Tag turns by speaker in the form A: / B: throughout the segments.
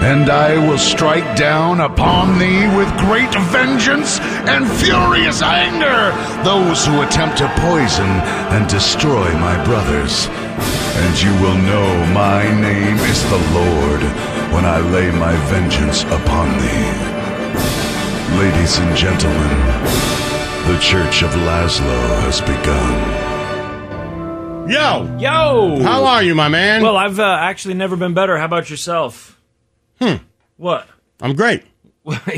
A: And I will strike down upon thee with great vengeance and furious anger those who attempt to poison and destroy my brothers. And you will know my name is the Lord when I lay my vengeance upon thee. Ladies and gentlemen, the Church of Laszlo has begun.
B: Yo,
C: Yo!
B: how are you, my man?
C: Well, I've uh, actually never been better. How about yourself? Hmm. What?
B: I'm great.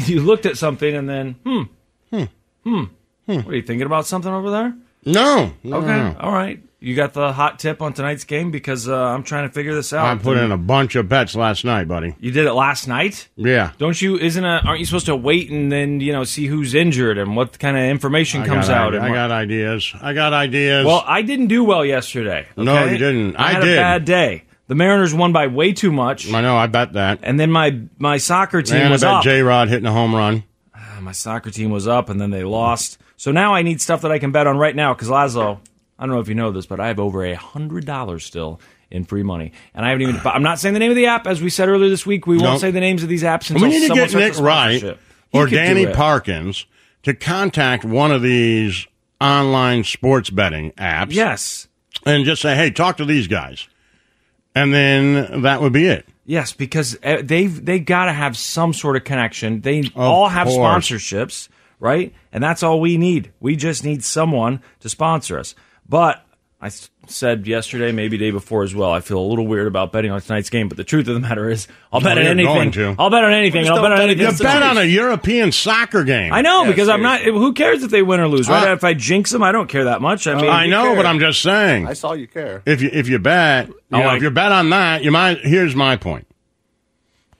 C: you looked at something and then, hmm. Hmm. Hmm. What are you thinking about something over there?
B: No, no,
C: Okay.
B: no.
C: All right. You got the hot tip on tonight's game because uh, I'm trying to figure this out.
B: I put in a bunch of bets last night, buddy.
C: you did it last night?
B: Yeah,
C: Don't you? Isn't a? Aren't you supposed to wait and then you know see who's injured and what kind of information
B: I
C: comes
B: got,
C: out?
B: ide-
C: and
B: I,
C: what-
B: got ideas. I got ideas.
C: well, I didn't do well yesterday.
B: No,
C: okay?
B: you didn't.
C: I,
B: I
C: had
B: did.
C: a bad day. The Mariners won by way too much,
B: I know. I bet that.
C: and then my my soccer team
B: And I
C: was
B: bet
C: up. Ah,
B: J Rod hitting a home run.
C: my soccer team was up, and then they lost. So now I need stuff that I can bet on right now because Lazo. I don't know if you know this, but I have over a hundred dollars still in free money, and I haven't even. I'm not saying the name of the app as we said earlier this week. We
B: Nope.
C: won't say the names of these apps until
B: we need to
C: someone
B: get
C: starts
B: Nick
C: a
B: Wright
C: sponsorship. He
B: or
C: could do
B: Danny
C: it.
B: Parkins to contact one of these online sports betting apps
C: Yes.
B: and just say, hey, talk to these guys. And then that would be it.
C: Yes, because uh, they've they got to have some sort of connection. They all have
B: course.
C: sponsorships, right? And that's all we need. We just need someone to sponsor us. But I s- said yesterday, maybe day before as well. I feel a little weird about betting on tonight's game, but the truth of the matter is, I'll bet on
B: you're
C: anything.
B: going to.
C: I'll bet on anything. I'll bet on anything.
B: You bet on a European soccer game.
C: I know
D: Yeah,
C: because I'm not. Who cares if they win or lose, right?
B: Uh,
C: if I jinx them, I don't care that much. I mean,
B: I know,
D: cares?
B: but I'm just saying.
D: I saw you care.
B: if you if you bet, you know,
C: like-
B: if you bet on that, you might. Here's my point: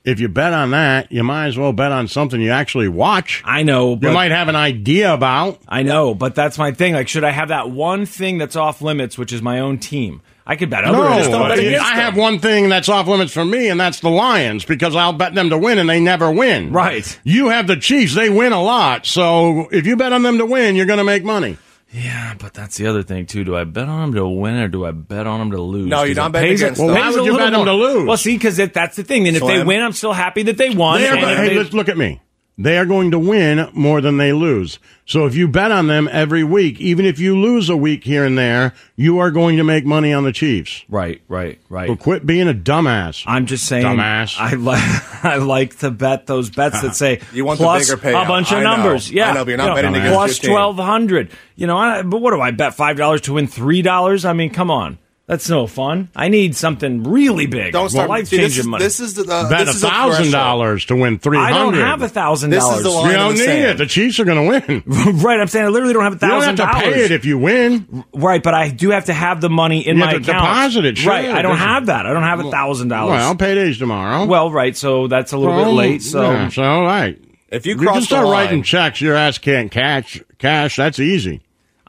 B: if you bet on that, you might as well bet on something you actually watch.
C: I know. But
B: You might have an idea about.
C: I know, but that's my thing. Like, should I have that one thing that's off limits, which is my own team? I could bet other.
B: No,
C: Just don't bet
B: I
C: against them.
B: have one thing that's off limits for me, and that's the Lions because I'll bet them to win, and they never win.
C: Right.
B: You have the Chiefs; they win a lot. So if you bet on them to win, you're going to make money.
C: Yeah, but that's the other thing too. Do I bet on them to win or do I bet on them to lose?
D: No, you
C: 'Cause
D: don't
C: it
D: bet
C: pays-
D: against
C: it
D: them.
C: pays
B: Why
C: a
B: would you
C: little
B: bet 'em
C: more.
B: to lose?
C: Well, see, because that's the thing. Then if they
D: Slim.
C: win, I'm still happy that they won.
B: They are,
C: And if
B: hey,
C: they-
B: let's look at me. They are going to win more than they lose. So if you bet on them every week, even if you lose a week here and there, you are going to make money on the Chiefs.
C: right, right, right.
B: So quit being a dumbass.
C: I'm just saying,
B: Dumbass.
C: I like I like to bet those bets that say
D: You want the
C: plus
D: bigger payout.
C: a bunch of
D: I know.
C: numbers.
D: I
C: Yeah,
D: know, but you're not
C: you
D: betting
B: against
C: plus
D: your team.
C: twelve hundred. You know, I, but what do I bet? Five dollars to win three dollars? I mean, come on, that's no fun. I need something really big.
D: Don't start
C: life
D: see, this is-
C: changing money.
D: This is the uh,
B: bet
D: this
B: a
D: is the
B: thousand
D: threshold.
B: dollars to win three
C: I
B: hundred.
C: don't have a thousand
D: This is the
C: dollars.
D: line
B: You
D: in
B: don't
D: the
B: need
D: sand.
B: it. The Chiefs are going to win. You
C: Right, I'm saying I literally don't have a
B: don't
C: thousand
B: have to pay it
C: dollars.
B: if you win.
C: Right, but I do have to have the money in
B: You
C: my
B: have to
C: account.
B: deposit it, sure.
C: right, I don't
B: Doesn't-
C: have that. I don't have a thousand
B: Well,
C: dollars.
B: payday's tomorrow.
C: Well, right, so that's a little bit
B: Well,
C: late. So.
B: yeah, so all right.
D: If you
B: You
D: cross
B: can start
D: the line,
B: writing checks your ass can't catch cash. That's easy.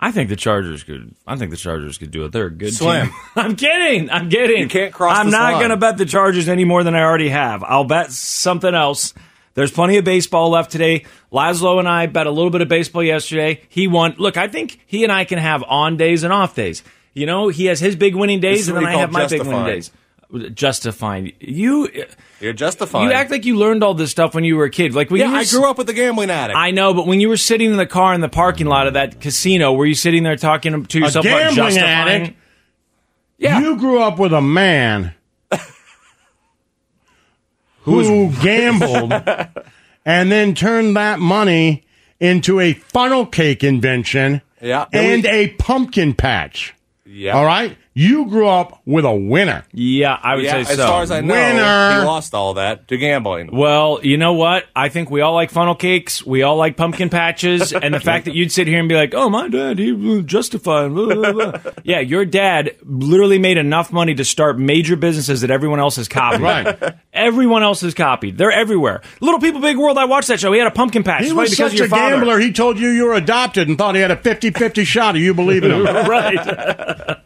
C: I think the Chargers could. I think the Chargers could do it. They're a good
D: Slim.
C: team. I'm kidding. I'm kidding.
D: You can't cross
C: I'm
D: this
C: not
D: line.
C: going to bet the Chargers any more than I already have. I'll bet something else. There's plenty of baseball left today. Laszlo and I bet a little bit of baseball yesterday. He won. Look, I think he and I can have on days and off days. You know, he has his big winning days,
D: is
C: and
D: what
C: then I
D: we call
C: have my big
D: justifying.
C: winning days. Justifying you.
D: you're justified.
C: You act like you learned all this stuff when you were a kid. Like when
D: yeah,
C: you were
D: I
C: s-
D: grew up with a gambling addict.
C: I know, but when you were sitting in the car in the parking lot of that casino, were you sitting there talking to yourself about
B: gambling
C: justifying?
B: addict.
C: Yeah,
B: You grew up with a man who gambled and then turned that money into a funnel cake invention
D: Yeah.
B: and a pumpkin patch.
D: yeah.
B: All right? You grew up with a winner.
C: yeah, I would
D: Yeah,
C: say
D: as
C: so.
D: far as I know,
B: Winner.
D: he lost all that to gambling.
C: well, you know what? I think we all like funnel cakes. We all like pumpkin patches, and the fact that you'd sit here and be like, "Oh, my dad, he was justifying." blah, blah, blah." yeah, your dad literally made enough money to start major businesses that everyone else has copied.
B: Right.
C: Everyone else has copied. They're everywhere. Little People, Big World. I watched that show. He had a pumpkin patch.
B: He
C: Why?
B: was
C: because of
B: such
C: your
B: a
C: father.
B: gambler, he told you you were adopted and thought he had a 50 50 shot of you believing him.
C: Right.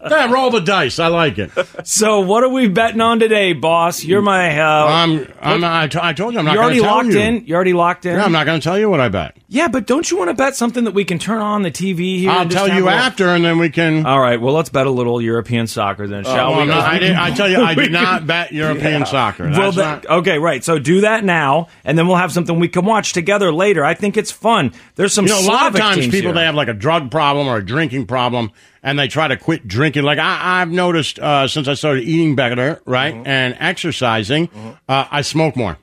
B: Yeah, roll the dice. I like it.
C: So what are we betting on today, boss? You're my. Uh,
B: I'm, I'm, I, t- I told you I'm not
C: you're
B: going
C: already
B: to tell
C: locked
B: you.
C: in. You're already locked in.
B: Yeah, I'm not going to tell you what I bet.
C: Yeah, but don't you want to bet something that we can turn on the TV here?
B: I'll
C: and just
B: tell
C: have
B: you
C: a-
B: after, and then we can.
C: All right. Well, let's bet a little European soccer then, shall
B: Uh, Oh, Well,
C: we?
B: I'm not- I, did, I tell you, I did not bet European soccer. That's
C: Well,
B: not,
C: that, okay, right. So do that now, and then we'll have something we can watch together later. I think it's fun. There's some
B: you know, a lot of
C: Slavic
B: times
C: teams
B: people
C: here.
B: they have like a drug problem or a drinking problem, and they try to quit drinking. Like I, I've noticed uh, since I started eating better, right, and exercising, uh, I smoke more.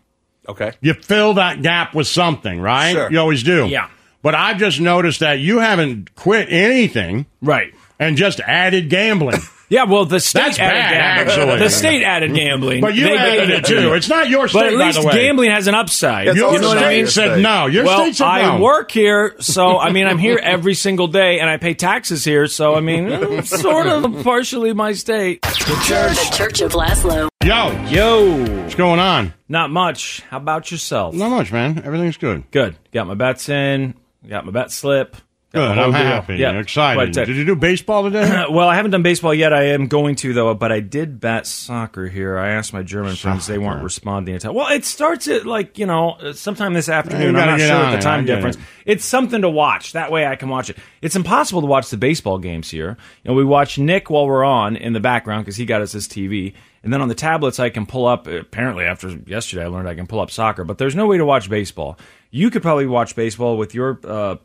D: Okay.
B: You fill that gap with something, right?
D: Sure.
B: You always do.
C: Yeah.
B: But I've just noticed that you haven't quit anything
C: right.
B: and just added gambling.
C: Yeah, well, the state
B: That's
C: added
B: bad,
C: gambling.
B: actually.
C: The state added gambling,
B: but you
C: They
B: added it too. It's not your state,
C: But at least
B: by the way.
C: gambling has an upside.
D: It's
C: you
B: Your
D: also
C: know what
B: state
C: I
D: not
C: mean?
D: your
B: said
D: state.
B: no. Your
C: well,
B: state said
C: I
B: no.
C: work here, so I mean, I'm here every single day, and I pay taxes here. So I mean, eh, sort of partially my state.
E: The Church of Laszlo.
B: Yo,
C: Yo,
B: what's going on?
C: not much. How about yourself?
B: Not much, man. Everything's good.
C: Good. Got my bets in. Got my bet slip.
B: Good.
C: whole
B: I'm
C: deal.
B: happy.
C: Yeah.
B: Excited.
C: But, uh,
B: Did you do baseball today?
C: Uh, Well, I haven't done baseball yet. I am going to though, but I did bet soccer here. I asked my German friends; they weren't responding. Until, well, it starts at like you know uh, sometime this afternoon. I'm
B: gotta
C: not
B: get
C: sure
B: on
C: what the
B: it. I
C: time
B: get
C: difference.
B: it.
C: It's something to watch. That way, I can watch it. It's impossible to watch the baseball games here. You know, we watch Nick while we're on in the background because he got us his TV, and then on the tablets I can pull up. Apparently, after yesterday, I learned I can pull up soccer, but there's no way to watch baseball. You could probably watch baseball with your. Uh,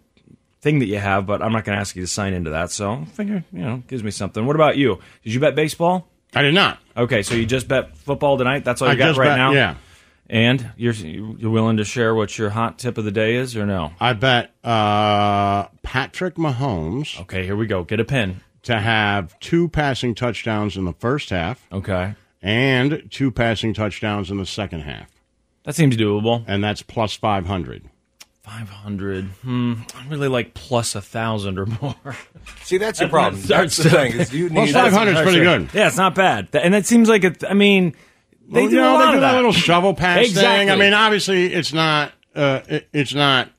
C: thing that you have, but I'm not going to ask you to sign into that. So I figure, you know, gives me something. What about you? Did you bet baseball?
B: I did not.
C: Okay, so you just bet football tonight. That's all you
B: I
C: got
B: just
C: right
B: bet-
C: now.
B: yeah.
C: And you're you're willing to share what your hot tip of the day is, or no?
B: I bet uh, Patrick Mahomes
C: Okay, here we go. Get a pen.
B: to have two passing touchdowns in the first half
C: Okay,
B: and two passing touchdowns in the second half,
C: that seems doable.
B: and that's plus five hundred.
C: Five hundred. Hmm. I really like plus a thousand or more.
D: See, that's your problem.
C: That's-
D: That's the thing. Is you
B: Plus
D: need
B: five hundred is pretty good.
C: yeah, it's not bad. Th- And that seems like a. Th- I mean, they
B: Well,
C: do
B: Oh, you
C: a
B: know,
C: lot
B: they do
C: of
B: that.
C: that.
B: little shovel pass thing.
C: Exactly.
B: I mean, obviously, it's not uh, it, it's not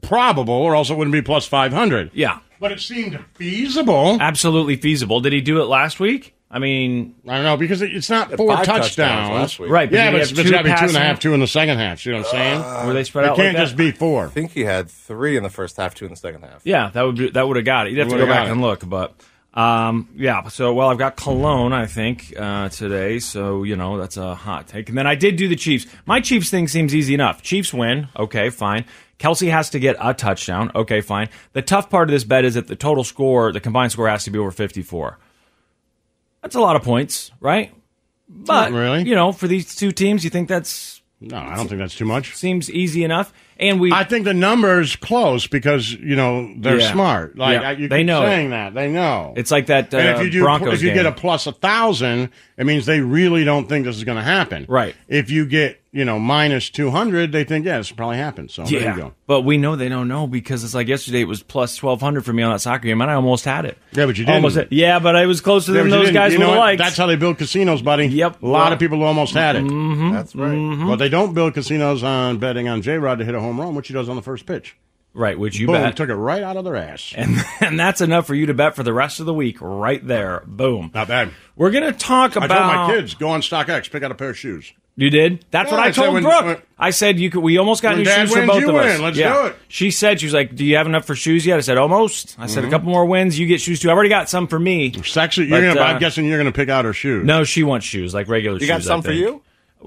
B: probable, or else it wouldn't be plus five hundred.
C: yeah,
B: But it seemed feasible.
C: absolutely feasible. Did he do it last week? I mean,
B: I don't know because it, it's not four
D: Five
B: touchdowns.
D: last week.
C: right?
B: Yeah,
C: did he
B: but it's,
C: have
B: it's got to be two and a
C: passing? Uh,
B: half, two in the second half. See what I'm saying?
C: Were they spread
B: it
C: out?
B: can't
C: like
B: just
C: that?
B: be four.
D: I think he had three in the first half, two in the second half.
C: Yeah, that would be, that would have got it. You'd have to go
B: Would've got
C: back
B: it.
C: and look, but um, yeah. So well, I've got Cologne, I think, uh, today. So you know that's a hot take. And then I did do the Chiefs. My Chiefs thing seems easy enough. Chiefs win. Okay, fine. Kelsey has to get a touchdown. Okay, fine. The tough part of this bet is that the total score, the combined score, has to be over fifty-four. That's a lot of points, right? But
B: Not really.
C: you know, for these two teams, you think that's
B: No, I don't think that's too much.
C: seems easy enough. And we
B: I think the numbers close because you know they're
C: Yeah.
B: smart. Like
C: Yeah.
B: I- you
C: They
B: keep
C: know
B: saying that they know.
C: It's like that,
B: and
C: uh,
B: if you do,
C: Broncos
B: if you
C: game.
B: get a plus a thousand, it means they really don't think this is going to happen.
C: Right.
B: If you get you know minus two hundred, they think yeah, this will probably happen. So there
C: Yeah,
B: you go.
C: but we know they don't know because it's like yesterday it was plus twelve hundred for me on that soccer game, and I almost had it.
B: Yeah, but you didn't.
C: Almost, had- yeah, but I was closer
B: Yeah, but
C: than
B: you
C: those
B: didn't.
C: guys
B: You
C: would
B: know
C: have
B: what?
C: liked.
B: That's how they build casinos, buddy.
C: Yep. Mm-hmm.
B: A lot
C: Well-
B: of people almost had it,
D: That's right.
B: but they don't build casinos on betting on J Rod to hit a home run, which he does on the first pitch.
C: right, which you
B: Boom!
C: bet,
B: Took it right out of their ass.
C: and, and that's enough for you to bet for the rest of the week, right there. Boom.
B: Not bad.
C: We're gonna talk
B: I
C: about.
B: told my kids go on StockX, pick out a pair of shoes.
C: You did. That's
B: Yeah,
C: what I,
B: I said
C: told
B: when-
C: Brooke.
B: when-
C: I said you could. We almost got
B: When
C: new
B: Dad
C: shoes for
B: wins,
C: both
B: you
C: of us.
B: win. Let's
C: Yeah.
B: do it.
C: She said she was like, "Do you have enough for shoes yet?" I said, "Almost." I
B: Mm-hmm.
C: said, "A couple more wins, you get shoes too." I already got some for me.
B: Sexy. You're
C: But,
B: gonna,
C: uh,
B: I'm guessing you're going to pick out her shoes.
C: No, she wants shoes, like regular
D: You
C: shoes.
D: got
C: I
D: some for
C: think.
D: you?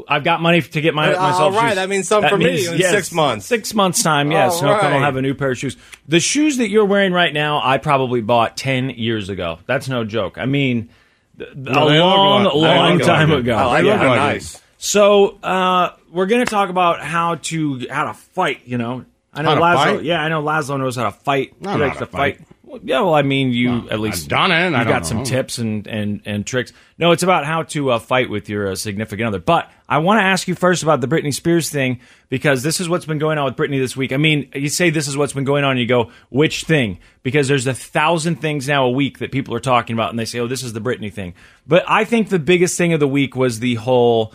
C: I've got money to get my,
D: Uh,
C: myself.
D: all right,
C: shoes.
D: that means some for me in six months.
C: Six months time, yes.
D: All
C: No, I'll
D: right.
C: have a new pair of shoes. The shoes that you're wearing right now, I probably bought ten years ago. That's no joke. I mean, th- th- a
B: they look
C: long,
B: like- they
C: long
B: look like
C: time
B: it.
C: ago.
D: I like
C: Yeah.
D: it.
B: like it.
D: Oh, Nice.
C: So uh, we're gonna talk about how to how to fight. You know, I know
B: How to
C: Laszlo.
B: fight?
C: Yeah, I know Laszlo knows how to fight.
B: I
C: he
B: know
C: likes
B: how
C: to
B: to fight.
C: fight. Well, yeah, well, I mean, you at least
B: I've done it, and
C: You
B: I
C: got
B: don't
C: some
B: know.
C: tips and and and tricks. No, it's about how to uh, fight with your uh, significant other. But I want to ask you first about the Britney Spears thing because this is what's been going on with Britney this week. I mean, you say this is what's been going on, and you go which thing because there's a thousand things now a week that people are talking about, and they say, oh, this is the Britney thing. But I think the biggest thing of the week was the whole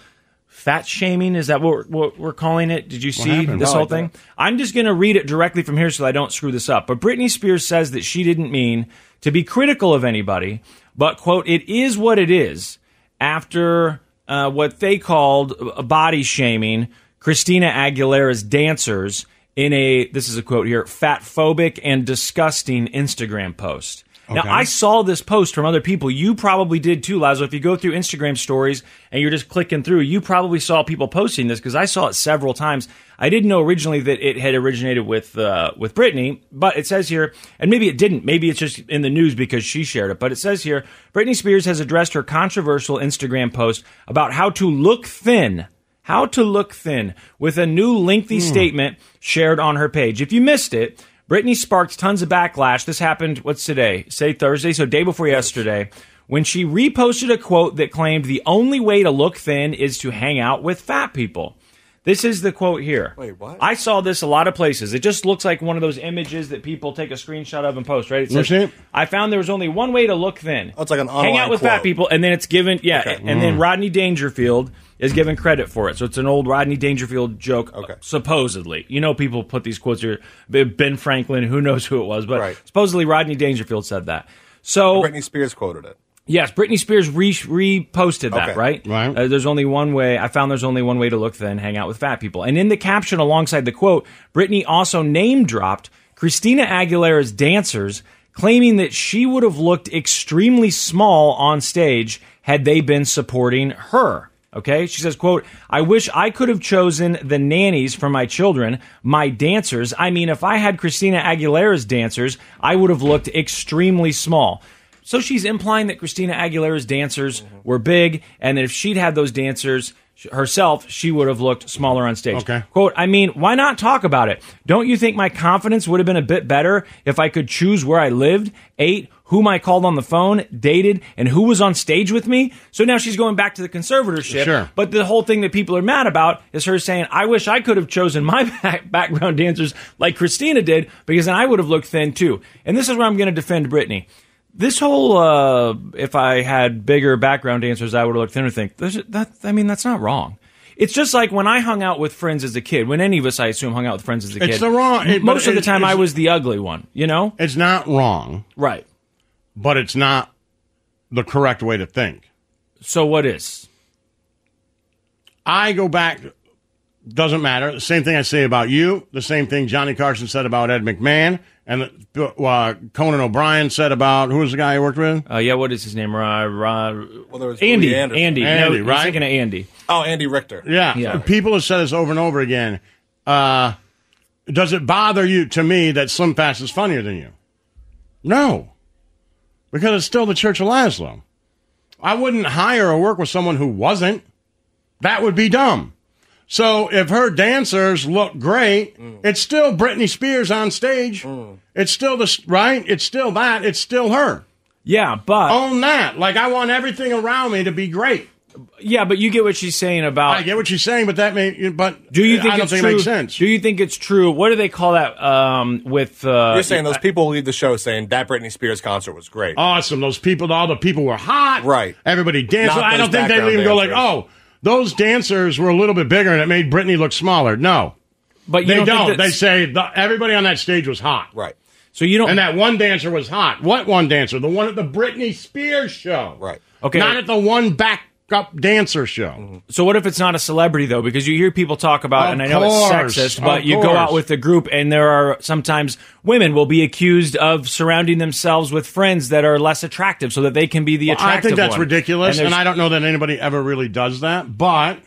C: fat shaming. Is that what we're, what we're calling it? Did you see
B: happened?
C: this
B: No,
C: whole
D: I
C: thing?
D: don't.
C: I'm just going to read it directly from here so I don't screw this up. But Britney Spears says that she didn't mean to be critical of anybody, but, quote, it is what it is after uh, what they called uh, body shaming Christina Aguilera's dancers in a, this is a quote here, fat phobic and disgusting Instagram post. Now,
B: Okay.
C: I saw this post from other people. You probably did too, Lazo. If you go through Instagram stories and you're just clicking through, you probably saw people posting this because I saw it several times. I didn't know originally that it had originated with uh, with Britney, but it says here, and maybe it didn't. Maybe it's just in the news because she shared it. But it says here, Britney Spears has addressed her controversial Instagram post about how to look thin. How to look thin with a new lengthy
D: Hmm.
C: statement shared on her page. If you missed it, Britney sparked tons of backlash. This happened, what's today? Say Thursday, so day before yesterday, when she reposted a quote that claimed the only way to look thin is to hang out with fat people. This is the quote here.
D: Wait, what?
C: I saw this a lot of places. It just looks like one of those images that people take a screenshot of and post, right? It
B: What's it?
C: I found there was only one way to look thin.
D: Oh, it's like an
C: hang out
D: online
C: with fat
D: quote.
C: people people, and then it's given yeah, and then
D: Mm.
C: Rodney Dangerfield is given credit for it. So it's an old Rodney Dangerfield joke, uh,
D: Okay.
C: supposedly. You know, people put these quotes here. Ben Franklin, who knows who it was, but
D: Right.
C: supposedly Rodney Dangerfield said that. So
D: Britney Spears quoted it.
C: Yes, Britney Spears re- reposted that,
D: Okay.
C: right?
B: Right.
C: Uh, there's only one way. I found there's only one way to look thin, hang out with fat people. And in the caption alongside the quote, Britney also name dropped Christina Aguilera's dancers, claiming that she would have looked extremely small on stage had they been supporting her. Okay? She says, quote, I wish I could have chosen the nannies for my children, my dancers. I mean, if I had Christina Aguilera's dancers, I would have looked extremely small. So she's implying that Christina Aguilera's dancers were big, and that if she'd had those dancers sh- herself, she would have looked smaller on stage.
B: Okay.
C: Quote, I mean, why not talk about it? Don't you think my confidence would have been a bit better if I could choose where I lived, ate, whom I called on the phone, dated, and who was on stage with me? So now she's going back to the conservatorship.
B: Sure.
C: But the whole thing that people are mad about is her saying, I wish I could have chosen my back- background dancers like Christina did, because then I would have looked thin too. And this is where I'm going to defend Britney this whole uh, if I had bigger background dancers, I would have looked thinner thing. There's, that I mean, that's not wrong. It's just like when I hung out with friends as a kid. When any of us, I assume, hung out with friends as a kid.
B: It's the wrong- it-
C: most
B: but
C: of the
B: it-
C: time, I
B: it's-
C: was the ugly one. You know,
B: It's not wrong,
C: right?
B: but it's not the correct way to think.
C: So what is?
B: I go back, doesn't matter. The same thing I say about you, the same thing Johnny Carson said about Ed McMahon, and uh, Conan O'Brien said about who was the guy I worked with?
C: Uh, yeah, what is his name? Ra- ra-
D: Well, there was
C: Andy.
D: Louis Anderson.
C: Andy.
B: Andy,
C: no,
B: right?
C: I'm thinking of Andy.
D: Oh, Andy Richter.
B: Yeah.
C: Yeah.
B: People have said this over and over again. Uh, does it bother you to me that Slim Fast is funnier than you? No. Because it's still the Church of Laszlo. I wouldn't hire or work with someone who wasn't. That would be dumb. So if her dancers look great, it's still Britney Spears on stage. It's still the right. It's still that. It's still her.
C: Yeah, but
B: Own that. Like I want everything around me to be great.
C: yeah, but you get what she's saying about.
B: I get what you're saying, but that may. But
C: Uh, do you think
B: I don't
C: it's
B: think
C: true?
B: it makes sense?
C: Do you think it's true? What do they call that? Um, with uh,
D: You're saying those people leave the show saying that Britney Spears concert was great.
C: Uh,
B: awesome. Those people, all the people were hot.
D: Right.
B: Everybody danced.
D: Not
B: I don't
D: those
B: think they even
D: background
B: go like,
D: dancers.
B: oh, those dancers were a little bit bigger and it made Britney look smaller. No,
C: but you
B: they
C: don't.
B: don't.
C: think that's-
B: They say the, everybody on that stage was hot.
D: right.
C: so you don't.
B: And that one dancer was hot. What one dancer? The one at the Britney Spears show.
D: Right.
C: Okay.
B: Not at the one backup dancer show.
C: So what if it's not a celebrity though? Because you hear people talk about,
B: Of
C: and I know
B: course,
C: it's sexist,
B: of
C: but you go out
B: course.
C: with a group, and there are sometimes women will be accused of surrounding themselves with friends that are less attractive, so that they can be the attractive.
B: I think that's
C: one.
B: ridiculous, and,
C: there's-
B: I don't know that anybody ever really does that. But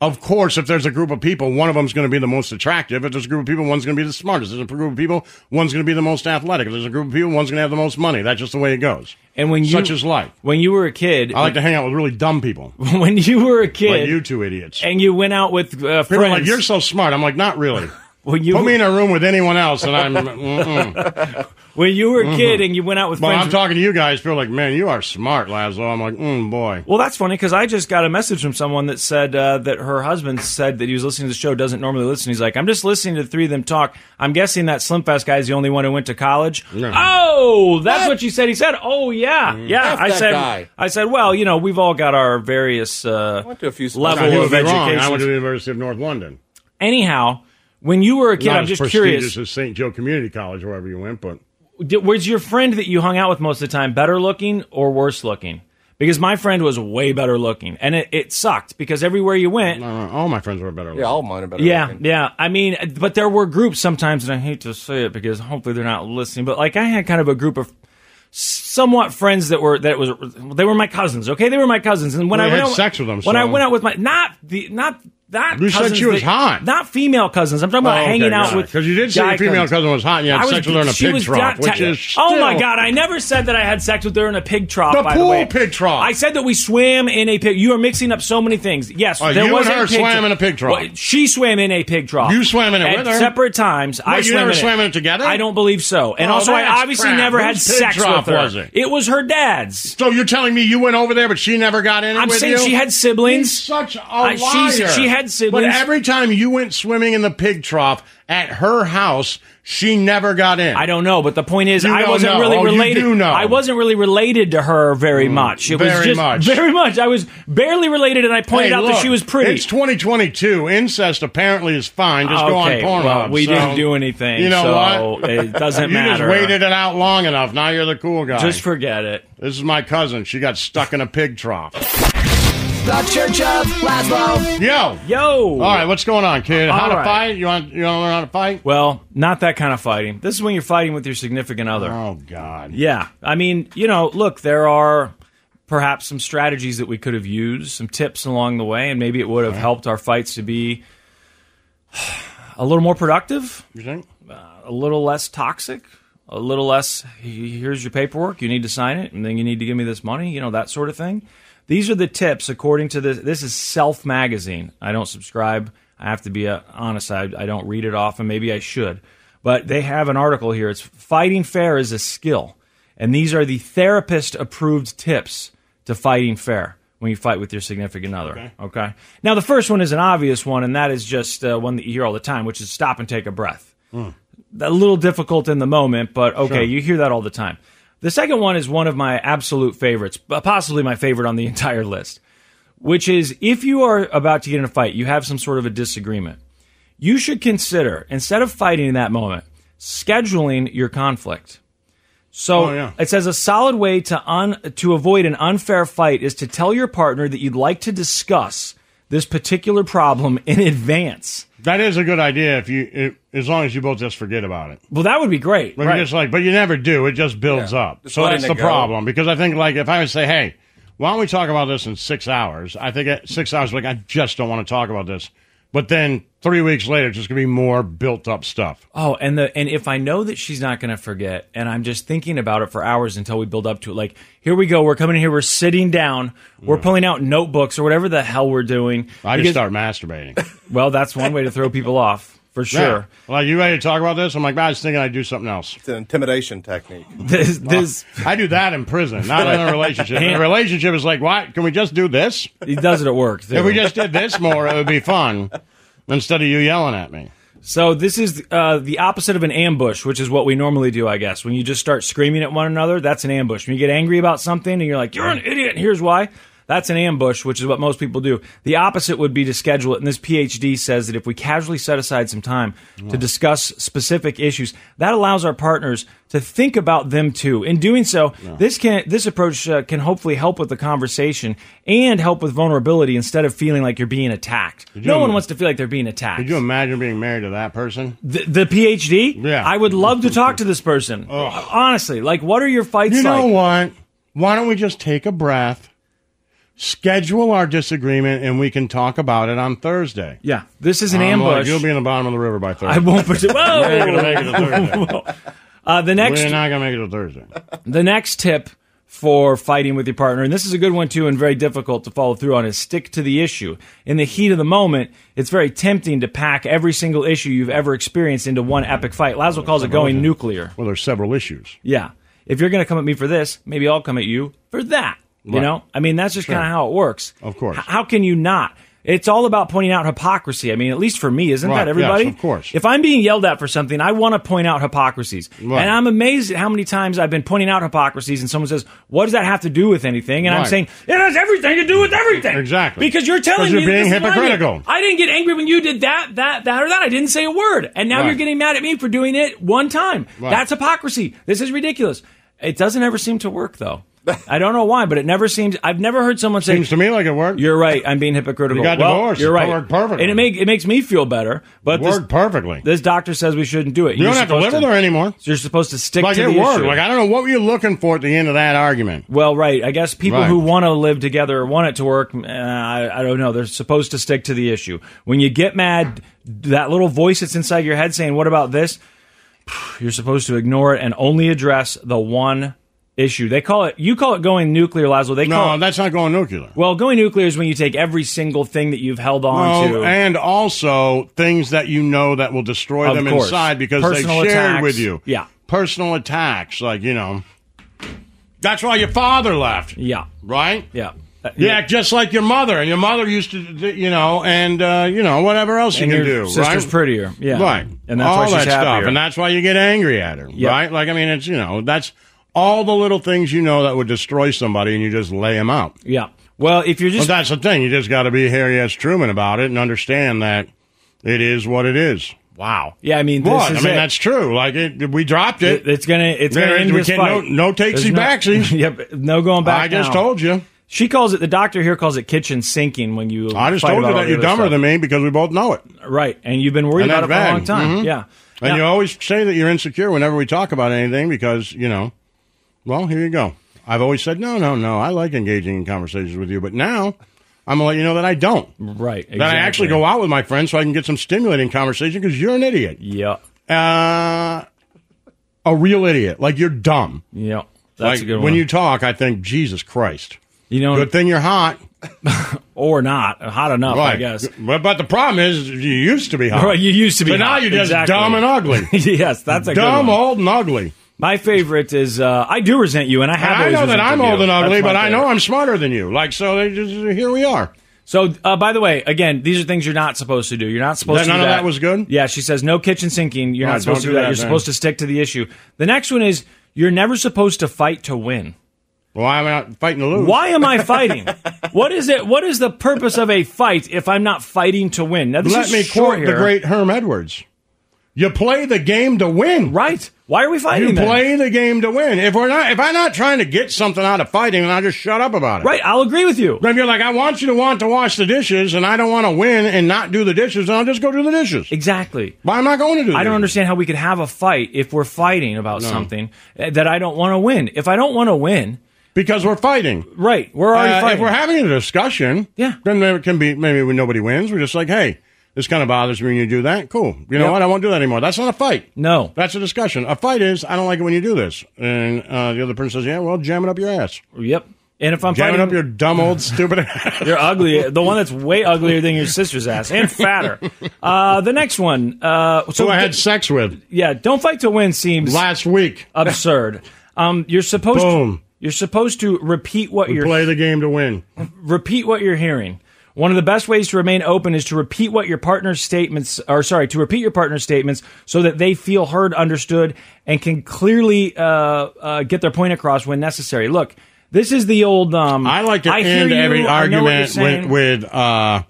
B: of course, if there's a group of people, one of them's going to be the most attractive. If there's a group of people, one's going to be the smartest. If there's a group of people, one's going to be the most athletic. If there's a group of people, one's going to have the most money. That's just the way it goes.
C: And when you
B: such is life.
C: when you were a kid,
B: I like to hang out with really dumb people,
C: when you were a
B: like
C: kid,
B: you two idiots.
C: and you went out with uh, friends,
B: People are like you're so smart. I'm like not really.
C: when you
B: Put me in a room with anyone else, and I'm. mm-mm.
C: When you were a kid and you went out with
B: Well,
C: friends.
B: Mm-hmm. I'm talking to you guys. People are like, man, you are smart, Laszlo. I'm like, mm, boy.
C: well, that's funny because I just got a message from someone that said uh, that her husband said that he was listening to the show, doesn't normally listen. He's like, I'm just listening to the three of them talk. I'm guessing that Slimfast guy's the only one who went to college. Oh, that's what? you said. He said, Oh yeah,
B: Mm.
C: yeah.
D: F
C: I
D: that
C: said,
D: guy.
C: I said, well, you know, we've all got our various uh,
D: went to a few
C: level
B: Now, he would
C: of
B: be wrong.
C: education.
B: I went to the University of North London.
C: Anyhow, when you were a kid,
B: Not
C: I'm
B: as
C: just
B: prestigious
C: curious.
B: as St. Joe Community College, wherever you went, but
C: Did, was your friend that you hung out with most of the time better looking or worse looking? Because my friend was way better looking, and it, it sucked because everywhere you went,
B: uh, all my friends were better.
D: Yeah,
B: looking.
D: all mine are better.
C: yeah,
D: looking.
C: yeah. I mean, but there were groups sometimes, and I hate to say it because hopefully they're not listening. But like, I had kind of a group of somewhat friends that were that was they were my cousins. Okay, they were my cousins, and when I
B: Well, you
C: went
B: had
C: out,
B: sex with them,
C: when I
B: so-
C: went out with my not the not. Not
B: You said
C: cousins
B: she was
C: that-
B: hot. Oh,
C: Not female cousins. I'm talking about hanging out with
B: because you did say
C: guy
B: your female
C: cousins.
B: cousin was hot and you had
C: I was-
B: sex with her in a
C: she
B: pig
C: was
B: trough,
C: not
B: which
C: te-
B: is
C: oh
B: still-
C: my god! I never said that I had sex with her in a pig trough.
B: The
C: by
B: pool
C: the way.
B: pig trough.
C: I said that we swam in a pig. You are mixing up so many things. Yes,
B: Oh,
C: there
B: you
C: was
B: and
C: a
B: her
C: pig
B: swam in a pig trough.
C: Well, she swam in a pig trough.
B: You swam in it
C: at
B: with her?
C: separate times. I
B: you
C: swam
B: never
C: in
B: swam in it together?
C: I don't believe so. And
B: Oh,
C: also,
B: that's
C: I obviously
B: crap.
C: never had
B: Whose pig
C: sex
B: trough
C: with her.
B: was it?
C: was her dad's.
B: So you're telling me you went over there, but she never got in it
C: I'm
B: with
C: saying
B: you?
C: she had siblings.
B: He's such a
C: I-
B: liar.
C: she's- she had siblings.
B: But every time you went swimming in the pig trough at her house, she never got in.
C: I don't know, but the point is,
B: You
C: I
B: don't
C: wasn't
B: know.
C: really
B: Oh, you
C: related.
B: do know. Mm,
C: I wasn't really related to her very much. It was
B: very
C: just
B: much.
C: very much. I was barely related, and I pointed
B: Hey,
C: out
B: look,
C: that she was pretty.
B: It's 2022. Incest apparently is fine. Just go on
C: okay,
B: Pornhub.
C: well, we
B: so-
C: didn't do anything.
B: You know
C: so
B: what?
C: It doesn't
B: you
C: matter.
B: just waited it out long enough. Now you're the cool guy.
C: Just forget it.
B: this is my cousin. She got stuck in a pig trough.
F: The Church of Laszlo.
B: Yo.
C: Yo.
B: All right, what's going on, kid? How
C: All
B: to
C: right.
B: fight? You want you want to learn how to fight?
C: Well, not that kind of fighting. This is when you're fighting with your significant other.
B: Oh God.
C: Yeah. I mean, you know, look, there are perhaps some strategies that we could have used, some tips along the way, and maybe it would have helped our fights to be a little more productive,
B: You think?
C: a little less toxic, a little less "He- here's your paperwork, you need to sign it, and then you need to give me this money, you know, that sort of thing. These are the tips according to this. This is Self Magazine. I don't subscribe. I have to be uh, honest. I, I don't read it often. Maybe I should. But they have an article here. It's Fighting Fair is a Skill. And these are the therapist approved tips to fighting fair when you fight with your significant other. Okay. Now, the first one is an obvious one, and that is just uh, one that you hear all the time, which is stop and take a breath. A little difficult in the moment, but okay, you hear that all the time. The second one is one of my absolute favorites, but possibly my favorite on the entire list, which is if you are about to get in a fight, you have some sort of a disagreement, you should consider, instead of fighting in that moment, scheduling your conflict. So
B: Oh, yeah.
C: it says a solid way to un, to avoid an unfair fight is to tell your partner that you'd like to discuss this particular problem in advance.
B: That is a good idea if you, if, as long as you both just forget about it.
C: Well, that would be great.
B: But
C: right.
B: you just like, but you never do. It just builds
D: Yeah.
B: up.
D: Just
B: so
D: letting
B: that's
D: it
B: the
D: go.
B: problem because I think like if I would say, hey, why don't we talk about this in six hours? I think at six hours, like I just don't want to talk about this. But then three weeks later, it's just gonna be more built up stuff.
C: Oh, and the and if I know that she's not going to forget, and I'm just thinking about it for hours until we build up to it. Like here we go, we're coming in here, we're sitting down, we're pulling out notebooks or whatever the hell we're doing.
B: Mm. I just
C: Because-
B: start masturbating.
C: Well, that's one way to throw people off for
B: Yeah.
C: sure.
B: Like you ready to talk about this? I'm like, "Nah, I was thinking I'd do something else.
D: It's an intimidation technique.
C: This, this
B: I do that in prison, not in a relationship. In a relationship, is like, why? Can we just do this?
C: he does it at work. too.
B: If we just did this more, it would be fun instead of you yelling at me.
C: So this is uh, the opposite of an ambush, which is what we normally do, I guess. When you just start screaming at one another, that's an ambush. When you get angry about something and you're like, "You're an idiot," and here's why. That's an ambush, which is what most people do. The opposite would be to schedule it. And this PhD says that if we casually set aside some time to discuss specific issues, that allows our partners to think about them too. In doing so, this can this approach uh, can hopefully help with the conversation and help with vulnerability instead of feeling like you're being attacked. No one wants to feel like they're being attacked.
B: Could you imagine being married to that person?
C: The, the PhD?
B: Yeah.
C: I would love to talk to this person. Honestly, like, what are your fights
B: You know
C: like?
B: what? Why don't we just take a breath, schedule our disagreement, and we can talk about it on Thursday?
C: Yeah. This is an
B: I'm like,
C: ambush.
B: you'll be in the bottom of the river by
C: I
B: Thursday.
C: won't pursue.
B: We're
C: Whoa!
B: not gonna make it to Thursday.
C: Uh, the next,
B: We're not gonna make it to Thursday.
C: the next tip for fighting with your partner. And this is a good one, too, and very difficult to follow through on is stick to the issue. In the heat of the moment, it's very tempting to pack every single issue you've ever experienced into one epic fight. Laszlo calls it going nuclear.
B: Well, there's several issues.
C: Yeah. If you're going to come at me for this, maybe I'll come at you for that. You
B: Right.
C: know? I mean, that's just kind of how it works.
B: Of course.
C: H- how can you not? It's all about pointing out hypocrisy. I mean, at least for me, isn't
B: Right.
C: that everybody?
B: Yes, of course.
C: If I'm being yelled at for something, I want to point out hypocrisies.
B: Right.
C: And I'm amazed at how many times I've been pointing out hypocrisies and someone says, What does that have to do with anything? And I'm
B: Right.
C: saying, It has everything to do with everything.
B: Exactly.
C: Because you're telling
B: 'Cause you're
C: me
B: being
C: this is what I did.
B: hypocritical.
C: I didn't get angry when you did that, that, that, or that. I didn't say a word. And now
B: Right.
C: you're getting mad at me for doing it one time.
B: Right.
C: That's hypocrisy. This is ridiculous. It doesn't ever seem to work, though. I don't know why, but it never seems. I've never heard someone say,
B: Seems to me like it worked.
C: You're right. I'm being hypocritical.
B: You got
C: well,
B: divorced.
C: You're
B: It
C: right.
B: worked perfectly.
C: And it, make, it makes me feel better. But this,
B: Worked perfectly.
C: this doctor says we shouldn't do it.
B: you don't have to live with her anymore.
C: You're supposed to stick
B: Like
C: to
B: it
C: the
B: worked.
C: issue.
B: Like I don't know what were you looking for at the end of that argument.
C: Well, right. I guess people
B: Right.
C: who want to live together or want it to work, uh, I, I don't know. They're supposed to stick to the issue. When you get mad, that little voice that's inside your head saying, What about this? You're supposed to ignore it and only address the one issue. They call it, you call it going nuclear, Laszlo. They call
B: No,
C: it,
B: that's not going nuclear.
C: well, going nuclear is when you take every single thing that you've held on
B: No,
C: to.
B: Oh, and also things that you know that will destroy
C: Of
B: them
C: course.
B: inside because
C: Personal
B: they shared
C: attacks.
B: with you.
C: Yeah.
B: Personal attacks, like, you know. That's why your father left,
C: yeah.
B: right?
C: Yeah. Uh,
B: Yeah, just like your mother. And your mother used to, you know, and, uh, you know, whatever else
C: And
B: you
C: your
B: can do,
C: sister's
B: right?
C: prettier. Yeah.
B: Right.
C: And that's
B: all
C: why she's
B: that
C: happier.
B: stuff. And that's why you get angry at her,
C: Yep.
B: right? Like, I mean, it's, you know, that's all the little things you know that would destroy somebody and you just lay them out.
C: yeah. Well, if you're
B: But
C: just
B: that's the thing. You just got to be Harry S. Truman about it and understand that it is what it is. Wow.
C: Yeah, I mean, this
B: What? I
C: is
B: mean,
C: it.
B: that's true. Like, it, we dropped it.
C: It- it's gonna it's
B: There
C: gonna
B: is-
C: end
B: we
C: this
B: can't-
C: fight.
B: no- no takesies,
C: There's
B: backsies.
C: yep, no going back.
B: I just
C: now.
B: told you.
C: She calls it. The doctor here calls it kitchen sinking. When you
B: I just
C: fight
B: told
C: about
B: you
C: all
B: that
C: the
B: you're
C: other
B: dumber
C: stuff.
B: than me because we both know it.
C: right, and you've been worried
B: And
C: about it
B: that's
C: for a
B: bad.
C: long time.
B: Mhm.
C: Yeah,
B: And
C: Now-
B: you always say that you're insecure whenever we talk about anything because, you know, well, here you go. I've always said, no, no, no. I like engaging in conversations with you. But now I'm going to let you know that I don't.
C: right. Exactly.
B: That I actually go out with my friends so I can get some stimulating conversation because you're an idiot.
C: Yeah,
B: Uh, a real idiot. Like, you're dumb.
C: yeah. That's
B: like,
C: a good one.
B: when you talk, I think, Jesus Christ.
C: you know,
B: Good thing you're hot.
C: or not hot enough, I guess.
B: But, but the problem is, you used to be hot.
C: Right, you used to be
B: So now
C: hot.
B: you're just
C: Exactly.
B: dumb and ugly.
C: yes, that's a
B: dumb,
C: good one.
B: old, and ugly.
C: My favorite is uh, I do resent you, and I have.
B: And I
C: always
B: know that
C: resented
B: I'm
C: you.
B: old and
C: That's
B: ugly,
C: my
B: but I know
C: favorite.
B: I'm smarter than you. Like, so they just, here we are.
C: So, uh, by the way, again, these are things you're not supposed to do. You're not supposed
B: That-
C: to.
B: none
C: do
B: of that was good?
C: Yeah, she says no kitchen sinking. You're
B: All
C: not
B: right,
C: supposed
B: don't
C: to do
B: do
C: that.
B: that
C: You're
B: then.
C: supposed to stick to the issue. The next one is you're never supposed to fight to win.
B: Well, I'm out fighting to lose.
C: Why am I fighting? what is it? What is the purpose of a fight if I'm not fighting to win? Now, this
B: Let
C: is
B: me
C: short
B: quote
C: here.
B: the great Herm Edwards. You play the game to win.
C: Right? Why are we fighting?
B: You
C: then?
B: play the game to win. If we're not, if I'm not trying to get something out of fighting, then I'll just shut up about it.
C: Right? I'll agree with you.
B: But if you're like, I want you to want to wash the dishes, and I don't want to win and not do the dishes, then I'll just go do the dishes.
C: Exactly.
B: But I'm not going to do. The
C: I don't
B: dishes.
C: understand how we could have a fight if we're fighting about something uh, that I don't want to win. If I don't want to win,
B: because we're fighting.
C: right? We're already
B: Uh,
C: fighting.
B: if we're having a discussion,
C: Yeah.
B: then maybe it can be maybe when nobody wins, we're just like, hey, this kind of bothers me when you do that. Cool. You know
C: Yep.
B: what? I won't do that anymore. That's not a fight.
C: no.
B: That's a discussion. A fight is I don't like it when you do this, and uh, the other person says, yeah, well, jam it up your ass,
C: Yep. And if I'm
B: jam it
C: fighting
B: up your dumb old stupid ass.
C: You're ugly. The one that's way uglier than your sister's ass and fatter. Uh, the next one. Uh, so
B: Who I had sex with
C: yeah, don't fight to win seems
B: last week.
C: absurd. Um, you're supposed
B: Boom.
C: to, you're supposed to repeat what you're
B: Play the game to win.
C: repeat what you're hearing. One of the best ways to remain open is to repeat what your partner's statements, or sorry, to repeat your partner's statements so that they feel heard, understood, and can clearly uh, uh, get their point across when necessary. Look, this is the old. Um,
B: I like to
C: hear
B: end
C: you,
B: every
C: I know what you're
B: argument with,
C: saying."
B: with uh,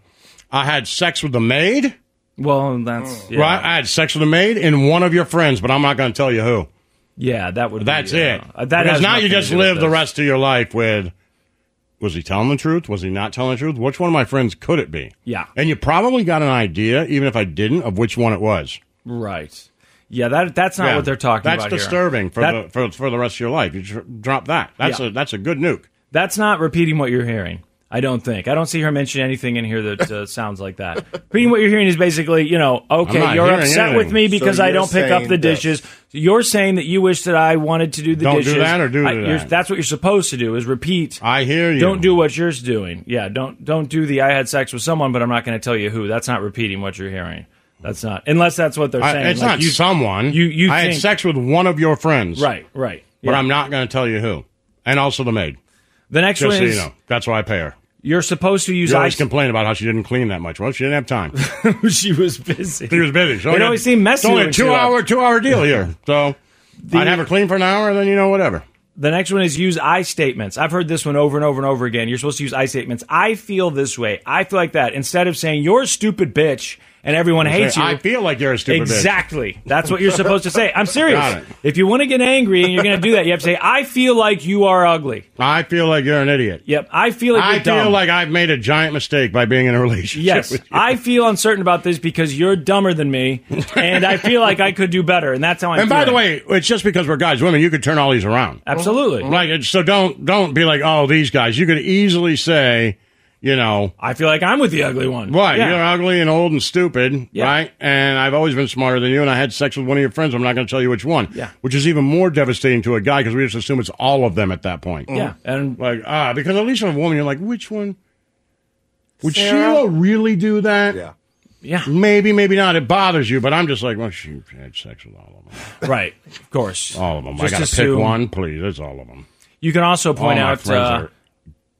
B: I had sex with the maid.
C: well, that's yeah.
B: Right? I had sex with a maid and one of your friends, but I'm not going to tell you who.
C: Yeah, that would.
B: That's
C: be,
B: it.
C: Uh, that
B: because
C: has
B: now you
C: nothing to
B: just
C: do with
B: live the
C: this.
B: rest of your life with. Was he telling the truth? Was he not telling the truth? Which one of my friends could it be?
C: Yeah.
B: And you probably got an idea, even if I didn't, of which one it was.
C: Right. Yeah, that that's not
B: Yeah.
C: what they're talking
B: that's
C: about. here.
B: disturbing for,
C: That-
B: the, for, for the rest of your life. You dr- drop that. That's,
C: Yeah.
B: a, that's a good nuke.
C: That's not repeating what you're hearing. I don't think. I don't see her mention anything in here that uh, sounds like that. Reading what you're hearing is basically, you know, okay,
B: not
C: you're
B: hearing
C: upset
B: anything.
C: with me because
D: So
C: I
D: you're
C: don't pick up
D: saying
C: the
D: that-
C: dishes. You're saying that you wish that I wanted to do the
B: Don't do
C: dishes.
B: that or do
C: I-
B: that?
C: you're- That's what you're supposed to do is repeat.
B: I hear you.
C: Don't do what you're doing. Yeah, don't don't do the I had sex with someone, but I'm not going to tell you who. That's not repeating what you're hearing. That's not unless that's what they're
B: I,
C: saying.
B: it's
C: Like,
B: not
C: you-
B: someone.
C: you- you
B: I had
C: think-
B: sex with one of your friends.
C: Right, right.
B: But
C: Yeah.
B: I'm not going to tell you who. And also the maid.
C: the next
B: Just
C: one
B: so
C: is
B: you know. That's why I pay her.
C: you're supposed to use
B: You
C: I.
B: always complain about how she didn't clean that much. Well, she didn't have time.
C: she was busy.
B: She was busy. She
C: It
B: only-
C: always seemed messy
B: It's only
C: when
B: a
C: she left.
B: two-hour, two-hour deal here. So I'd have her clean for an hour, then you know whatever.
C: The next one is use I statements. I've heard this one over and over and over again. You're supposed to use I statements. I feel this way. I feel like that. Instead of saying you're a stupid bitch and everyone hates
B: Say,
C: you.
B: I feel like you're a stupid bitch.
C: Exactly. That's what you're supposed to say. I'm
B: Got
C: serious.
B: it.
C: If you want to get angry and you're going to do that, you have to say, I feel like you are ugly.
B: I feel like you're an idiot.
C: Yep. I feel like
B: I
C: you're
B: feel
C: dumb.
B: like I've made a giant mistake by being in a relationship
C: Yes,
B: with you.
C: I feel uncertain about this because you're dumber than me, and I feel like I could do better, and that's how I'm.
B: and by the
C: feeling.
B: way, it's just because we're guys, women, you could turn all these around.
C: absolutely,
B: Like, it's- so don't don't be like, oh, these guys. You could easily say, you know,
C: I feel like I'm with the ugly one.
B: what?
C: Yeah.
B: You're ugly and old and stupid,
C: Yeah.
B: right? And I've always been smarter than you. And I had sex with one of your friends. I'm not going to tell you which one.
C: Yeah.
B: Which is even more devastating to a guy because we just assume it's all of them at that point.
C: Mm. yeah, and
B: Like, ah, because at least with a woman, you're like, which one? Would
D: Sarah?
B: Sheila really do that?
D: Yeah.
C: yeah,
B: Maybe, maybe not. It bothers you, but I'm just like, well, she had sex with all of them.
C: right, of course.
B: All of them.
C: Just
B: I got to pick
C: assume-
B: one, please. It's all of them.
C: You can also point
B: all my
C: out.
B: friends
C: uh,
B: are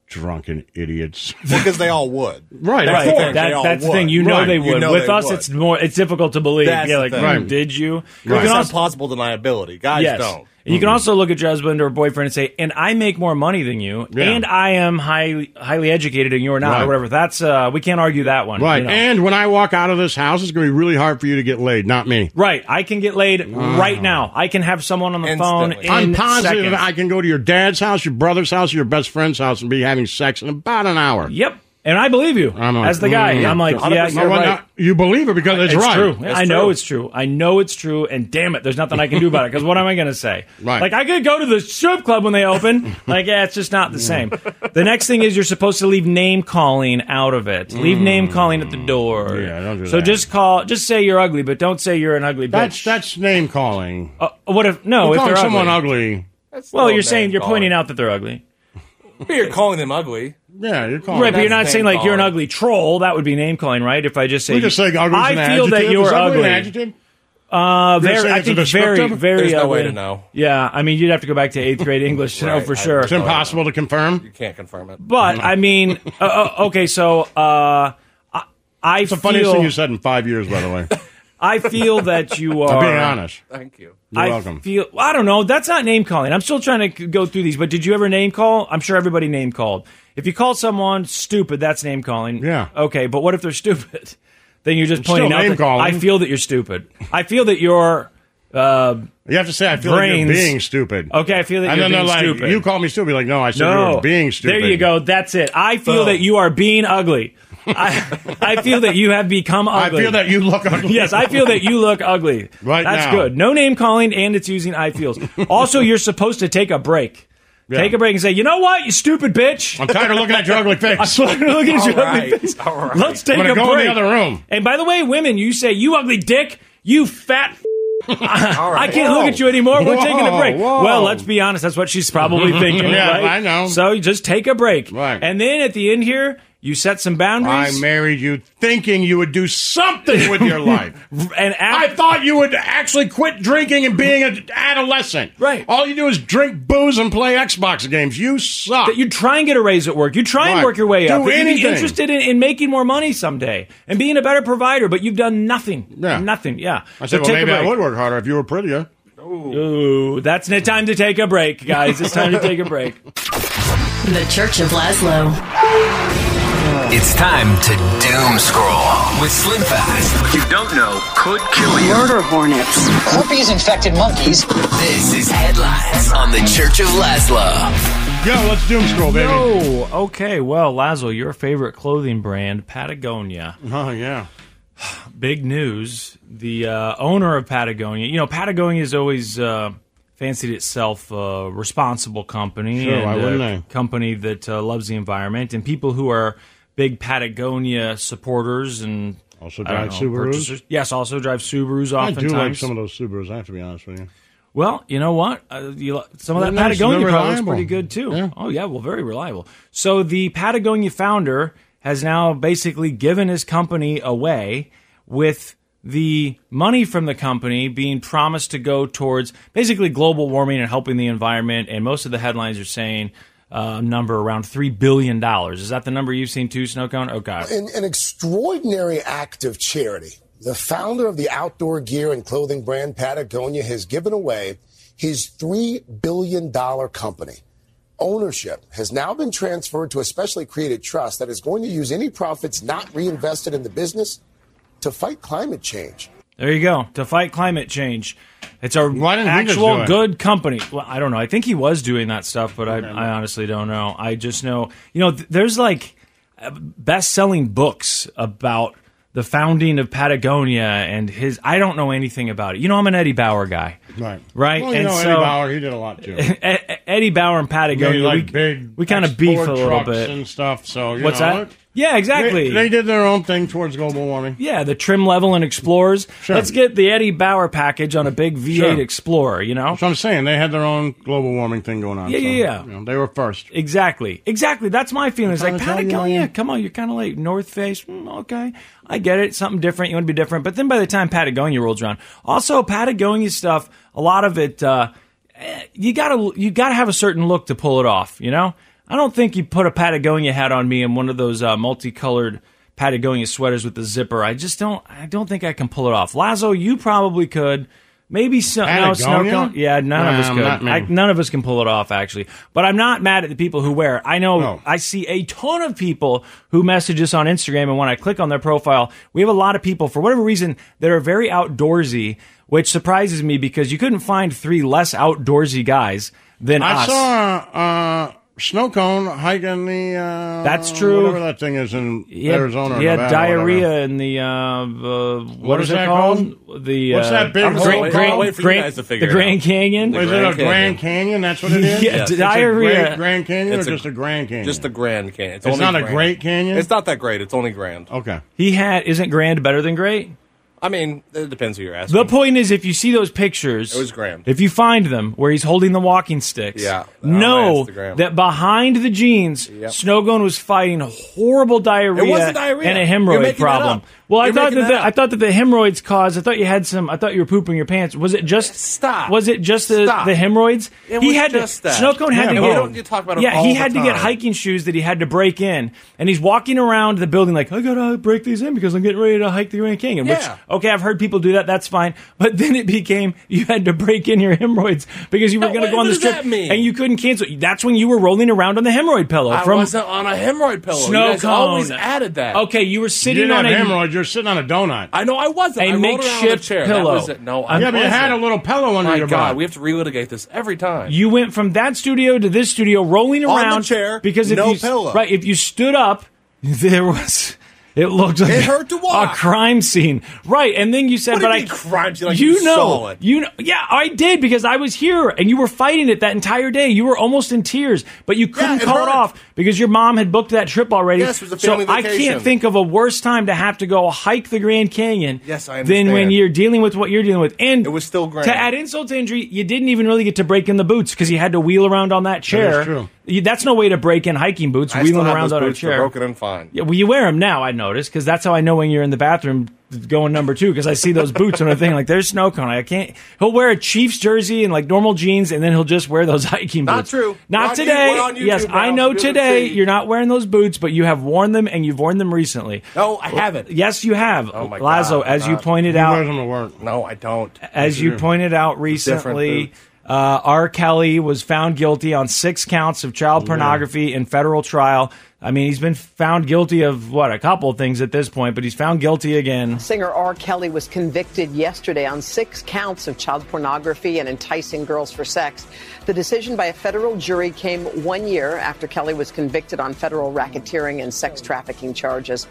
B: drunken idiots.
D: Because they all would.
B: right,
D: That's
B: of
C: Right,
B: course.
D: They
C: that,
D: all
C: that's the
D: would.
C: thing. You know
B: Right.
C: they
B: You
C: would.
D: know
C: With
D: they
C: us,
D: would.
C: it's more. It's difficult to believe.
D: That's
C: yeah,
D: the
C: like
D: thing.
C: "Hmm,
B: Right.
C: did you? You
B: Right.
C: can
D: It's
C: also
D: not plausible deniability. Guys
C: yes.
D: don't.
C: And You can
B: Mm-hmm.
C: also look at your husband or boyfriend and say, "And I make more money than you,
B: Yeah.
C: and I am highly highly educated, and you're not,
B: Right.
C: or whatever." That's uh, we can't argue that one,
B: Right.
C: you know.
B: And when I walk out of this house, it's going to be really hard for you to get laid, not me.
C: Right, I can get laid right now. I can have someone on the phone.
D: Instantly.
C: In
B: I'm positive
C: seconds.
B: I can go to your dad's house, your brother's house, your best friend's house and be having sex in about an hour.
C: Yep, and I believe you.
B: I'm like,
C: As the guy,
B: mm,
C: I'm like,
B: yeah.
C: yeah,
D: 100%.
C: you're
B: Well,
C: right.
B: now, you believe it because it's,
C: It's
B: right.
C: true.
D: It's
C: I know
D: true.
C: it's true. I know it's true. And damn it, there's nothing I can do about it. Because what am I going to say?
B: Right.
C: Like I could go to the strip club when they open. Like yeah, it's just not the same. the next thing is you're supposed to leave name calling out of it. Leave name calling at the door.
B: Mm. Yeah, don't do
C: so
B: that.
C: just call. Just say you're ugly, but don't say you're an ugly bitch.
B: That's that's name calling.
C: Uh, what if no? if
B: calling
C: they're
B: someone
C: ugly.
B: ugly.
D: That's
C: Well,
D: no
C: you're saying
D: name
C: you're
D: calling.
C: pointing out that they're ugly.
D: But you're calling them ugly.
B: Yeah, you're calling.
C: Right, but
D: that's
C: you're not
D: name
C: saying like you're an
D: calling.
C: ugly troll. That would be name calling, right? If I just say
B: we just saying ugly.
C: I
B: is an
C: feel
B: adjective.
C: that
B: Is
C: you're
B: ugly. An
C: ugly.
B: adjective?
C: Uh,
B: You're
C: very,
B: saying
C: I
B: it's a
C: think very,
B: descriptive?
C: very.
D: There's no way
C: ugly.
D: to know.
C: Yeah, I mean, you'd have to go back to eighth grade English to know
D: Right,
C: for
D: I-
C: sure.
B: It's impossible to confirm.
D: You can't confirm it.
C: But I mean, uh, uh, okay, so uh, I, I
B: It's the funniest
C: feel
B: thing you said in five years, by the way.
C: I feel that you are.
B: I'm being honest.
D: Thank you.
B: You're
C: I
B: welcome.
C: feel I don't know. That's not name calling. I'm still trying to c- go through these. But did you ever name call? I'm sure everybody name called. If you call someone stupid, that's name calling.
B: Yeah.
C: Okay, but what if they're stupid? Then you're just
B: Still
C: pointing out.
B: name
C: that,
B: calling.
C: I feel that you're stupid. I feel that you're. Uh,
B: You have to say I feel
C: Brains.
B: like you're being stupid.
C: okay, I feel that
B: And
C: you're
B: then they're
C: being
B: like,
C: stupid.
B: you call me stupid. Like, no, I said you
C: No,
B: were being stupid. Oh.
C: There you go. That's it. I feel
D: Boom.
C: that you are being ugly. I, I feel that you have become
B: I
C: ugly.
B: feel that you look ugly.
C: Yes, I feel that you look ugly.
B: Right
C: That's
B: now.
C: good. No name calling, and it's using I feels. Also, you're supposed to take a break. Take a break and say, you know what, you stupid bitch.
B: I'm tired of looking at your ugly face.
C: Look at your
D: All
C: ugly
D: right,
C: face.
D: all right.
C: Let's take
B: I'm gonna
C: a
B: go in
C: break.
B: the other room.
C: And by the way, women, you say, you ugly dick, you fat
D: All
C: I
D: right.
C: can't look at you anymore. We're
B: Whoa,
C: taking a break.
B: whoa.
C: Well, let's be honest. That's what she's probably thinking.
B: Yeah,
C: right?
B: I know.
C: So you just take a break.
B: Right.
C: And then at the end here, you set some
B: I
C: boundaries.
B: married you thinking you would do something with your life.
C: and
B: I
C: after,
B: thought you would actually quit drinking and being an adolescent.
C: Right.
B: All you do is drink booze and play Xbox games. You suck.
C: you try and get a raise at work. You try and
B: Right.
C: work your way
B: Do
C: up. You'd be
B: anything.
C: interested in, in making more money someday and being a better provider, but you've done nothing.
B: Yeah.
C: Nothing. Yeah.
B: I said,
C: so
B: well,
C: take
B: maybe
C: a
B: I
C: break.
B: would work harder if you were prettier.
C: Ooh, that's the time to take a break, guys. It's time to take a break.
E: The Church of Laszlo.
G: It's time to doom scroll with Slim Fast.
H: you don't know could kill you.
E: Murder Hornets.
I: herpes infected monkeys
G: This is Headlines on the Church of Laszlo.
B: Yo, let's doom scroll, baby.
C: Oh, okay. Well, Lazo, your favorite clothing brand, Patagonia.
B: Oh, yeah.
C: big news. The uh, owner of Patagonia, you know, Patagonia is always uh, fancied itself a responsible company
B: Sure,
C: and
B: why
C: a
B: wouldn't they?
C: company that uh, loves the environment and people who are big Patagonia supporters and
B: Also
C: I don't
B: drive
C: know,
B: Subarus?
C: purchasers. Yes, also drive Subarus.
B: I
C: Oftentimes,
B: do like some of those Subarus. I have to be honest with you.
C: well, you know what? Uh, you, some of
B: They're
C: that
B: nice.
C: Patagonia
B: They're
C: product looks
B: reliable.
C: pretty good too.
B: Yeah.
C: Oh yeah, well, very reliable. So the Patagonia founder has now basically given his company away with the money from the company being promised to go towards basically global warming and helping the environment. And most of the headlines are saying uh, number around three billion dollars. Is that the number you've seen too, Snowcone? Oh god.
J: an, an extraordinary act of charity. The founder of the outdoor gear and clothing brand Patagonia has given away his $3 billion company. Ownership has now been transferred to a specially created trust that is going to use any profits not reinvested in the business to fight climate change.
C: There you go. To fight climate change. It's a
B: Why didn't he just do
C: actual
B: it?
C: good company. Well, I don't know. I think he was doing that stuff, but I, I honestly don't know. I just know, you know, th- there's like best selling books about the founding of Patagonia and his. I don't know anything about it. You know, I'm an Eddie Bauer guy.
B: Right.
C: Right,
B: Well, you
C: and
B: know,
C: so-
B: Eddie Bauer, he did a lot too.
C: E- E- Eddie Bauer and Patagonia,
B: They like
C: we,
B: big
C: we kind of beef a
B: export
C: little
B: trucks
C: bit.
B: and stuff. So you
C: What's
B: know,
C: that? Yeah, exactly.
B: They, they did their own thing towards global warming.
C: Yeah, the trim level and Explorers.
B: Sure.
C: Let's get the Eddie Bauer package on a big V8
B: Sure.
C: Explorer, you know?
B: So I'm saying they had their own global warming thing going on.
C: Yeah,
B: so,
C: yeah, yeah.
B: you know, they were first.
C: Exactly. Exactly. That's my feeling. It's like
B: Kinda telling you,
C: Patagonia.
B: man.
C: Come on, you're kind of like North Face. Mm, okay, I get it. Something different. You want to be different. But then by the time Patagonia rolls around, also Patagonia stuff. A lot of it, uh, eh, you gotta you gotta have a certain look to pull it off. You know, I don't think you put a Patagonia hat on me and one of those uh, multicolored Patagonia sweaters with the zipper. I just don't. I don't think I can pull it off. Lazo, you probably could. Maybe some. no,
B: Patagonia?
C: Snowcone- yeah, none of us
B: Nah,
C: could.
B: not me.
C: I- none of us can pull it off actually but i'm not mad at the people who wear it i know
B: No.
C: i see a ton of people who message us on instagram and when i click on their profile we have a lot of people for whatever reason that are very outdoorsy which surprises me because you couldn't find three less outdoorsy guys than
B: I
C: us
B: saw uh, snow cone hiking the. Uh,
C: That's true.
B: Whatever that thing is in
C: he had,
B: Arizona. or
C: he had
B: Nevada,
C: diarrhea
B: whatever.
C: in the uh, uh what
B: is
C: is, it
B: that
C: called? The
B: What's
C: uh,
B: that big
C: Grand-
B: hole? Wait-
C: Grand-
D: wait for you
C: Grand-
D: guys to
C: the
D: figure it
C: Grand
D: out.
C: Canyon.
B: Is it
D: Grand
B: a
D: Canyon.
B: Grand Canyon? That's what it is.
C: Yeah,
B: It's a
C: diarrhea.
B: great Grand Canyon
D: It's
B: or
D: a-
B: just a Grand Canyon?
D: Just the Grand Canyon.
B: It's
D: only
B: not a
D: grand.
B: great canyon?
D: It's not that great. It's only Grand.
B: Okay.
C: He had isn't Grand better than Great?
D: I mean, it depends who you're asking.
C: The point is, if you see those pictures,
D: It was Graham.
C: If you find them where he's holding the walking sticks,
D: Yeah, Oh, on
C: know
D: Instagram.
C: that behind the jeans,
D: Yep.
C: Snowgone was fighting horrible diarrhea,
D: It wasn't diarrhea.
C: and a
D: You're
C: hemorrhoid
D: making that
C: problem.
D: up.
C: Well, I
D: You're
C: thought
D: making
C: that,
D: that
C: the,
D: up.
C: I thought that the hemorrhoids caused. I thought you had some. I thought you were pooping your pants. Was it just
D: Stop.
C: Was it just the,
D: Stop.
C: the hemorrhoids?
D: It
C: he
D: was
C: had
D: just
C: to,
D: that.
C: Snowcone had
D: Yeah,
C: to
D: but we
C: get.
D: don't get- talk about it
C: yeah,
D: all
C: he
D: the
C: had to get
D: time.
C: hiking shoes that he had to break in, and he's walking around the building like I gotta break these in because I'm getting ready to hike the Grand Canyon. Which,
D: Yeah.
C: okay, I've heard people do that. That's fine. But then it became you had to break in your hemorrhoids because you were
D: No,
C: going to
D: what-
C: go on
D: what
C: this
D: does
C: trip
D: that mean?
C: and you couldn't cancel. That's when you were rolling around on the hemorrhoid pillow
D: I
C: from
D: wasn't on a hemorrhoid pillow. you
C: snow
D: guys always
C: cone.
D: added that.
C: Okay, you were
B: You
C: sitting
B: didn't
C: on
B: have
C: a
B: hemorrhoids. You're sitting on a donut.
D: I know I wasn't.
C: A
D: I rolled around on
C: makeshift
D: a chair.
C: pillow.
D: That was it. No, I
C: Yeah,
B: yeah, but you had a
D: wasn't.
B: little pillow under
D: My
B: your
D: God,
B: body.
D: we have to relitigate this every time.
C: You went from that studio to this studio, rolling
D: On the
C: around
D: chair,
C: because if
D: no
C: you,
D: pillow.
C: Right, if you stood up, there was. It looked like
D: It hurt to
C: a
D: walk.
C: crime scene, right? And then you said,
D: What do
C: "But
D: you
C: I
D: mean crime scene? Like you
C: know,
D: saw it.
C: you know, yeah, I did because I was here, and you were fighting it that entire day. You were almost in tears, but you couldn't
D: it
C: call it
D: hurt.
C: off because your mom had booked that trip already.
D: Yes, it was a
C: so
D: family
C: I can't
D: vacation.
C: think of a worse time to have to go hike the Grand Canyon.
D: Yes, I
C: Than when
D: understand.
C: you're dealing with what you're dealing with, and
D: It was still grand.
C: To add insult to injury, you didn't even really get to break in the boots because you had to wheel around on that chair.
B: That is true.
C: You- That's no way to break in hiking boots,
D: I still
C: wheeling
D: have
C: around
D: those
C: on a
D: boots. They're
C: chair.
D: broken and fine.
C: Yeah, well, you wear them now, I notice, because that's how I know when you're in the bathroom going number two, because I see those boots on a thing. Like, there's snow cone. I can't. He'll wear a Chiefs jersey and like normal jeans, and then he'll just wear those hiking
D: Not
C: boots.
D: true.
C: Not
D: We're on
C: today.
D: you- we're on YouTube
C: yes,
D: now,
C: I know
D: so you can
C: today
D: see.
C: you're not wearing those boots, but you have worn them, and you've worn them recently.
D: No, I haven't.
C: Yes, you have.
D: Oh my
C: Lazo,
D: God,
C: as you
D: not-
C: pointed
B: He
C: out,
B: wears them to work.
D: No, I don't.
C: as you pointed out recently,
D: boots.
C: uh, R. Kelly was found guilty on six counts of child pornography in federal trial. I mean, he's been found guilty of what a couple of things at this point, but he's found guilty again.
K: Singer R. Kelly was convicted yesterday on six counts of child pornography and enticing girls for sex. The decision by a federal jury came one year after Kelly was convicted on federal racketeering and sex trafficking charges.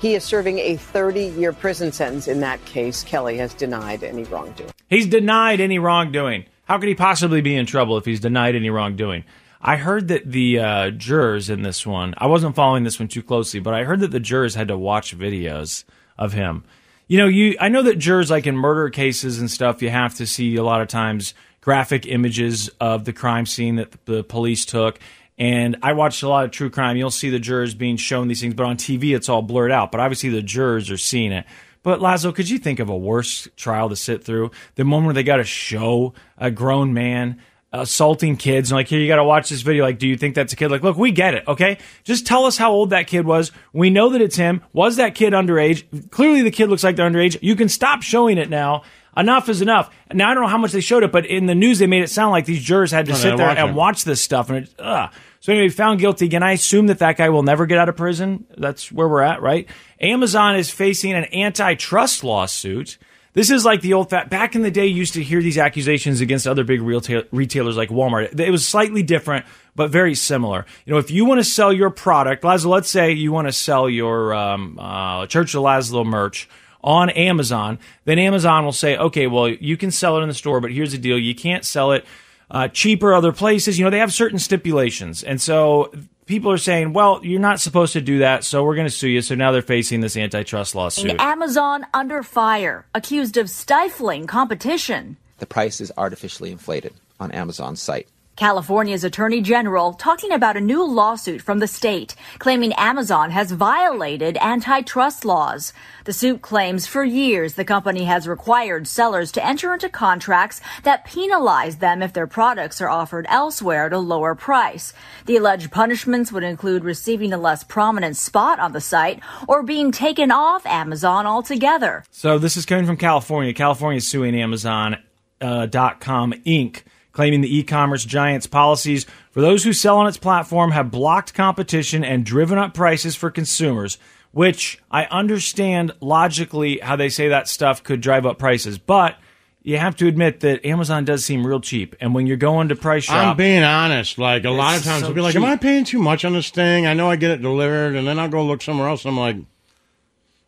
K: He is serving a 30 year prison sentence in that case. Kelly has denied any wrongdoing.
C: He's denied any wrongdoing. How could he possibly be in trouble if he's denied any wrongdoing? I heard that the uh, jurors in this one, I wasn't following this one too closely, but I heard that the jurors had to watch videos of him. You know, you I know that jurors like in murder cases and stuff, you have to see a lot of times graphic images of the crime scene that the, the police took. And I watched a lot of true crime. You'll see the jurors being shown these things, but on TV it's all blurred out. But obviously the jurors are seeing it. But Lazo, could you think of a worse trial to sit through than one where they got to show a grown man assaulting kids? And like, here you got to watch this video. Like, do you think that's a kid? Like, look, we get it. Okay, just tell us how old that kid was. We know that it's him. Was that kid underage? Clearly, the kid looks like they're underage. You can stop showing it now. Enough is enough. Now I don't know how much they showed it, but in the news they made it sound like these jurors had to
B: No, they
C: sit there
B: watch
C: and
B: it.
C: watch this stuff. And it, ugh. so anyway, found guilty again. I assume that that guy will never get out of prison. That's where we're at, right? Amazon is facing an antitrust lawsuit. This is like the old fat. Back in the day, you used to hear these accusations against other big retail- retailers like Walmart. It was slightly different, but very similar. You know, if you want to sell your product, Laszlo, let's say you want to sell your um, uh, Church of Laszlo merch on Amazon, then Amazon will say, okay, well, you can sell it in the store, but here's the deal. You can't sell it uh, cheaper other places. You know, they have certain stipulations. And so people are saying, well, you're not supposed to do that. So we're going to sue you. So now they're facing this antitrust lawsuit.
L: Amazon under fire, accused of stifling competition.
M: The price is artificially inflated on Amazon's site.
L: California's Attorney General talking about a new lawsuit from the state claiming Amazon has violated antitrust laws. The suit claims for years the company has required sellers to enter into contracts that penalize them if their products are offered elsewhere at a lower price. The alleged punishments would include receiving a less prominent spot on the site or being taken off Amazon altogether.
C: So this is coming from California. California is suing Amazon uh, dot .com Inc., claiming the e-commerce giant's policies for those who sell on its platform have blocked competition and driven up prices for consumers. Which I understand logically how they say that stuff could drive up prices, but you have to admit that Amazon does seem real cheap. And when you're going to price shop,
B: I'm being honest. Like a lot of
C: It's
B: times,
C: so
B: I'll be like, "Am I
C: cheap."
B: paying too much on this thing?" I know I get it delivered, and then I'll go look somewhere else. And I'm like,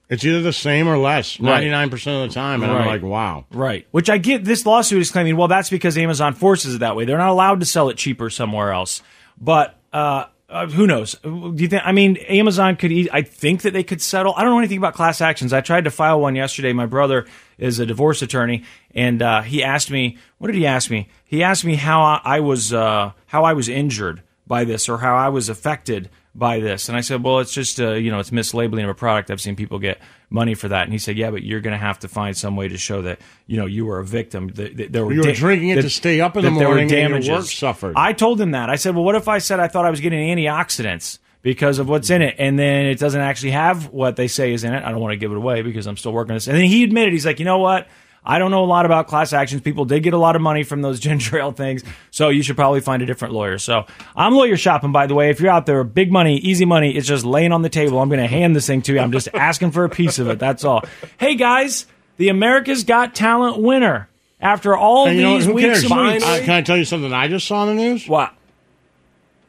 B: "It's either the same or less."
C: Right.
B: Ninety nine percent of the time, and I'm
C: Right.
B: like, "Wow."
C: Right. Which I get this lawsuit is claiming, well, that's because Amazon forces it that way. They're not allowed to sell it cheaper somewhere else. But uh, uh, who knows? Do you think? I mean, Amazon could. E- I think that they could settle. I don't know anything about class actions. I tried to file one yesterday. My brother is a divorce attorney, and uh, he asked me, "What did he ask me?" He asked me how I, I was uh, how I was injured by this or how I was affected by this. And I said, well, it's just, uh, you know, it's mislabeling of a product. I've seen people get money for that. And he said, yeah, but you're going to have to find some way to show that, you know, you were a victim. That, that there were
B: You were drinking it to stay up in the
C: that there were
B: morning and your work
C: damages.
B: suffered.
C: I told him that. I said, well, what if I said I thought I was getting antioxidants because of what's in it, and then it doesn't actually have what they say is in it. I don't want to give it away because I'm still working on this. And then he admitted, he's like, you know what? I don't know a lot about class actions. People did get a lot of money from those ginger ale things, so you should probably find a different lawyer. So I'm lawyer shopping, by the way. If you're out there, big money, easy money, it's just laying on the table. I'm going to hand this thing to you. I'm just asking for a piece of it. That's all. Hey guys, the America's Got Talent winner. After all
B: And you know,
C: these
B: who
C: weeks,
B: cares?
C: and weeks
B: Uh, can I tell you something I just saw in the news?
C: What?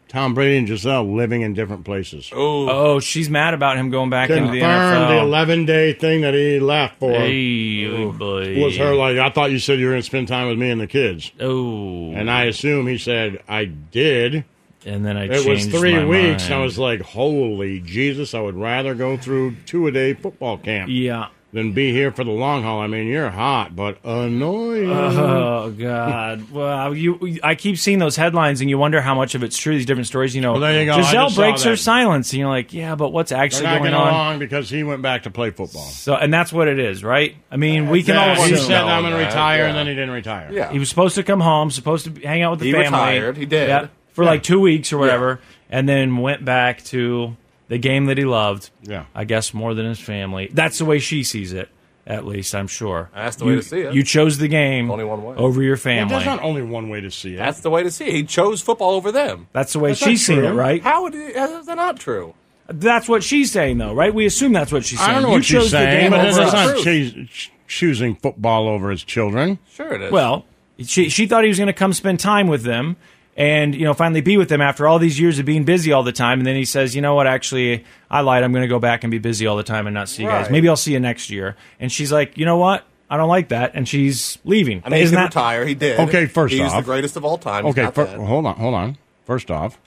B: Tom Brady and Giselle living in different places.
C: Oh, she's mad about him going back into the
B: Confirmed the
C: NFL.
B: 11 day thing that he left for
C: Hey, oh boy.
B: was her like, I thought you said you were going to spend time with me and the kids.
C: Oh.
B: And I assume he said, I did.
C: And then I
B: It was
C: changed
B: three
C: my
B: weeks.
C: mind.
B: I was like, holy Jesus, I would rather go through two a day football camp
C: yeah.
B: than be here for the long haul. I mean, you're hot, but annoying.
C: Oh God! Well, you, I keep seeing those headlines, and you wonder how much of it's true. These different stories, you know.
B: Well, there you go. I
C: Giselle
B: just saw
C: breaks her
B: that.
C: silence, and you're like, yeah, but what's
B: They're
C: actually
B: not
C: going
B: getting
C: on?
B: along because he went back to play football.
C: So, and that's what it is, right? I mean, we can all.
B: he
C: assume.
B: said, I'm going
D: that,
B: to retire,
D: yeah.
B: and then he didn't retire.
D: Yeah.
C: He was supposed to come home, supposed to hang out with the
D: He
C: family.
D: retired. He did.
C: Yeah, for like two weeks or whatever, and then went back to the game that he loved.
B: Yeah.
C: I guess more than his family. That's the way she sees it, at least I'm sure.
D: That's the
C: you,
D: way to see it.
C: You chose the game
D: Only one way.
C: over your
B: Well,
C: family.
B: there's not only one way to see it.
D: That's the way to see. it. He chose football over them.
C: that's the way
B: That's not
C: she's seeing it,
B: true.
C: right?
D: How would he, how is that not true?
C: That's what she's saying, though, right? We assume that's what she's saying.
B: I don't know
C: you
B: what
C: chose
B: she's saying,
C: the
B: but
C: game
B: that's
C: over us.
B: not choo- ch- choosing football over his children.
D: Sure it is.
C: Well, she she thought he was going to come spend time with them and you know finally be with them after all these years of being busy all the time and then he says, "You know what? Actually, I lied. I'm going to go back and be busy all the time and not see you guys.
D: Right.
C: Maybe I'll see you next year." And she's like, "You know what? I don't like that, and she's leaving.
D: I mean,
C: Isn't
D: he can
C: that
D: retire. He did.
B: Okay, first
D: he's the
B: off-
D: greatest of all time. He's
B: Okay,
D: not
B: fir-
D: dead.
B: hold on, hold on. First off,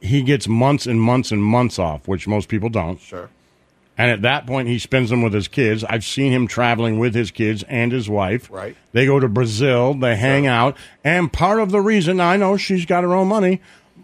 B: he gets months and months and months off, which most people don't.
D: Sure.
B: And at that point, he spends them with his kids. I've seen him traveling with his kids and his wife.
D: Right.
B: They go to Brazil, they hang out. And part of the reason, I know she's got her own money,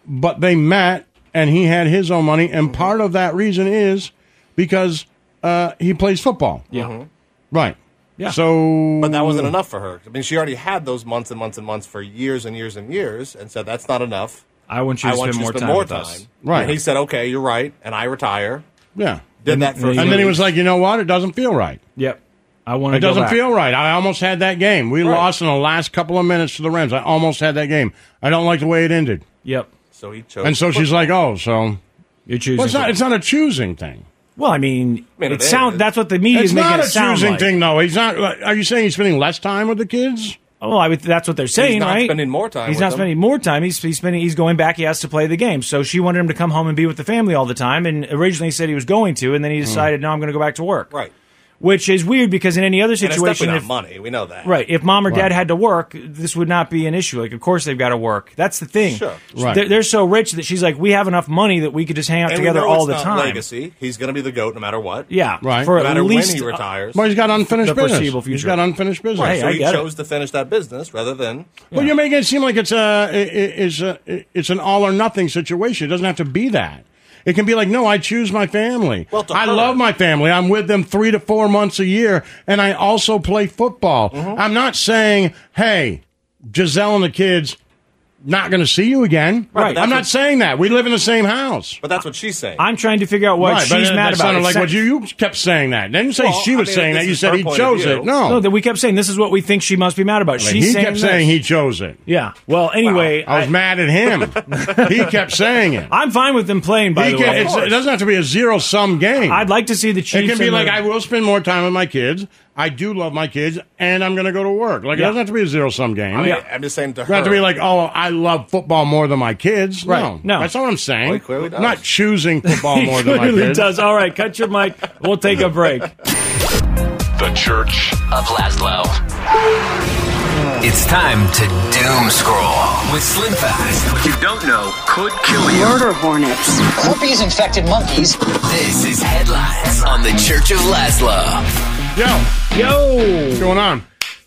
B: but they met and he had his own money.
C: Mm-hmm.
B: And part of that reason is because uh, he plays football.
C: Yeah. Mm-hmm.
B: Right.
C: Yeah.
B: So.
D: But that wasn't enough for her. I mean, she already had those months and months and months for years and years and years, and said that's not enough.
C: I want you to spend more time with us.
B: Right.
D: And he said, "Okay, you're right," and I retire.
B: Yeah.
D: Did that for.
B: And then he was like, you know what? It doesn't feel right.
C: Yep. I want to.
B: It doesn't feel right. I almost had that game. We lost in the last couple of minutes to the Rams. I almost had that game. I don't like the way it ended.
C: Yep.
D: So he chose.
B: And so she's like, "Oh, so
C: you're choosing."
B: Well, it's not. It's not a choosing thing.
C: Well, I mean,
D: Man,
C: it
D: it
C: sound
D: is.
C: that's what the media
B: it's
C: is making
B: not
C: it
B: a
C: sound
B: choosing
C: like.
B: thing, though. He's not. Are you saying he's spending less time with the kids?
C: Oh, I would, that's what they're saying,
D: not
C: right?
D: spending more time
C: He's
D: with
C: not
D: them.
C: spending more time. He's he's spending. He's going back. He has to play the game. So she wanted him to come home and be with the family all the time. And originally he said he was going to, and then
B: Hmm.
C: he decided, no, I'm going to go back to work.
D: Right.
C: Which is weird because in any other
D: And it's
C: situation,
D: definitely not
C: if-
D: money. We know that.
C: Right. If mom or dad
B: Right.
C: had to work, this would not be an issue. Like, of course they've got to work. That's the thing.
D: Sure.
B: Right.
C: They're, they're so rich that she's like, we have enough money that we could just hang out
D: And we
C: together
D: know
C: all
D: it's
C: the
D: not
C: time.
D: Legacy. He's going to be the goat no matter what.
C: Yeah.
B: Right.
C: For
D: No matter
C: at least uh,
D: when he retires.
B: Well, he's got unfinished
C: foreseeable
B: business.
C: future.
B: He's got unfinished business.
D: Right,
C: Hey,
D: so
C: I
D: he
C: get it.
D: chose to finish that business rather than
B: Well, you're making it seem like it's a it's a it's an all or nothing situation. It doesn't have to be that. It can be like, no, I choose my family.
D: Well, to
B: I
D: her-
B: love my family. I'm with them three to four months a year, and I also play football.
D: Mm-hmm.
B: I'm not saying, hey, Giselle and the kids, not going to see you again.
C: Right,
B: I'm
D: that's
B: not
D: what-
B: saying that. We live in the same house.
D: But that's what she's saying.
C: I'm trying to figure out what
B: right,
C: she's
B: but
C: mad
B: that
C: about.
B: sounded
C: It
B: like
C: sa-
B: what you, you kept saying that. Didn't say
D: Well,
B: she
D: I
B: was
D: mean,
B: saying
D: this
B: that. You
D: is
B: said
D: her
B: he
D: point of
B: chose
D: view.
B: it. No,
C: No, that we kept saying this is what we think she must be mad about.
B: Like,
C: She's
B: he
C: saying
B: kept
C: this.
B: saying he chose it.
C: Yeah. Well, anyway,
B: I was mad at him. he kept saying it.
C: I'm fine with them playing. By
B: He
C: the
B: can-
C: way,
B: it's- it doesn't have to be a zero sum game.
C: I'd like to see the
B: it
C: Chiefs.
B: can be
C: and
B: like
C: the-
B: I will spend more time with my kids. I do love my kids, and I'm going to go to work. Like
C: Yeah.
B: it doesn't have to be a zero sum game.
D: I mean,
C: yeah.
D: I'm just saying to
B: It doesn't have
D: her.
B: to be like oh I love football more than my kids. No,
C: Right. No.
B: that's not what I'm saying.
D: Well, Oh, he clearly does.
B: Not choosing football
C: He
B: more than my
C: clearly
B: kids.
C: does. All right, cut your mic. We'll take a break.
H: The Church.
G: Of Laszlo. It's time to doom scroll with Slim Fast.
H: What you don't know could kill you.
E: Murder hornets.
I: Herpes infected monkeys.
G: This is headlines on the Church of Laszlo.
B: Yo, what's
C: Yo.
B: going on?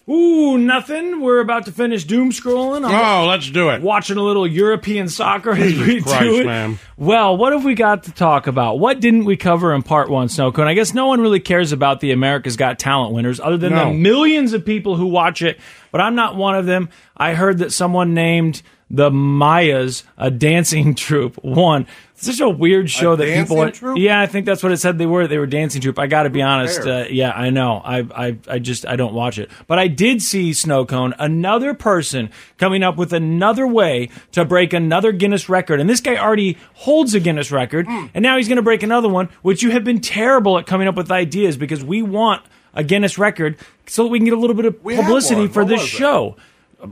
C: Ooh, nothing. We're about to finish doom scrolling. I'm
B: Oh, let's do it.
C: watching a little European soccer as
B: Jesus
C: we
B: Christ,
C: do it.
B: man.
C: Well, what have we got to talk about? What didn't we cover in part one, Snowcone? I guess no one really cares about the America's Got Talent winners other than
B: No.
C: the millions of people who watch it, but I'm not one of them. I heard that someone named the Mayas a dancing troupe. One. It's such a weird show that people
D: dancing troupe?
C: Yeah, I think that's what it said they were. They were dancing troupe. I got to be honest.
D: cares?
C: Uh, yeah, I know. I, I I just I don't watch it. But I did see Snow Cone, another person coming up with another way to break another Guinness record. And this guy already holds a Guinness record,
D: Hmm.
C: and now he's going to break another one, which you have been terrible at coming up with ideas because we want a Guinness record so that we can get a little bit of
D: had
C: publicity
D: one.
C: for
D: What
C: this
D: was it?
C: show.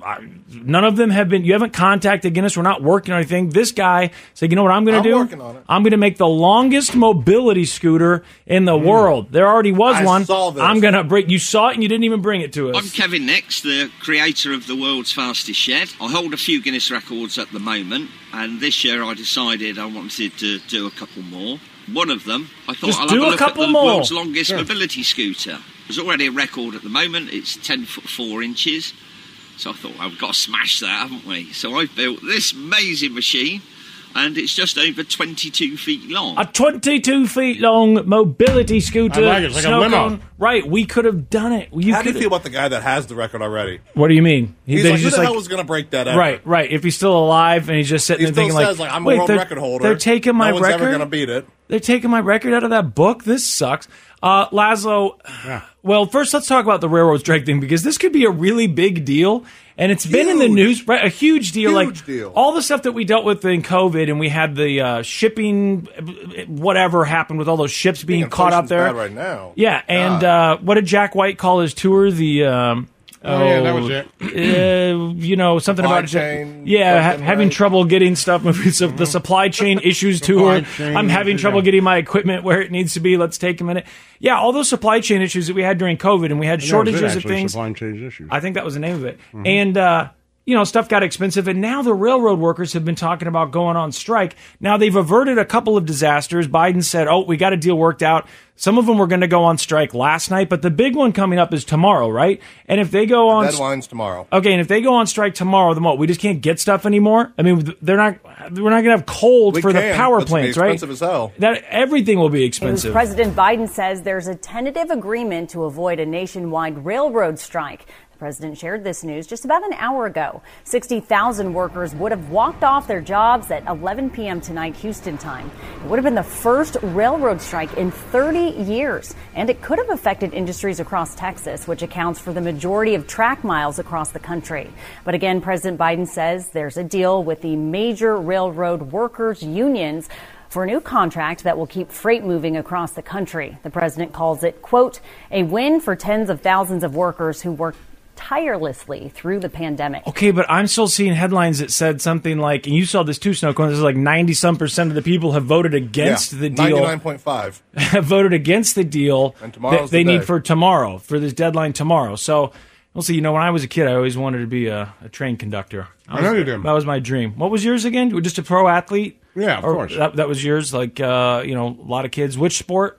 C: I- None of them have been. You haven't contacted Guinness. We're not working on anything. This guy said, "You know what I'm going
D: I'm
C: to do?
D: working on it.
C: I'm going to make the longest mobility scooter in the world. There already was
D: Hmm. I
C: one.
D: saw this.
C: I'm going to break. You saw it and you didn't even bring it to us.
N: I'm Kevin Nix, the creator of the world's fastest shed. I hold a few Guinness records at the moment, and this year I decided I wanted to do a couple more. One of them, I thought
C: Just
N: I'll
C: do
N: have
C: a
N: a look
C: couple
N: at the
C: more.
N: world's longest mobility scooter. There's already a record at the moment. It's 10 foot 4 inches. So I thought, well, we've got to smash that, haven't we? So I built this amazing machine, and it's just over 22 feet long.
C: A 22 feet long mobility scooter.
B: I like it. It's like a
C: snow
B: limo.
C: cone. Right. We could have done it. You
D: How do you
C: could-
D: feel about the guy that has the record already?
C: What do you mean? He-
D: He's
C: they're
D: like, who
C: just
D: the hell was going to break that? Ever?
C: Right, right. If he's still alive and he's just sitting
D: He
C: there
D: still
C: thinking
D: says like,
C: like,
D: I'm
C: "Wait,
D: a world
C: they're-
D: record holder.
C: They're taking my
D: no one's
C: record.
D: ever going to beat it.
C: They're taking my record out of that book. This sucks. Uh, Laszlo, well, first let's talk about the railroad strike thing because this could be a really big deal. And it's been in the
D: Huge.
C: news, right? A huge deal.
D: Huge
C: like
D: deal.
C: all the stuff that we dealt with in COVID and we had the uh, shipping, whatever happened with all those ships being caught up
D: Inflation's
C: there.
D: bad right now.
C: Yeah. And uh, what did Jack White call his tour? The. Um,
B: Oh, yeah, that was it.
C: uh, you know, something
B: Supply
C: about
B: chain,
C: yeah, ha-
B: something,
C: having
B: right?
C: trouble getting stuff. It's a, the supply chain issues tour.
B: Supply chain
C: I'm having
B: issues,
C: trouble
B: yeah.
C: getting my equipment where it needs to be. Let's take a minute. Yeah, all those supply chain issues that we had during COVID, and we had
B: And that was it,
C: shortages of
B: actually,
C: things.
B: Supply chain issues.
C: I think that was the name of it.
B: Mhm.
C: And uh, you know, stuff got expensive, and now the railroad workers have been talking about going on strike. Now they've averted a couple of disasters. Biden said, "Oh, we got a deal worked out." Some of them were going to go on strike last night, but the big one coming up is tomorrow, right? And if they go on,
D: Deadline's tomorrow.
C: Okay, and if they go on strike tomorrow, then what? We just can't get stuff anymore. I mean, they're not. We're not going to have cold
D: We
C: for the
D: can,
C: power
D: but it's gonna be
C: plants, right?
D: expensive as hell.
C: That everything will be expensive.
O: President Biden says there's a tentative agreement to avoid a nationwide railroad strike. The president shared this news just about an hour ago. 60,000 workers would have walked off their jobs at 11 p.m. tonight, Houston time. It would have been the first railroad strike in 30 years, and it could have affected industries across Texas, which accounts for the majority of track miles across the country. But again, President Biden says there's a deal with the major railroad workers' unions for a new contract that will keep freight moving across the country. The president calls it, quote, a win for tens of thousands of workers who worked tirelessly through the pandemic.
C: Okay, but I'm still seeing headlines that said something like, and you saw this too, Snow Cone. This is like 90 some percent of the people have voted against the deal.
D: 99.5.
C: Have voted against the deal
D: And tomorrow's
C: that they
D: the day.
C: need for tomorrow, for this deadline tomorrow. So we'll see. You know, when I was a kid, I always wanted to be a, a train conductor.
B: I know
C: was-
B: you did.
C: That was my dream. What was yours again? You were Just a pro athlete?
B: Yeah, of
C: Or
B: course.
C: That, that was yours. Like, uh, you know, a lot of kids. Which sport?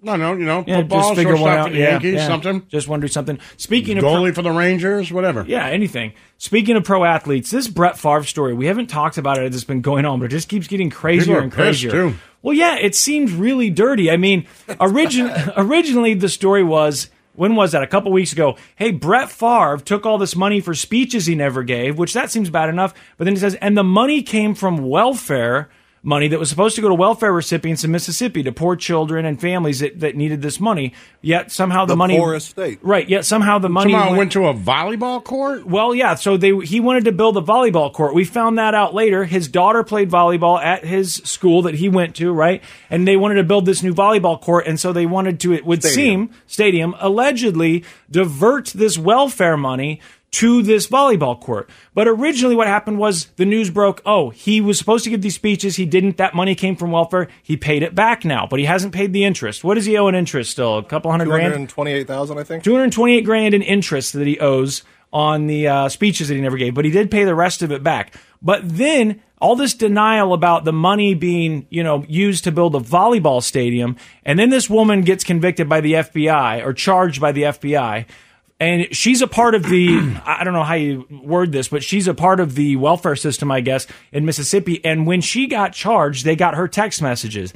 B: No, no, you know,
C: Yeah,
B: football,
C: just figure one
B: shortstop
C: out.
B: for the
C: Yeah,
B: Yankees,
C: yeah.
B: something.
C: Just want to do something. Speaking of pro-
B: goalie for the Rangers, whatever.
C: Yeah, anything. Speaking of pro athletes, this Brett Favre story, we haven't talked about it as it's been going on, but it just keeps getting
B: People
C: crazier
B: are
C: and
B: pissed,
C: crazier.
B: too.
C: Well, yeah, it seemed really dirty. I mean, origin- originally the story was when was that? A couple weeks ago. Hey, Brett Favre took all this money for speeches he never gave, which that seems bad enough. But then he says, and the money came from welfare money that was supposed to go to welfare recipients in Mississippi to poor children and families that, that needed this money. Yet somehow the,
D: The
C: money
D: poorest state.
C: right? Yet somehow the money
B: Somehow it went to a volleyball court.
C: Well, yeah. So they he wanted to build a volleyball court. We found that out later. His daughter played volleyball at his school that he went to, right? And they wanted to build this new volleyball court, and so they wanted to. It would
D: Stadium.
C: seem stadium allegedly divert this welfare money. To this volleyball court. But originally, what happened was the news broke. Oh, he was supposed to give these speeches. He didn't. That money came from welfare. He paid it back now, but he hasn't paid the interest. What does he owe in interest still? A couple hundred grand?
D: 228,000, I think.
C: 228 grand in interest that he owes on the uh, speeches that he never gave, but he did pay the rest of it back. But then all this denial about the money being, you know, used to build a volleyball stadium, and then this woman gets convicted by the FBI or charged by the FBI. And she's a part of the, I don't know how you word this, but she's a part of the welfare system, I guess, in Mississippi. And when she got charged, they got her text messages.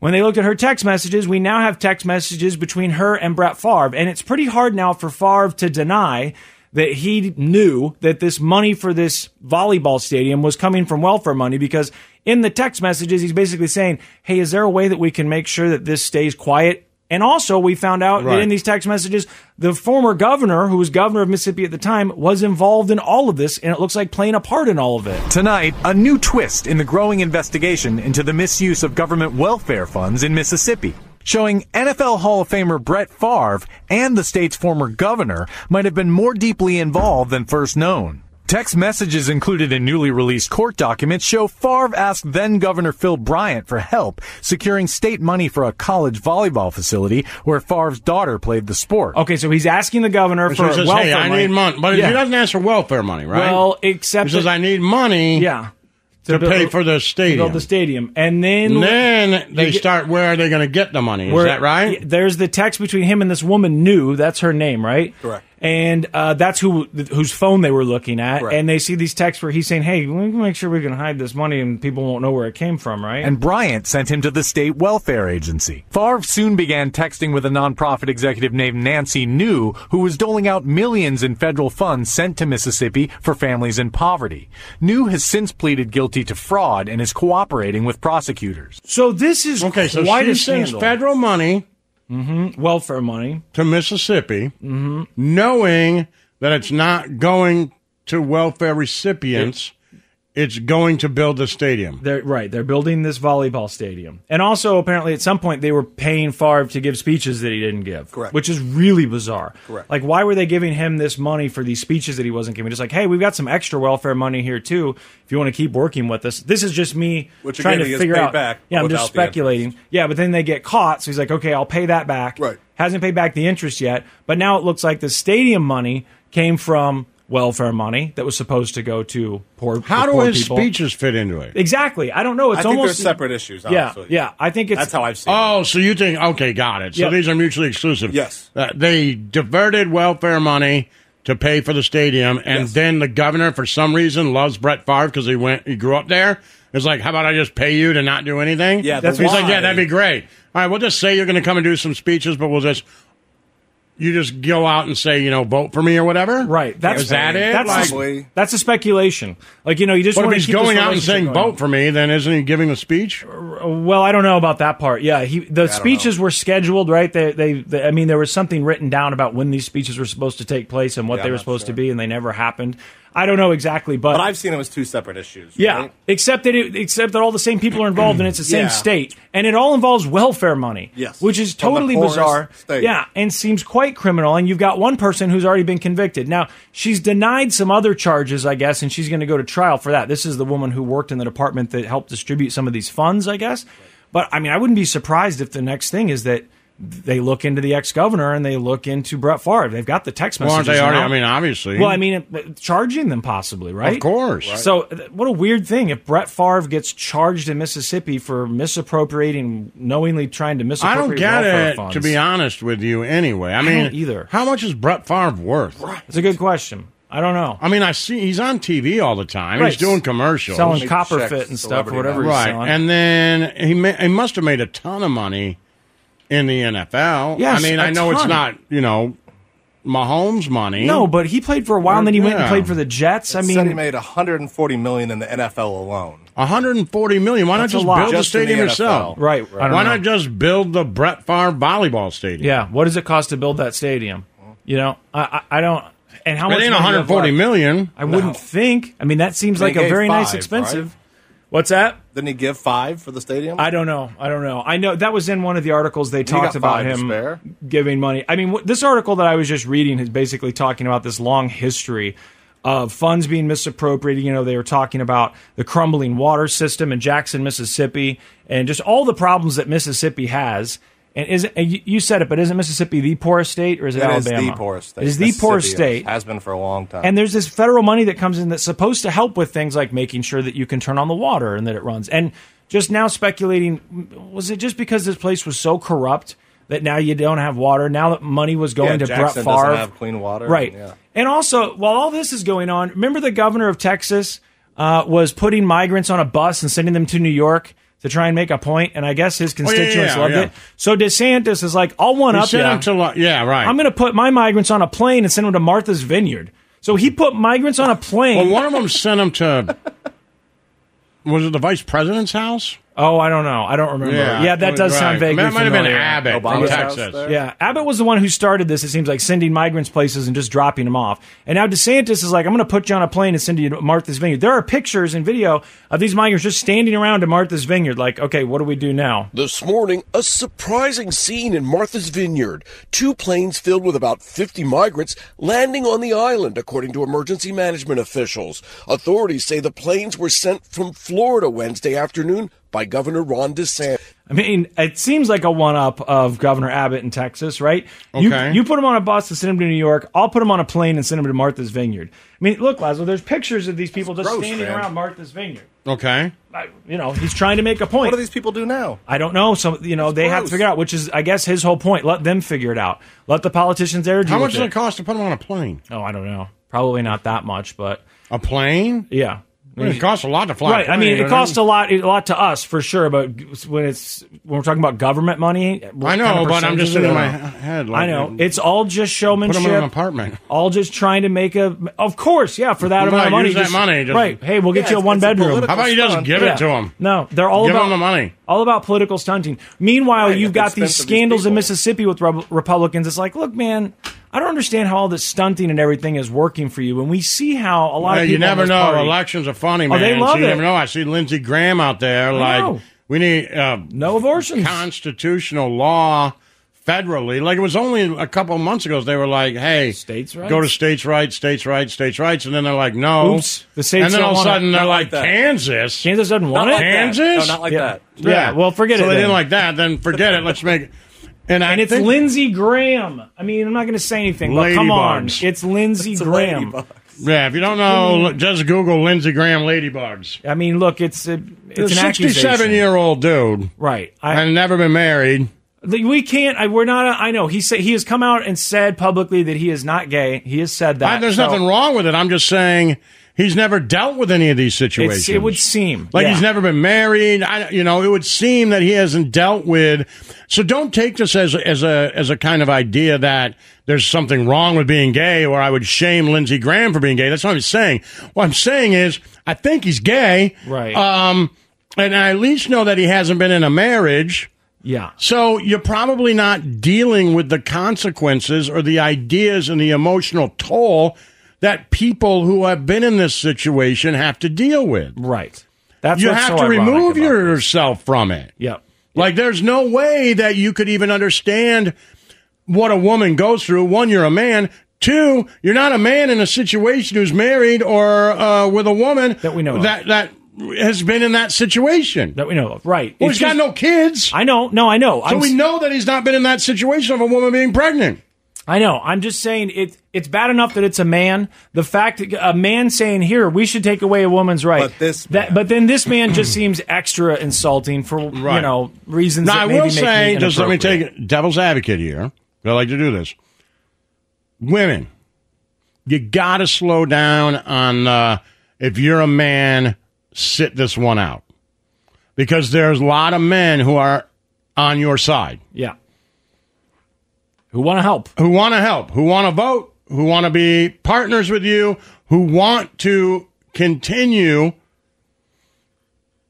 C: When they looked at her text messages, we now have text messages between her and Brett Favre. And it's pretty hard now for Favre to deny that he knew that this money for this volleyball stadium was coming from welfare money because in the text messages, he's basically saying, Hey, is there a way that we can make sure that this stays quiet? And also, we found out that
B: Right.
C: in these text messages, the former governor, who was governor of Mississippi at the time, was involved in all of this, and it looks like playing a part in all of it.
P: Tonight, a new twist in the growing investigation into the misuse of government welfare funds in Mississippi, showing NFL Hall of Famer Brett Favre and the state's former governor might have been more deeply involved than first known. Text messages included in newly released court documents show Favre asked then Governor Phil Bryant for help securing state money for a college volleyball facility where Favre's daughter played the sport.
C: Okay, so he's asking the governor
B: So he says, "Hey, I need money," but he doesn't ask for welfare money, right?
C: Well, except
B: he says,
C: that-
B: "I need money."
C: Yeah.
B: to,
C: build-
B: pay for
C: to
B: the
C: build
B: stadium.
C: the stadium, and then
B: And then
C: You
B: they
C: get-
B: start. Where are they going to get the money? Is
C: where-
B: that right?
C: y- There's the text between him and this woman, New. That's her name, right?
B: Correct.
C: And uh, that's who th- whose phone they were looking at,
P: Correct.
C: and they see these texts where he's saying, "Hey, we can make sure we can hide this money, and people won't know where it came from." Right?
P: and Bryant sent him to the state welfare agency. Favre soon began texting with a nonprofit executive named Nancy New, who was doling out millions in federal funds sent to Mississippi for families in poverty. New has since pleaded guilty to fraud and is cooperating with prosecutors.
C: So this is
B: okay. So
P: quite
B: she
P: a
B: sends
P: scandal.
B: federal money,
C: welfare money
B: to Mississippi, knowing that it's not going to welfare recipients. It's going to build a stadium.
C: They're, right, they're building this volleyball stadium. And also, apparently, at some point, they were paying Favre to give speeches that he didn't give.
D: Correct.
C: Which is really bizarre.
D: Correct.
C: Like, why were they giving him this money for these speeches that he wasn't giving? Just like, hey, we've got some extra welfare money here, too, if you want to keep working with us. This is just me
D: Which,
C: trying
D: again, he
C: to
D: gets
C: figure
D: paid
C: out.
D: back
C: yeah, I'm just
D: without the
C: speculating. Yeah, but then they get caught, so he's like, okay, I'll pay that back. Right. Hasn't paid back the interest yet, but now it looks like the stadium money came from welfare money that was supposed to go to poor
B: How
C: the
B: do
C: poor
B: his
C: people.
B: speeches fit into it?
C: Exactly. I don't know. It's
D: I think
C: almost
D: they're separate issues.
C: Yeah,
D: Honestly.
C: yeah. I think it's
D: that's how I've seen.
B: Oh, so you think? Okay, got it. So
D: Yeah.
B: these are mutually exclusive.
D: Yes.
B: Uh, they diverted welfare money to pay for the stadium, and then the governor, for some reason, loves Brett Favre because he went, he grew up there. It's like, how about I just pay you to not do anything?
D: Yeah,
B: that's
D: That's
B: he's
D: the
B: like, yeah,
D: why.
B: that'd be great. All right, we'll just say you're going to come and do some speeches, but we'll just. You just go out and say, you know, vote for me or whatever. Right.
C: that's
B: Is that it.
C: That's a, that's a speculation. Like you know, you just
B: but
C: want
B: if
C: to
B: he's
C: keep this
B: going out and
C: relationship
B: saying
C: going.
B: vote for me, then isn't he giving a speech?
C: Well, I don't know about that part. Yeah, he the
B: don't
C: speeches were scheduled, right? They, they, they- I mean, there was something written down about when these speeches were supposed to take place and what
D: Yeah,
C: they
D: I'm
C: were
D: not
C: supposed to be, and they never happened. I don't know exactly, but,
D: But I've seen them as two separate issues.
C: yeah, except that it, except that all the same people are involved and it's the same
D: Yeah.
C: state, and it all involves welfare money.
D: Yes.
C: which is
D: From the
C: totally
D: poorest
C: bizarre.
D: state.
C: Yeah, and seems quite criminal. And you've got one person who's already been convicted. Now she's denied some other charges, I guess, and she's going to go to trial for that. This is the woman who worked in the department that helped distribute some of these funds, I guess. But I mean, I wouldn't be surprised if the next thing is that they look into the ex-governor and they look into Brett Favre. They've got the text
B: Well,
C: messages.
B: aren't they already?
C: now.
B: I mean, obviously.
C: Well, I mean, it- charging them possibly, right?
B: Of course. Right.
C: So, th- what a weird thing if Brett Favre gets charged in Mississippi for misappropriating, knowingly trying to
B: I
C: misappropriate.
B: don't get
C: welfare
B: it,
C: funds.
B: to be honest with you, anyway. I
C: I
B: mean,
C: don't either.
B: How much is Brett Favre worth?
C: It's a good question. I don't know.
B: I mean, I see he's on TV all the time.
C: Right.
B: He's doing commercials,
C: Selling Big copper checks, fit and stuff, or whatever he's
B: Right,
C: selling.
B: and then he ma- he must have made a ton of money in the NFL.
C: Yes,
B: I mean,
C: a
B: I know it's
C: ton.
B: not you know Mahomes money.
C: No, but he played for a while, and then he went and played for the Jets. I
D: It said he
C: mean,
D: made 140 million in the NFL alone.
B: 140 million. Why
D: That's a
B: not just
D: lot.
B: build
D: Just
B: the
D: in the
B: stadium
D: NFL.
B: yourself?
D: Right,
C: I don't
B: Why
C: know.
B: not just build the Brett Favre volleyball stadium?
C: yeah. What does it cost to build that stadium? You know, I, I, I don't. And how
B: It
C: much?
B: ain't
C: money do you have
B: 140
C: left?
B: million.
C: I wouldn't
B: No.
C: think. I mean, that seems
D: They
C: like a
D: gave
C: very nice,
D: five,
C: expensive.
D: right?
C: What's that?
D: Didn't he give five for the stadium?
C: I don't know. I don't know. I know that was in one of the articles they
D: got
C: talked about
D: five to
C: him
D: spare.
C: giving money. I mean, wh- this article that I was just reading is basically talking about this long history of funds being misappropriated. You know, they were talking about the crumbling water system in Jackson, Mississippi, and just all the problems that Mississippi has. And is it, and you you said it, but isn't Mississippi the poorest state, or is it,
D: It is
C: Alabama?
D: the poorest state.
C: It is the poorest
D: Mississippi is.
C: state.
D: Has been for a long time.
C: And there's this federal money that comes in that's supposed to help with things like making sure that you can turn on the water and that it runs. And just now speculating, was it just because this place was so corrupt that now you don't have water? Now that money was going
D: yeah,
C: to Brett
D: Jackson
C: Favre,
D: doesn't have clean water.
C: right?
D: Yeah.
C: And also, while all this is going on, remember the governor of Texas uh, was putting migrants on a bus and sending them to New York. To try and make a point, and I guess his
B: Oh, yeah, yeah,
C: constituents
B: yeah,
C: loved
B: yeah.
C: it. So DeSantis is like, "I'll one
B: He
C: up
B: sent
C: ya.
B: him to lo- yeah, right.
C: I'm going to put my migrants on a plane and send them to Martha's Vineyard. So he put migrants on a plane.
B: Well, one of them sent him to. Was it the vice president's house?
C: Oh, I don't know. I don't remember. Yeah, that does sound vaguely
B: That might have been
C: familiar.
B: Abbott from
C: Obama's house
B: Texas.
C: there? Yeah, Abbott was the one who started this. It seems like sending migrants places and just dropping them off. And now DeSantis is like, I'm going to put you on a plane and send you to Martha's Vineyard. There are pictures and video of these migrants just standing around at Martha's Vineyard. Like, okay, what do we do now?
Q: This morning, a surprising scene in Martha's Vineyard. Two planes filled with about 50 migrants landing on the island, according to emergency management officials. Authorities say the planes were sent from Florida Wednesday afternoon by Governor Ron DeSantis.
C: I mean, it seems like a one up of Governor Abbott in Texas, right?
Q: Okay.
C: You, you put him on a bus and send him to New York. I'll put him on a plane and send him to Martha's Vineyard. I mean, look, Lazo, there's pictures of these people just
D: gross,
C: standing
D: man.
C: around Martha's Vineyard.
B: Okay.
C: I- You know, he's trying to make a point.
D: What do these people do now?
C: I don't know. So you know, they have to
D: gross.
C: figure out, which is, I guess, his whole point. Let them figure it out. Let the politicians there. Deal
B: How much
C: with
B: does it cost to put him on a plane?
C: Oh, I don't know. Probably not that much, but
B: a plane.
C: Yeah,
B: I mean, it costs a lot to fly a
C: Right. I
B: plane,
C: mean,
B: doesn't
C: it
B: it?
C: costs a lot, a lot to us for sure. But when it's when we're talking about government money, what
B: I know,
C: kind of
B: but I'm just
C: percentages are
B: in my
C: there?
B: he- head.
C: I
B: Like, uh,
C: know it's all just
B: Put
C: showmanship.
B: him in an apartment.
C: All just trying to make a. Of course, yeah. For that
B: Well,
C: amount of
B: no,
C: money,
B: use that money, just-
C: right? Hey, we'll get
B: Yeah,
C: you a
B: it's-
C: one
B: it's a
C: bedroom.
B: political How about you just stunt. give it to 'em?
C: No, they're all
B: Give
C: about
B: 'em the money.
C: All about political stunting. Meanwhile, you've
B: at the
C: got these
B: expense of these
C: scandals in Mississippi with Re- Republicans. It's like, look, man, I don't understand how all this stunting and everything is working for you. When we see how a lot of
B: Yeah,
C: people
B: you
C: in
B: never
C: this
B: know.
C: party-
B: Elections are funny,
C: Oh,
B: man.
C: they
B: So
C: love
B: you
C: it.
B: never know. I see Lindsey Graham out there. like
C: know.
B: we need uh,
C: no abortions,
B: constitutional law, federally. Like it was only a couple of months ago they were like, "Hey, states
C: rights?
B: go to states' rights, states' rights, states' rights," and then they're like, "No,
C: Oops, the states
B: And then
C: don't
B: all of
C: want
B: a
C: it.
B: sudden they're
C: Not
B: like,
C: like that.
B: "Kansas,
C: Kansas doesn't want it.
B: Kansas,
C: No, not like Yeah. that. Yeah, well, forget
B: so
C: it
B: They
C: then.
B: didn't like that. Then forget it. Let's make. And, I
C: And it's
B: think-
C: Lindsey Graham. I mean, I'm not going to say anything, but come on,
B: Ladybugs.
C: it's Lindsey Graham.
B: Yeah, if you don't
C: Mm-hmm.
B: know, just Google Lindsey Graham ladybugs.
C: I mean, look, it's a, it's
B: It's a
C: an accusation.
B: sixty-seven-year-old dude,
C: right?
B: and never been married.
C: The- We can't. I, we're not. I know he said he has come out and said publicly that he is not gay. He has said that.
B: I- there's
C: So
B: nothing wrong with it. I'm just saying he's never dealt with any of these situations.
C: It's, it would seem
B: like
C: yeah.
B: he's never been married. I, you know, it would seem that he hasn't dealt with. So don't take this as as a as a kind of idea that there's something wrong with being gay, or I would shame Lindsey Graham for being gay. That's not what I'm saying. What I'm saying is I think he's gay,
C: Right.
B: Um, and I at least know that he hasn't been in a marriage.
C: Yeah.
B: So you're probably not dealing with the consequences or the ideas and the emotional toll that people who have been in this situation have to deal with.
C: Right. That's
B: you
C: what's
B: have
C: so
B: to
C: ironic
B: remove
C: about
B: yourself from it.
C: Yep.
B: Like there's no way that you could even understand what a woman goes through. One, you're a man. Two, you're not a man in a situation who's married or uh, with a woman that we
C: know of.
B: that that has been in that situation.
C: That we know of. Right.
B: Well,
C: It's
B: he's got
C: just-
B: no kids.
C: I know. No, I know.
B: So
C: I'm,
B: we know that he's not been in that situation of a woman being pregnant.
C: I know. I'm just saying it. It's bad enough that it's a man. The fact that a man saying here we should take away a woman's right. But this. That, but then this man just seems extra insulting for you
B: Right.
C: know reasons.
B: Now
C: that
B: I
C: maybe
B: will
C: make me
B: say, just let me
C: inappropriate.
B: take devil's advocate here. I like to do this. Women, you got to slow down on uh, if you're a man, sit this one out because there's a lot of men who are on your side.
C: Yeah. Who want to help?
B: Who want to help? Who want to vote? Who want to be partners with you? Who want to continue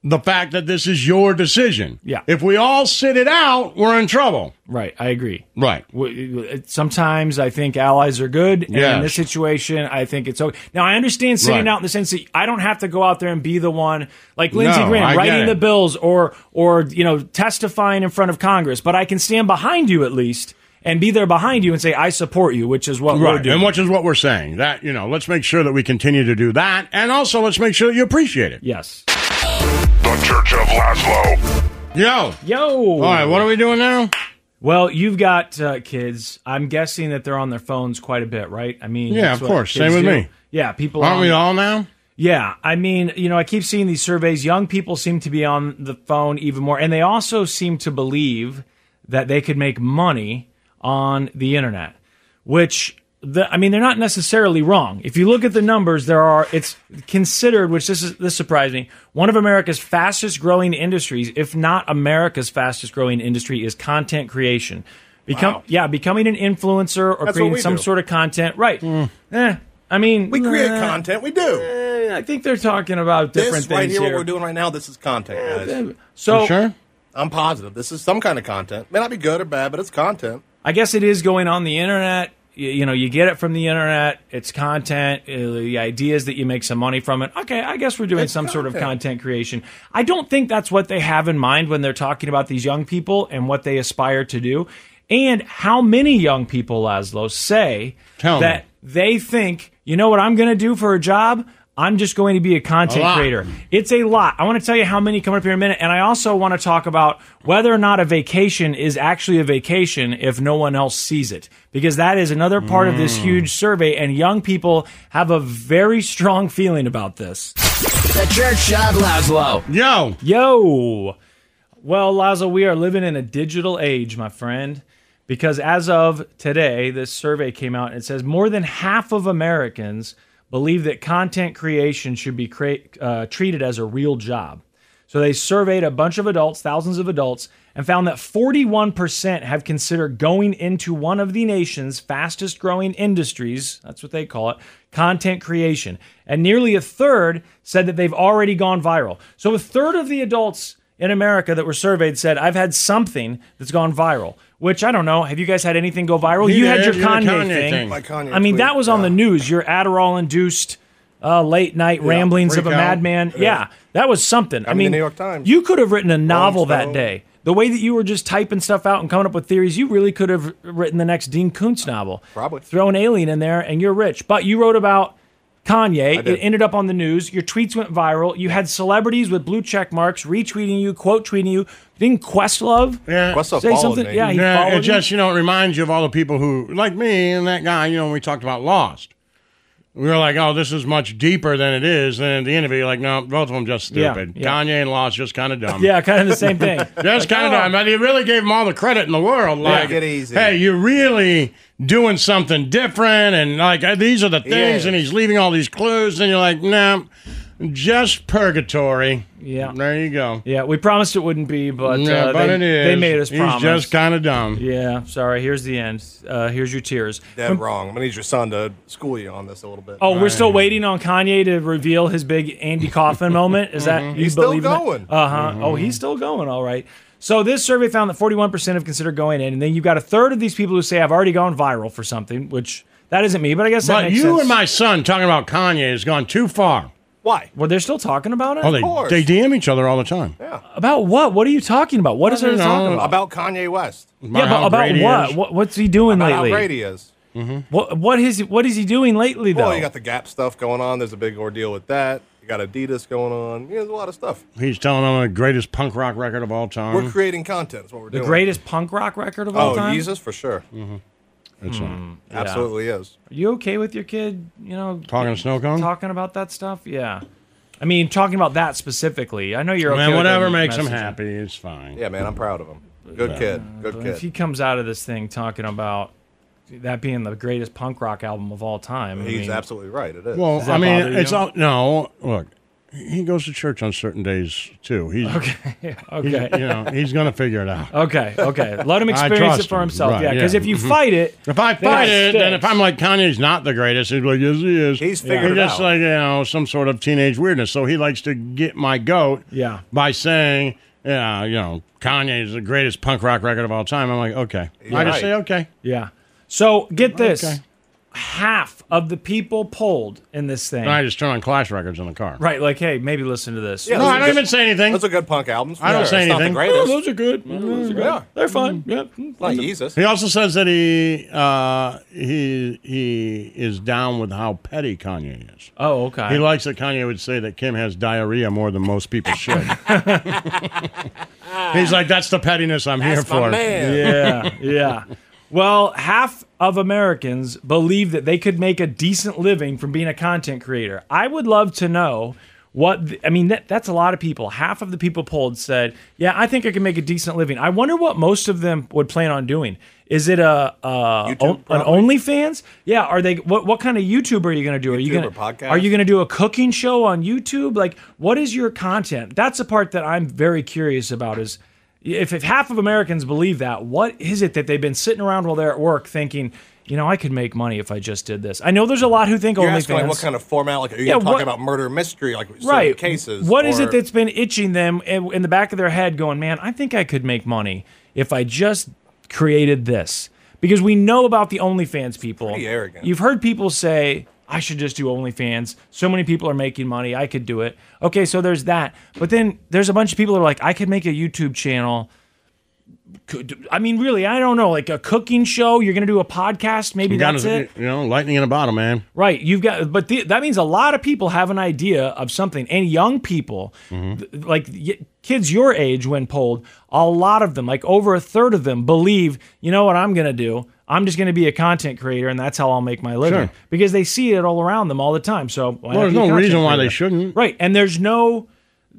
B: the fact that this is your decision?
C: Yeah.
B: If we all sit it out, we're in trouble.
C: Right. I agree.
B: Right.
C: W- Sometimes I think allies are good. And in
B: Yes.
C: this situation, I think it's okay. Now, I understand sitting
B: Right.
C: out in the sense that I don't have to go out there and be the one like Lindsey
B: No, I
C: Graham
B: get
C: writing
B: it.
C: the bills or, or, you know, testifying in front of Congress, but I can stand behind you at least and be there behind you and say, I support you, which is what we're
B: Right.
C: doing.
B: And which is what we're saying. That, you know, let's make sure that we continue to do that. And also, let's make sure that you appreciate it.
C: Yes.
H: The Church of Laszlo.
B: Yo.
C: Yo. All
B: right. What are we doing now?
C: Well, you've got uh, kids. I'm guessing that they're on their phones quite a bit, right? I mean,
B: Yeah,
C: that's
B: of
C: what
B: course.
C: kids
B: Same with
C: do.
B: me.
C: Yeah, people
B: Aren't
C: on-
B: we all now?
C: Yeah, I mean, you know, I keep seeing these surveys. Young people seem to be on the phone even more, and they also seem to believe that they could make money on the internet, which the, I mean, they're not necessarily wrong. If you look at the numbers, there are it's considered, which this is this surprised me, one of America's fastest growing industries, if not America's fastest growing industry, is content creation. Become yeah, becoming an influencer or
D: That's what
C: creating
D: we
C: some
D: do. Mm.
C: sort of content, right? Eh, I mean,
D: We create
C: nah.
D: content. We do.
C: I think they're talking about different
D: this right
C: things
D: here,
C: here.
D: what we're doing right now, this is content, guys.
C: So
D: I'm positive. This is some kind of content. May not be good or bad, but it's content.
C: I guess it is going on the internet. You, you know, you get it from the internet. It's content. uh, The idea is that you make some money from it. Okay, I guess we're doing some sort of
D: content.
C: content creation. I don't think that's what they have in mind when they're talking about these young people and what they aspire to do. And how many young people, Laszlo, say
B: Tell me.
C: that they think, you know what I'm going to do for a job? I'm just going to be a content
B: A lot.
C: creator. It's a lot. I want to tell you how many coming up here in a minute. And I also want to talk about whether or not a vacation is actually a vacation if no one else sees it, because that is another part of this huge survey. And young people have a very strong feeling about this.
F: The Church of Laszlo.
B: Yo.
C: Yo. Well, Lazo, we are living in a digital age, my friend, because as of today, this survey came out and it says more than half of Americans believe that content creation should be crea- uh, treated as a real job. So they surveyed a bunch of adults, thousands of adults, and found that 41% have considered going into one of the nation's fastest growing industries, that's what they call it, content creation. And nearly a third said that they've already gone viral. So a third of the adults in America that were surveyed said, I've had something that's gone viral, which I don't know. Have you guys had anything go viral?
B: You
C: you had
B: did,
C: your
B: you had
C: Kanye,
B: a Kanye
C: thing.
B: thing. My Kanye
C: I mean,
B: tweet,
C: that was on the news, your Adderall induced uh, late night
B: Yeah,
C: ramblings of a
B: freak out.
C: madman.
B: Yeah.
C: Yeah. that was something. I
D: in the
C: mean,
D: New York Times.
C: You could have written a novel that
D: Stone.
C: day. The way that you were just typing stuff out and coming up with theories, you really could have written the next Dean Koontz novel. Probably. Throw an alien in there and you're rich. But you wrote about Kanye. It ended up on the news. Your tweets went viral. You had celebrities with blue check marks retweeting you, quote tweeting you. Didn't Questlove
B: Yeah.
C: say something? Yeah, he followed
B: it
C: you.
B: just you know it reminds you of all the people who like me and that guy. You know, when we talked about Lost. We were like, oh, this is much deeper than it is. And at the end of it, you're like, no, both of them just
C: Yeah,
B: stupid.
C: yeah.
B: Kanye and Lost just kind of dumb.
C: Yeah, kind of the same thing.
B: That's kind of dumb. But he really gave him all the credit in the world.
C: oh. Yeah.
B: Like,
C: Take it easy.
B: hey, you're really doing something different, and like uh, these are the things,
C: Yeah.
B: and he's leaving all these clues, and you're like, nah, just purgatory.
C: Yeah.
B: there you go.
C: Yeah, we promised it wouldn't be, but,
B: Yeah,
C: uh,
B: but
C: they,
B: it is.
C: they made us
B: He's
C: promise.
B: just kind of dumb.
C: Yeah, sorry. Here's the end. Uh, here's your tears.
D: Dead
C: From-
D: wrong. I'm gonna need your son to school you on this a little bit.
C: Oh, we're still waiting on Kanye to reveal his big Andy Kaufman moment. Is
B: Mm-hmm.
C: that you
D: He's still
C: believe
D: going.
C: Uh huh. Oh, he's still going. All right. So this survey found that 41% have considered going in, and then you've got a third of these people who say I've already gone viral for something, which that isn't me, but I guess that
B: But
C: makes
B: you
C: sense.
B: and my son talking about Kanye has gone too far.
D: Why?
C: Well, they're still talking about it.
B: Oh, they, they DM each other all the time.
C: about what? What are you talking about? What is
B: I
C: there
B: don't
C: to talk
B: know.
C: about?
D: About Kanye West.
C: yeah, but about what? what? What's he doing
D: About
C: lately?
D: how great he is.
C: What what is what is he doing lately though?
D: Well, you got the Gap stuff going on. There's a big ordeal with that. You got Adidas going on. Yeah, there's a lot of stuff.
B: He's telling them the greatest punk rock record of all time.
D: We're creating content. Is what we're
C: Mm-hmm. the
D: doing.
C: greatest punk rock record of all
D: oh,
C: time. Mm-hmm.
D: Jesus for sure. Hmm.
B: It's, uh,
C: Yeah.
D: Absolutely is.
C: Are you okay with your kid? You know,
B: Talking to snow cone?
C: talking about that stuff. Yeah, I mean, talking about that specifically. I know you're okay.
B: man,
C: with
B: whatever
C: him
B: makes him
C: messaging.
B: happy is fine.
D: Yeah, man, I'm proud of him. Good
B: Yeah.
D: kid. Good
C: But
D: kid.
C: If he comes out of this thing talking about that being the greatest punk rock album of all time, I
D: He's
C: mean,
D: absolutely right. It is.
B: Well,
C: Does that
B: I mean,
C: bother
B: it's
C: you?
B: all no. Look, he goes to church on certain days too. He's okay.
C: okay.
B: you know, he's gonna figure it out.
C: Okay, okay. Let him
B: I
C: experience
B: trust
C: it for
B: him.
C: himself.
B: Right,
C: yeah, because
B: yeah.
C: if you
B: Mhm.
C: fight it,
B: If I
C: then
B: fight
C: it
B: it, then if
C: sticks.
B: I'm like Kanye's not the greatest, he's like, yes, he is.
D: He's figured it
B: just
D: out.
B: like you know some sort of teenage weirdness. So he likes to get my goat.
C: Yeah.
B: By saying, yeah, you know, Kanye is the greatest punk rock record of all time. I'm like, okay. I just
D: right.
B: say okay.
C: yeah. So get this:
B: Okay.
C: half of the people polled in this thing.
B: And I just turn on Clash records in the car.
C: Right, like, hey, maybe listen to this.
D: Yeah,
B: No,
D: those
B: I
D: are
B: don't
D: good-
B: even say anything.
D: Those are good punk albums. for
B: I don't
D: sure.
B: say
D: It's not the
B: anything.
D: greatest.
C: those are good. Those are good.
D: Yeah.
C: They're
B: Mm-hmm.
C: fine. Yeah.
D: Like Jesus.
B: He also says that he uh, he he is down with how petty Kanye is.
C: Oh, okay.
B: He likes that Kanye would say that Kim has diarrhea more than most people should. He's like, that's the pettiness I'm here
D: That's my
B: for.
D: man.
C: yeah, yeah. Well, half of Americans believe that they could make a decent living from being a content creator. I would love to know what the, I mean. That, that's a lot of people. Half of the people polled said, "Yeah, I think I can make a decent living." I wonder what most of them would plan on doing. Is it a, a
D: YouTube,
C: an OnlyFans? Yeah. Are they what? What kind of YouTube are you going to do? Are you
D: YouTube
C: going
D: or podcast?
C: Are you going to do a cooking show on YouTube? Like, what is your content? That's the part that I'm very curious about. Is if, if half of Americans believe that, what is it that they've been sitting around while they're at work thinking, you know, I could make money if I just did this? I know there's a lot who think
D: You're asking like,
C: OnlyFans.
D: what kind of format? Like, are you
C: Yeah,
D: talking
C: what-
D: about murder mystery, like certain
C: Right.
D: cases?
C: What is it
D: or-
C: that's been itching them in, in the back of their head going, man, I think I could make money if I just created this? Because we know about the OnlyFans people.
D: pretty arrogant.
C: You've heard people say, I should just do OnlyFans. So many people are making money. I could do it. Okay, so there's that. But then there's a bunch of people that are like, I could make a YouTube channel. Could, I mean, really, I don't know. Like a cooking show. You're going to do a podcast. Maybe
B: You got
C: that's
B: his,
C: it.
B: you know, lightning in a bottle, man.
C: Right. You've got, but the, that means a lot of people have an idea of something. And young people,
B: Mm-hmm.
C: th- like y- kids your age when polled, a lot of them, like over a third of them, believe, you know what I'm going to do? I'm just going to be a content creator and that's how I'll make my living
B: Sure.
C: because they see it all around them all the time. So, why not
B: Well, there's
C: be a
B: no
C: content
B: reason why they
C: creator?
B: shouldn't.
C: Right. And there's no,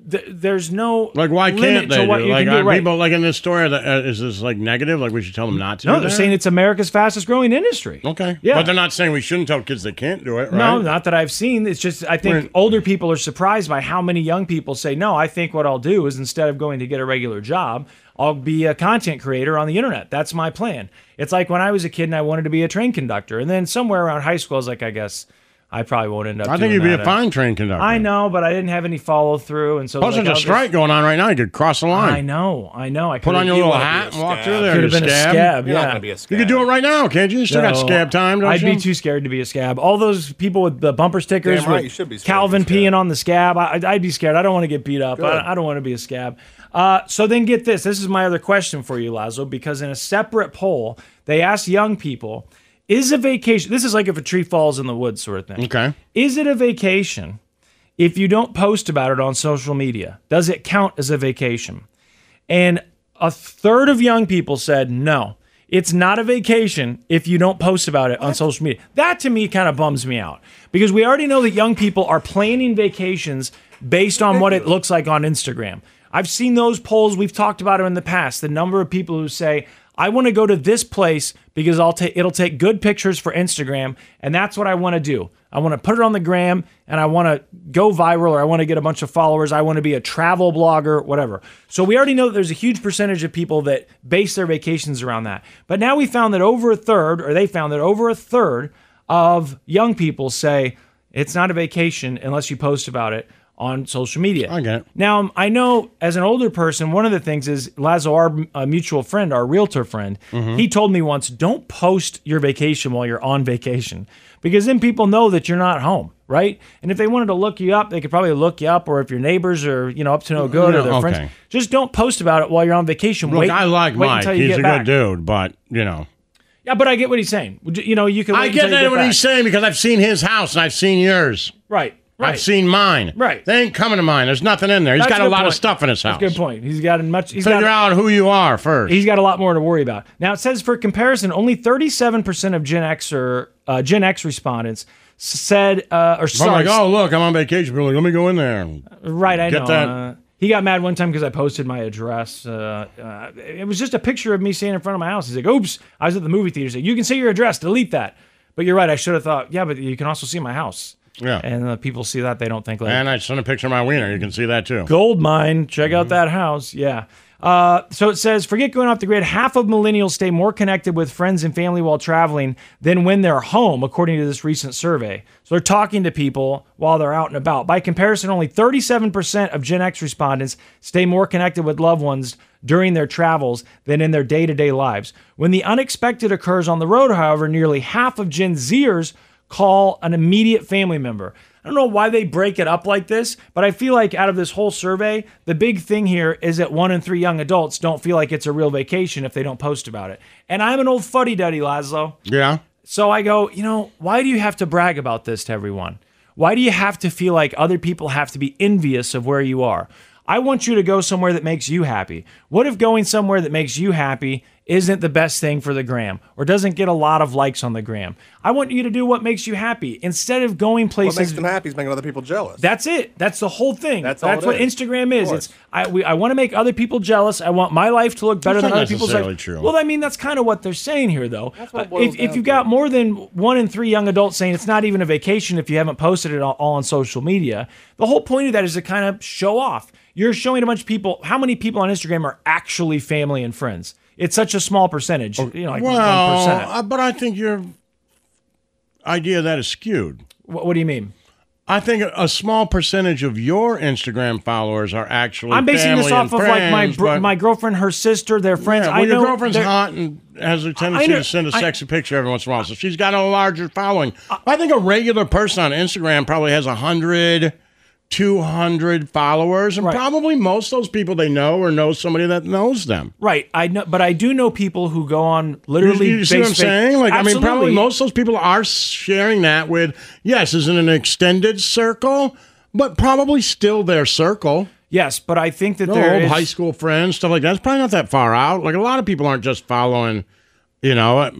C: th- there's no,
B: Like, why can't
C: limit
B: they?
C: to what
B: do?
C: you
B: Like,
C: can do.
B: are
C: Right.
B: people like in this story? That, uh, is this like negative? Like, we should tell them not to.
C: no,
B: do
C: they're
B: that?
C: saying it's America's fastest growing industry.
B: okay.
C: Yeah.
B: but they're not saying we shouldn't tell kids they can't do it. Right?
C: No, not that I've seen. It's just I think
B: Right.
C: older people are surprised by how many young people say, "No, I think what I'll do is instead of going to get a regular job, I'll be a content creator on the internet. That's my plan." It's like when I was a kid and I wanted to be a train conductor, and then somewhere around high school, I was like, "I guess." I probably won't end up.
B: I think
C: doing
B: you'd be
C: that. uh,
B: a fine train conductor.
C: I know, but I didn't have any follow through, and so
B: Plus,
C: like,
B: there's a
C: I'll
B: strike
C: just-
B: going on right now. You could cross the line.
C: I know, I know. I
B: Put
C: could've-
B: on your
C: you
B: little
C: wanna be
B: hat
C: a
B: and walk
C: scab.
B: through there.
C: Could've
B: you
C: been a
B: scab.
C: scab, You're not yeah. gonna be a
B: You could do it right now, can't you? You still got
C: No,
B: scab time, don't
C: I'd be
B: you?
C: too scared to be a scab. All those people with the bumper stickers,
B: Damn right,
C: with
B: you should be scared
C: Calvin peeing on the scab. I, I'd be scared. I don't want to get beat up.
B: Good.
C: I, I don't want to be a scab. Uh, so then get this. This is my other question for you, Lazo, because in a separate poll, they asked young people, is a vacation, this is like if a tree falls in the woods sort of thing.
B: Okay.
C: Is it a vacation if you don't post about it on social media? Does it count as a vacation? And a third of young people said no. It's not a vacation if you don't post about it on social media. That to me kind of bums me out because we already know that young people are planning vacations based on what it looks like on Instagram. I've seen those polls. We've talked about it in the past. The number of people who say, I want to go to this place because I'll take it'll take good pictures for Instagram, and that's what I want to do. I want to put it on the gram and I want to go viral or I want to get a bunch of followers. I want to be a travel blogger, whatever. So we already know that there's a huge percentage of people that base their vacations around that. But now we found that over a third, or they found that over a third of young people say it's not a vacation unless you post about it on social media. I
B: get it.
C: Now, I know as an older person, one of the things is Lazo, our uh, mutual friend, our realtor friend,
B: Mhm.
C: he told me once don't post your vacation while you're on vacation because then people know that you're not home. Right, and if they wanted to look you up, they could probably look you up, or if your neighbors are you know up to no good, or
B: Yeah,
C: their
B: okay.
C: friends, just don't post about it while you're on vacation.
B: Look,
C: wait,
B: I like
C: wait
B: Mike.
C: Until you
B: He's
C: get
B: a
C: back.
B: good dude, but you know,
C: Yeah, but I get what he's saying. You know, you can.
B: I
C: wait
B: get
C: until you
B: that what
C: back.
B: he's saying because I've seen his house and I've seen yours.
C: Right. Right.
B: I've seen mine. Right. They ain't coming to mine. There's nothing in there. He's
C: That's
B: got a
C: good
B: lot of
C: point.
B: stuff in his house.
C: That's a good point. He's got much. He's
B: Figure
C: got,
B: out who you are first.
C: He's got a lot more to worry about. Now it says for comparison, only 37% of Gen Xer uh, Gen X respondents said uh, or
B: I'm
C: sorry.
B: like, oh look, I'm on vacation. People are like, let me go in there.
C: right, I
B: get
C: know.
B: that-
C: uh, he got mad one time because I posted my address. Uh, uh, it was just a picture of me standing in front of my house. He's like, "Oops, I was at the movie theater." He's like, you can see your address. Delete that. But you're right. I should have thought. Yeah, but you can also see my house.
B: Yeah.
C: And uh, people see that they don't think like.
B: And I sent a picture of my wiener. You can see that too.
C: Gold mine. Check out that house. Yeah. Uh, so it says, forget going off the grid. Half of millennials stay more connected with friends and family while traveling than when they're home, according to this recent survey. So they're talking to people while they're out and about. By comparison, only 37% of Gen X respondents stay more connected with loved ones during their travels than in their day to day lives. When the unexpected occurs on the road, however, nearly half of Gen Zers call an immediate family member. I don't know why they break it up like this, but I feel like out of this whole survey, the big thing here is that one in three young adults don't feel like it's a real vacation if they don't post about it. And I'm an old fuddy duddy, Laszlo.
B: Yeah.
C: So I go, you know, why do you have to brag about this to everyone? Why do you have to feel like other people have to be envious of where you are? I want you to go somewhere that makes you happy. What if going somewhere that makes you happy isn't the best thing for the gram or doesn't get a lot of likes on the gram? I want you to do what makes you happy instead of going places
D: What makes them happy is making other people jealous.
C: that's it. That's the whole thing. That's,
D: That's all it
C: what
D: is.
C: Instagram is.
D: Of
C: It's I we, I want to make other people jealous. I want my life to look better
B: That's
C: than
B: not
C: other people's
B: necessarily
C: life.
B: true.
C: Well, I mean that's kind of what they're saying here, though.
D: what it
C: Uh,
D: boils
C: if if
D: down
C: you've got more than one in three young adults saying it's not even a vacation if you haven't posted it all, all on social media, the whole point of that is to kind of show off. You're showing a bunch of people how many people on Instagram are actually family and friends. It's such a small percentage. You know, like
B: Oh, well,
C: 1%.
B: I- but I think your idea of that is skewed.
C: What, what do you mean?
B: I think a, a small percentage of your Instagram followers are actually.
C: I'm basing this
B: family
C: off
B: and
C: of like my
B: friends,
C: bro-
B: but-
C: my girlfriend, her sister, their friends.
B: Yeah,
C: I
B: well,
C: know
B: your girlfriend's
C: they're-
B: hot and has a tendency
C: I know-
B: to send a
C: I-
B: sexy picture every once in a while, so she's got a larger following. I think a regular person on Instagram probably has 100, 200 followers, and probably most of those people they know or know somebody that knows them.
C: Right, I know, but I do know people who go on
B: You-
C: literally.
B: you, see what I'm
C: base-
B: saying? Like, I mean, probably
C: Absolutely.
B: most of those people are sharing that with, yes, is in an extended circle, but probably still their circle.
C: Yes, but I think that
B: Your
C: there
B: old
C: is-
B: high school friends, stuff like that. It's probably not that far out. Like a lot of people aren't just following, you know, uh,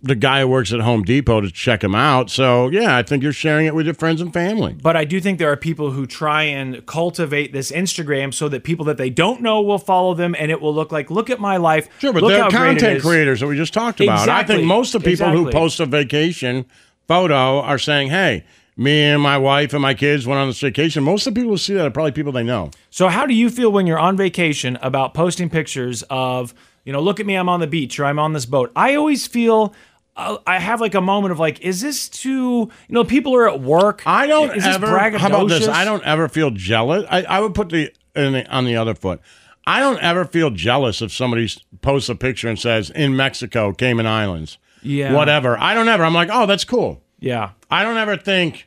B: the guy who works at Home Depot to check him out. So yeah, I think you're sharing it with your friends and family.
C: But I do think there are people who try and cultivate this Instagram so that people that they don't know will follow them, and it will look like, look at my life. Sure,
B: But
C: look
B: they're
C: how great it
B: content
C: is.
B: creators that we just talked about. I
C: Exactly.
B: think most of the people who
C: Exactly.
B: post a vacation photo are saying, "Hey, me and my wife and my kids went on this vacation." Most of the people who see that are probably people they know.
C: So, how do you feel when you're on vacation about posting pictures of, you know, look at me, I'm on the beach or I'm on this boat? I always feel uh, I have like a moment of like, is this too? You know, people are at work.
B: I don't
C: Is this
B: ever. How about this?
C: braggadocious?
B: I don't ever feel jealous. I, I would put the, in the on the other foot. I don't ever feel jealous if somebody s- posts a picture and says in Mexico, Cayman Islands,
C: Yeah.
B: whatever. I don't ever. I'm like, oh, that's cool.
C: Yeah.
B: I don't ever think.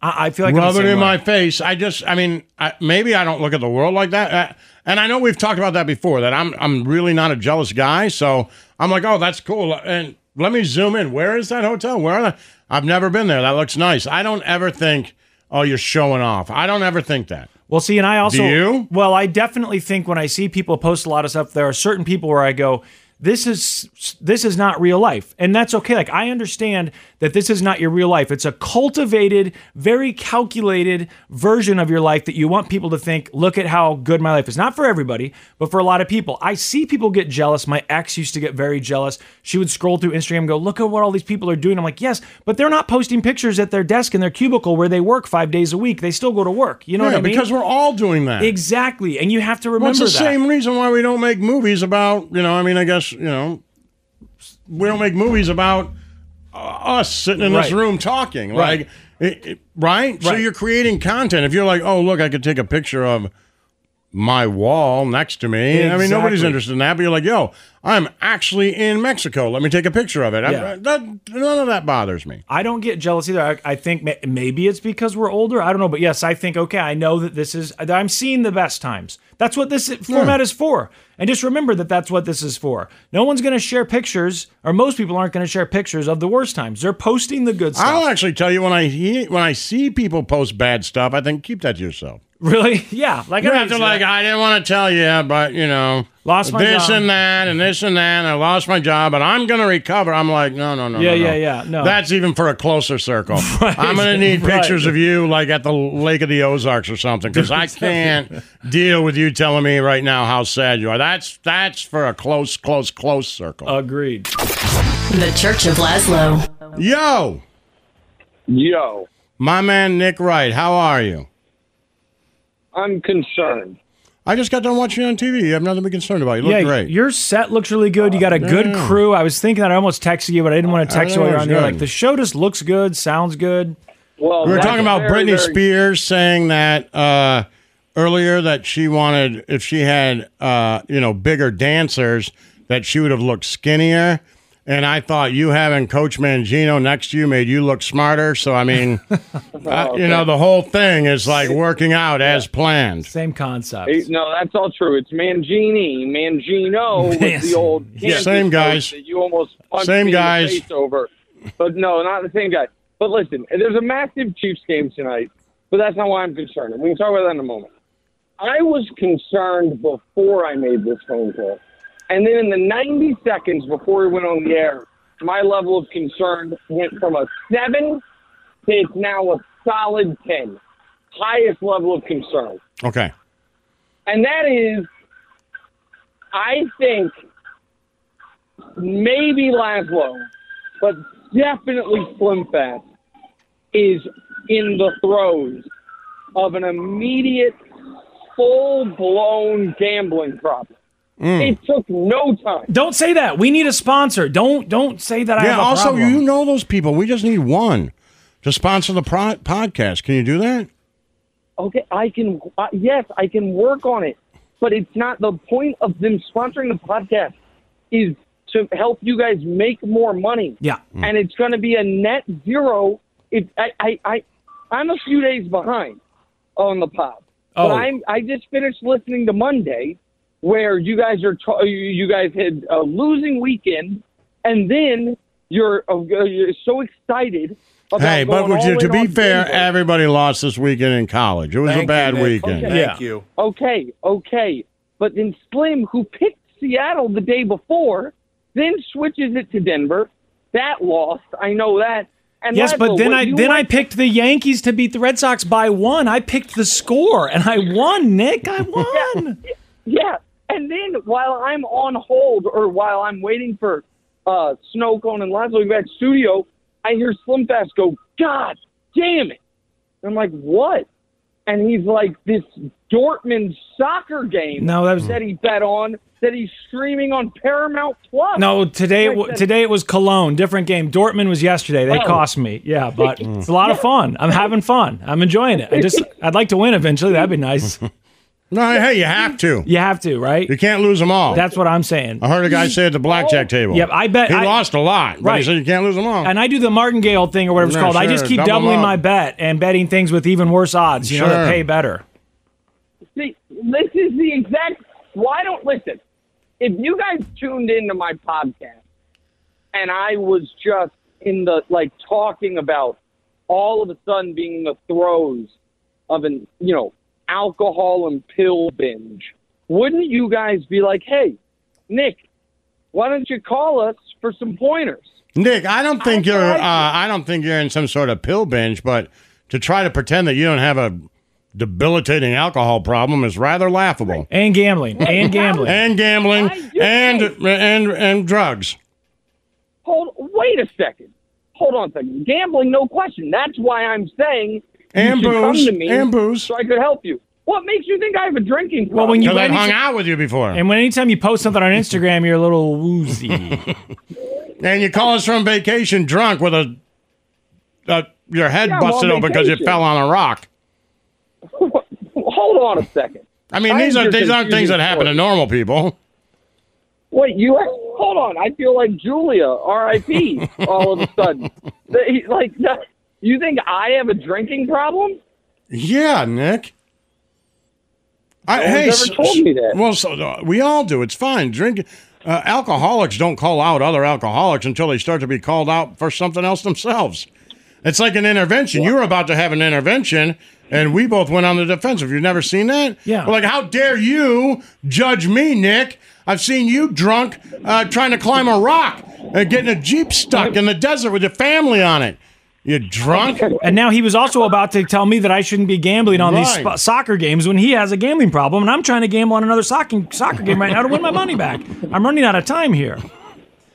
C: I, I feel like I'm the
B: rub it
C: same
B: in
C: way.
B: my face. I just, I mean, I, maybe I don't look at the world like that. Uh, and I know we've talked about that before. That I'm, I'm really not a jealous guy. So I'm like, oh, that's cool. And let me zoom in. Where is that hotel? Where are the, I've never been there. That looks nice. I don't ever think, oh, you're showing off. I don't ever think that.
C: Well, see, and I also
B: Do you?
C: well, I definitely think when I see people post a lot of stuff, there are certain people where I go, "This is this is not real life," and that's okay. Like I understand that this is not your real life. It's a cultivated, very calculated version of your life that you want people to think, "Look at how good my life is." Not for everybody, but for a lot of people. I see people get jealous. My ex used to get very jealous. She would scroll through Instagram, and go, "Look at what all these people are doing." I'm like, "Yes, but they're not posting pictures at their desk in their cubicle where they work five days a week. They still go to work." You know
B: yeah,
C: what I mean?
B: because we're all doing that.
C: Exactly. And you have to remember
B: Well, it's the
C: that.
B: same reason why we don't make movies about, you know, I mean, I guess, you know, we don't make movies about uh, us sitting in this
C: Right.
B: room talking.
C: Right.
B: Like, it, it- right? So
C: Right.
B: you're creating content. If you're like, oh, look, I could take a picture of my wall next to me. I mean, nobody's
C: Exactly.
B: interested in that, but you're like, yo, I'm actually in Mexico. Let me take a picture of it. I'm- uh,
C: Yeah.
B: that, none of that bothers me.
C: I don't get jealous either. I, I think ma- maybe it's because we're older. I don't know, but yes, I think okay. I know that this is that I'm seeing the best times. That's what this format is for. And just remember that that's what this is for. No one's going to share pictures, or most people aren't going to share pictures of the worst times. They're posting the good stuff.
B: I'll actually tell you when I he, when I see people post bad stuff, I think keep that to yourself.
C: really? Yeah. Like
B: you
C: I
B: have to
C: don't
B: like, I didn't want to tell you, but you know,
C: Lost my
B: this
C: job.
B: and that, and this and that, and I lost my job, but I'm gonna recover. I'm like, no, no, no,
C: Yeah,
B: no,
C: yeah,
B: no.
C: yeah, no.
B: That's even for a closer circle. I'm gonna need
C: right.
B: pictures of you, like at the Lake of the Ozarks or something, because I can't deal with you telling me right now how sad you are. That's that's for a close, close, close circle.
C: Uh, Agreed.
E: The Church of Laszlo.
B: Yo,
R: Yo,
B: my man Nick Wright, how are you?
R: I'm concerned.
B: I just got done watching you on TV. You have nothing to be concerned about. You look
C: yeah,
B: great.
C: your set looks really good. You got a good
B: yeah.
C: crew. I was thinking that I almost texted you, but I didn't want to text you while you're on
B: Everything's
C: there.
B: good.
C: Like the show just looks good, sounds good.
R: Well,
B: we were
R: that's
B: talking about
R: very,
B: Britney
R: very-
B: Spears saying that uh, earlier that she wanted if she had uh, you know bigger dancers that she would have looked skinnier. And I thought you having Coach Mangino next to you made you look smarter. So I mean, uh, you know, the whole thing is like working out as planned.
C: Same concept.
R: Eh, No, that's all true. It's Mangini. Mangino was
B: Yes.
R: the old
B: Yeah,
R: Kansas
B: same
R: coach
B: guys.
R: that you almost punched
B: Same
R: me
B: guys.
R: in the face over. But no, not the same guy. But listen, there's a massive Chiefs game tonight, but that's not why I'm concerned. We can talk about that in a moment. I was concerned before I made this phone call. And then in the 90 seconds before we went on the air, my level of concern went from a 7 to it's now a solid 10. Highest level of concern
B: Okay.
R: and that is, I think maybe Laszlo, but definitely Slimfast is in the throes of an immediate, full blown gambling problem. It took no time.
C: Don't say that. We need a sponsor. Don't don't say that. I
B: Yeah.
C: have a
B: Also,
C: problem.
B: you know those people. We just need one to sponsor the pro- podcast. Can you do that?
R: okay, I can, uh, yes, I can work on it, but it's not the point of them sponsoring the podcast is to help you guys make more money.
C: Yeah.
R: And it's going to be a net zero. If I, I, I, I'm a few days behind on the pod.
C: Oh.
R: But I'm, I just finished listening to Monday where you guys are, ta- you you guys had a losing weekend and then you're, uh, you're so excited. About
B: Hey, but
R: going
B: would
R: all
B: you, to
R: in
B: be
R: on
B: fair,
R: Denver.
B: everybody lost this weekend in college. It was a
D: Thank you,
B: bad
D: Nick.
B: weekend.
D: Okay. Thank you.
R: Okay, okay. But then Slim, who picked Seattle the day before, then switches it to Denver. That lost. I know that. And
C: yes, but
R: Laszlo,
C: then
R: what
C: I
R: you
C: then I
R: want-
C: picked the Yankees to beat the Red Sox by one. I picked the score and I won, Nick. I won.
R: Yeah. And then while I'm on hold or while I'm waiting for uh, Snow Cone and Lazo to be back to studio, I hear Slim Fast go, God damn it. And I'm like, what? and he's like this Dortmund soccer game
C: No, that was-
R: he bet on that he's streaming on Paramount Plus.
C: No, today
R: Like
C: w-
R: that-
C: today it was Cologne, different game. Dortmund was yesterday. They
R: Oh.
C: cost me. Yeah, but it's a lot of fun. I'm having fun. I'm enjoying it. I just I'd like to win eventually. That'd be nice.
B: no, hey, you have to.
C: You have to, right? You
B: can't lose them all.
C: That's what I'm saying.
B: I heard a guy say at the blackjack table.
C: Yep, I bet
B: he
C: I-
B: lost a lot. But he said you can't lose them all.
C: And I do the martingale thing or whatever it's
B: Yeah,
C: called. I
B: sure,
C: just keep
B: double
C: doubling
B: up.
C: my bet and betting things with even worse odds, you know,
B: Sure.
C: that pay better.
R: See, this is the exact. Why don't listen? If you guys tuned into my podcast, and I was just in the like talking about all of a sudden being in the throes of an you know alcohol and pill binge, wouldn't you guys be like, hey, Nick, why don't you call us for some pointers?
B: Nick, I don't think you're. Uh, I don't think you're in some sort of pill binge, but to try to pretend that you don't have a debilitating alcohol problem is rather laughable.
C: And gambling. And gambling.
B: And gambling. And and and drugs.
R: Hold, wait a second. Hold on a second. Gambling, no question. That's why I'm saying
B: And
R: you should come
B: booze.
R: to me
B: And booze.
R: so I could help you. What makes you think I have a drinking problem?
C: Well, when you
B: Because I
C: when
B: hung
C: you-
B: out with you before,
C: And when anytime you post something on Instagram, you're a little woozy.
B: and you call us from vacation drunk with a, a your head
R: Yeah, I'm
B: busted
R: on
B: open because you
R: vacation.
B: fell on a rock.
R: Hold on a second.
B: I mean, these
R: am
B: are
R: your
B: these aren't things
R: confusing
B: that happen to
R: source.
B: normal people.
R: Wait, you hold on. I feel like Julia, R.I.P. all of a sudden. They- like, you think I have a drinking problem?
B: Yeah, Nick. I,
R: No one's
B: hey,
R: ever
B: s-
R: told me that.
B: Well, so, uh, we all do. It's fine. Drink. Uh, alcoholics don't call out other alcoholics until they start to be called out for something else themselves. It's like an intervention. You were about to have an intervention, and we both went on the defensive. You've never seen that?
C: Yeah.
B: We're like, how dare you judge me, Nick? I've seen you drunk uh, trying to climb a rock and getting a Jeep stuck in the desert with your family on it. You drunk?
C: And now he was also about to tell me that I shouldn't be gambling on these sp-
B: Right.
C: soccer games when he has a gambling problem, and I'm trying to gamble on another soccer soccer game right now to win my money back. I'm running out of time here.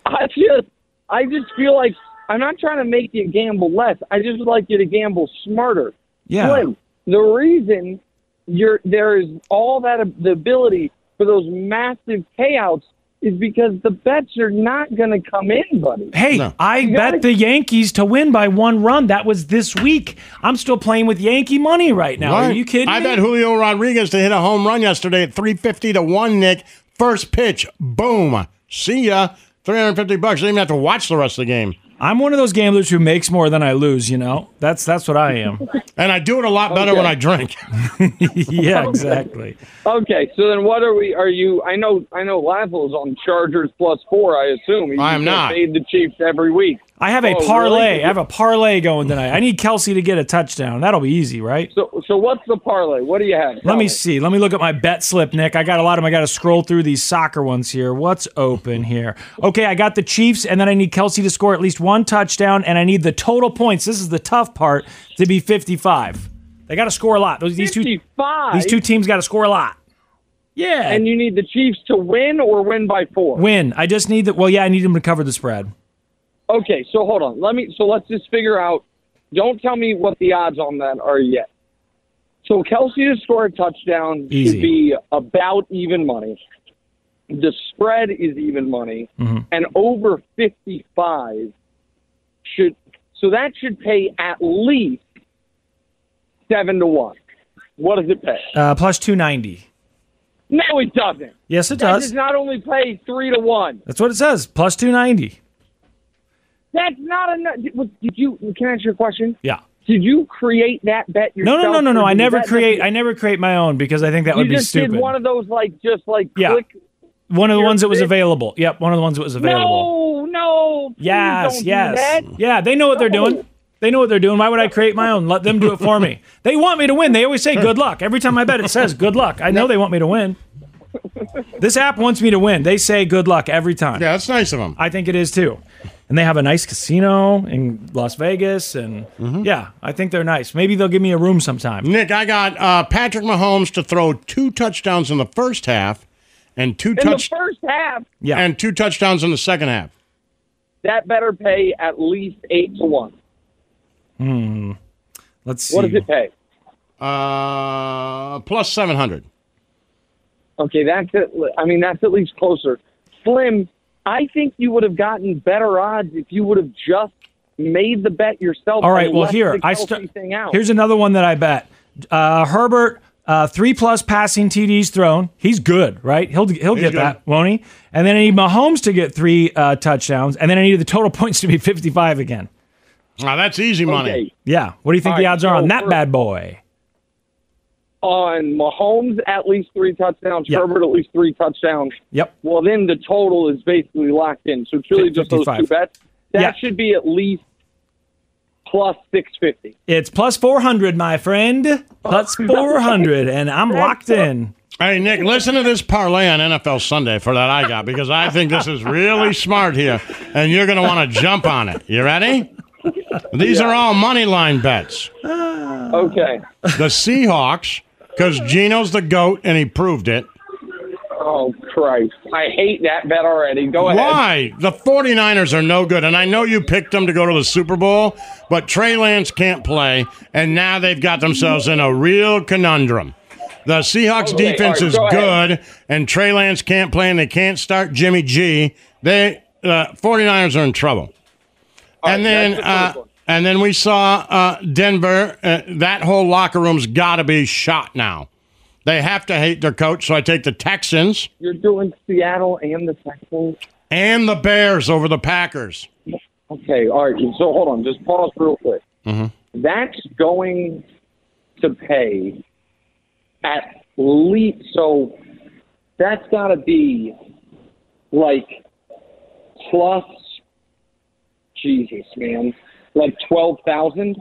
R: I just, I just feel like I'm not trying to make you gamble less. I just would like you to gamble smarter.
C: Yeah.
R: Slim, the reason you're there is all that ab- the ability for those massive payouts is because the bets are not going to come in, buddy.
C: Hey, I bet the Yankees to win by one run. That was this week. I'm still playing with Yankee money right now. Are
B: Right.
C: you kidding
B: I
C: me?
B: bet Julio Rodriguez to hit a home run yesterday at 350 to 1, Nick. First pitch, boom. See ya. 350 bucks. They didn't even have to watch the rest of the game.
C: I'm one of those gamblers who makes more than I lose. You know, that's that's what I am.
B: And I do it a lot better
R: Okay.
B: when I drink.
C: yeah, exactly.
R: Okay, so then what are we? Are you? I know, I know. Lazzle's on Chargers plus four. I assume. He's
B: I am
R: gonna
B: not.
R: Fade the Chiefs every week.
C: I have a
R: Oh,
C: parlay.
R: really?
C: I have a parlay going tonight. I need Kelsey to get a touchdown. That'll be easy, right?
R: So, so what's the parlay? What do you have?
C: Let me see. Let me look at my bet slip, Nick. I got a lot of them. I got to scroll through these soccer ones here. What's open here? Okay, I got the Chiefs, and then I need Kelsey to score at least one touchdown, and I need the total points. This is the tough part to be 55. They got to score a lot. Those these two
R: Fifty-five.
C: these two teams got to score a lot. Yeah.
R: And you need the Chiefs to win or win by four.
C: Win. I just need that. Well, yeah, I need them to cover the spread.
R: Okay, so hold on. Let me. So let's just figure out. Don't tell me what the odds on that are yet. So Kelsey to score a touchdown
C: Easy.
R: should be about even money. The spread is even money,
C: Mm-hmm.
R: and over fifty-five should. So that should pay at least seven to one. What does it pay?
C: Uh, plus 290.
R: No, it doesn't.
C: Yes, it
R: That
C: does.
R: does not only pay three to one.
C: That's what it says. Plus 290.
R: That's not enough. Did you? Can I ask you a question?
C: Yeah.
R: Did you create that bet
C: No,
R: yourself?
C: no, no, no, no.
R: or
C: I
R: did
C: never
R: that-
C: create. I never create my own because I think that
R: you
C: would be
R: just
C: stupid.
R: did one of those like just like
C: Yeah.
R: click.
C: One of the
R: Your
C: ones that was
R: big-
C: available. Yep, one of the ones that was available.
R: No, no. please
C: yes,
R: don't do
C: yes.
R: that.
C: Yeah, they know what they're doing. They know what they're doing. Why would I create my own? Let them do it for me. They want me to win. They always say good luck. Every time I bet, it says good luck. I know they want me to win. This app wants me to win. They say good luck every time.
B: Yeah, that's nice of them.
C: I think it is too. And they have a nice casino in Las Vegas. And
R: Mm-hmm.
C: yeah, I think they're nice. Maybe they'll give me a room sometime.
B: Nick, I got uh, Patrick Mahomes to throw two touchdowns in the first half and two
R: In
B: touch
R: the first half,
C: Yeah.
B: and two touchdowns in the second half.
R: that better pay at least eight to one.
C: Hmm. Let's see.
R: What does it pay?
B: Uh, plus 700.
R: Okay, that's it. I mean, that's at least closer. Slim, I think you would have gotten better odds if you would have just made the bet yourself.
C: All right.
R: and
C: Well,
R: left
C: here
R: the
C: I
R: Kelsey
C: start.
R: thing out.
C: Here's another one that I bet. Uh, Herbert, uh, three plus passing TDs thrown. He's good, right? He'll he'll
B: He's
C: get
B: good.
C: that, won't he? And then I need Mahomes to get three uh, touchdowns, and then I need the total points to be 55 again.
B: Now, that's easy money.
C: Yeah. What do you think
R: All
C: the
R: right,
C: odds are on
R: so
C: that bad boy?
R: on Mahomes at least three touchdowns,
C: Yep.
R: Herbert at least three touchdowns.
C: Yep.
R: Well, then the total is basically locked in. So it's really just those
C: 55.
R: two bets. That
C: Yeah.
R: should be at least plus six fifty.
C: It's plus 400, my friend. Plus 400, and I'm locked in.
B: Hey, Nick, listen to this parlay on NFL Sunday for that I got because I think this is really smart here, and you're going to want to jump on it. You ready? These are all money line bets. Uh.
R: Okay.
B: The Seahawks, because Gino's the GOAT and he proved it.
R: Oh Christ! I hate that bet already. Go ahead.
B: Why? The 49ers are no good, and I know you picked them to go to the Super Bowl, but Trey Lance can't play, and now they've got themselves in a real conundrum. The Seahawks
R: Okay,
B: defense
R: all right,
B: is
R: go ahead.
B: good, and Trey Lance can't play, and they can't start Jimmy G. They uh, 49ers are in trouble. and then
R: that's the
B: uh,
R: first one.
B: and then we saw uh, Denver. Uh, that whole locker room's got to be shot now. They have to hate their coach, so I take the Texans
R: You're doing Seattle and the Texans.
B: and the Bears over the Packers.
R: Okay. All right. So hold on. Just pause real quick.
B: Mm-hmm.
R: that's going to pay at least so that's got to be like plus jesus man like 12,000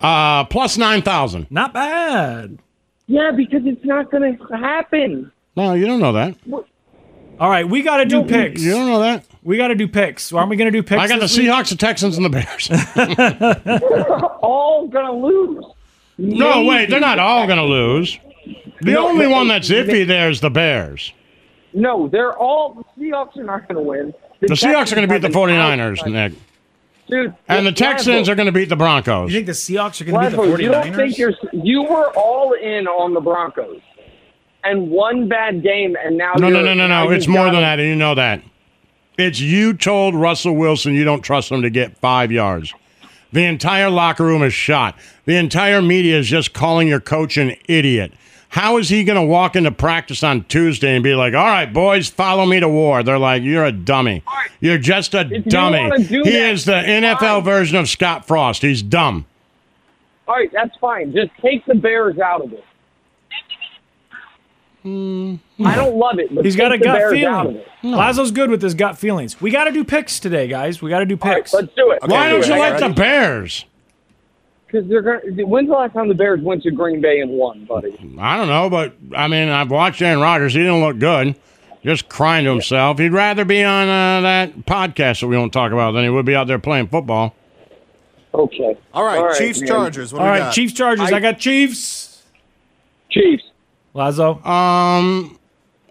B: Uh, plus 9,000.
C: Not bad.
R: yeah because it's not going to happen
B: No, you don't know that.
C: All right, we got to do picks.
B: You don't know that.
C: We got to do picks. Aren't we going to do picks?
B: I got the
C: this week?
B: Seahawks, the Texans, and the Bears.
R: all going to lose
B: no,
R: Maybe.
B: wait, they're not all going to lose. The
R: No,
B: only
R: but-
B: one that's iffy there is the Bears.
R: no they're all the seahawks are not going to win
B: The Seahawks are going to beat the
R: Texans have an
B: 49ers,
R: outside-
B: Nick.
R: Dude,
B: And the
R: Glasgow-
B: Texans are going to beat the Broncos.
C: You think the Seahawks are going to
R: Glasgow,
C: beat the
R: you don't
C: 49ers?
R: think you're you were all in on the Broncos, and one bad game, and now
B: No, no,
R: you're-
B: no, no,
R: now
B: no.
R: you've
B: It's more
R: got
B: than
R: them.
B: that, and you know that. It's you told Russell Wilson you don't trust him to get five yards. The entire locker room is shot. The entire media is just calling your coach an idiot. How is he going to walk into practice on Tuesday and be like, all right, boys, follow me to war? They're like, you're a dummy. You're just a
R: If you
B: dummy.
R: wanna do
B: He
R: that,
B: is the NFL version of Scott Frost. He's dumb.
R: All right, that's fine. Just take the Bears out of it. I don't love it. But
C: Hmm. He's got a
R: take the
C: gut
R: Bears out of
C: feeling.
R: it.
C: Lazo's good with his gut feelings. We got to do picks today, guys. We got to do picks.
R: Let's do it.
B: Why don't
R: Let's do
B: you
R: it.
B: like the Bears?
R: Because they're gonna. When's the last time the Bears went to Green Bay and won, buddy?
B: I don't know, but I mean, I've watched Aaron Rodgers. He didn't look good. Just crying to himself. He'd rather be on uh, that podcast that we won't talk about than he would be out there playing football.
R: Okay.
D: All right,
R: All right,
D: Chiefs
R: man.
D: Chargers. What
C: All
D: do we
C: right,
D: got?
C: Chiefs Chargers. I, got Chiefs.
R: Chiefs.
C: Lazo.
B: Um,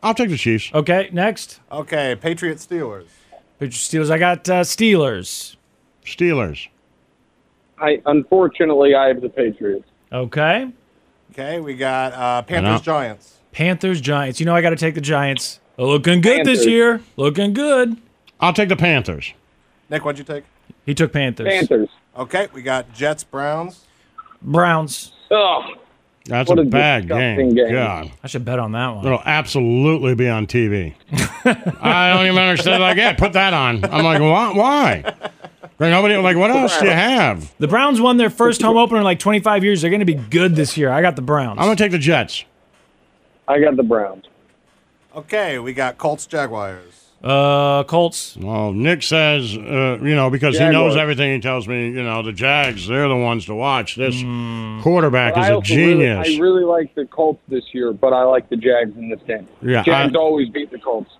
B: I'll take the Chiefs.
C: Okay, next.
D: Okay, Patriots Steelers.
C: Pitch Steelers. I got uh, Steelers.
B: Steelers.
R: I unfortunately I have the Patriots.
C: Okay.
D: Okay, we got uh, Panthers Giants.
C: Panthers, Giants. You know I got to take the Giants. They're looking good
R: Panthers.
C: this year. Looking good.
B: I'll take the Panthers.
D: Nick, what'd you take?
C: He took Panthers.
R: Panthers.
D: Okay, we got Jets Browns.
C: Browns.
R: Ugh.
B: That's
R: What
B: a,
R: a
B: bad game.
R: disgusting game.
B: God,
C: I should bet on that one.
B: it'll absolutely be on TV. I don't even understand. Like, yeah, put that on. I'm like, why? Why? Like, Nobody like. What else do you have?
C: The Browns won their first home opener in like 25 years. They're going to be good this year. I got the Browns.
B: I'm gonna take the Jets.
R: I got the Browns.
D: Okay, we got Colts Jaguars.
C: Uh, Colts.
B: Well, Nick says, uh, you know, because he
R: Jaguars.
B: knows everything. He tells me, you know, the Jags, they're the ones to watch. This quarterback
R: Hmm. I
B: is a
R: also really-
B: genius.
R: I really like the Colts this year, but I like the Jags in this game.
B: Yeah,
R: Jags
B: I-
R: always beat the Colts.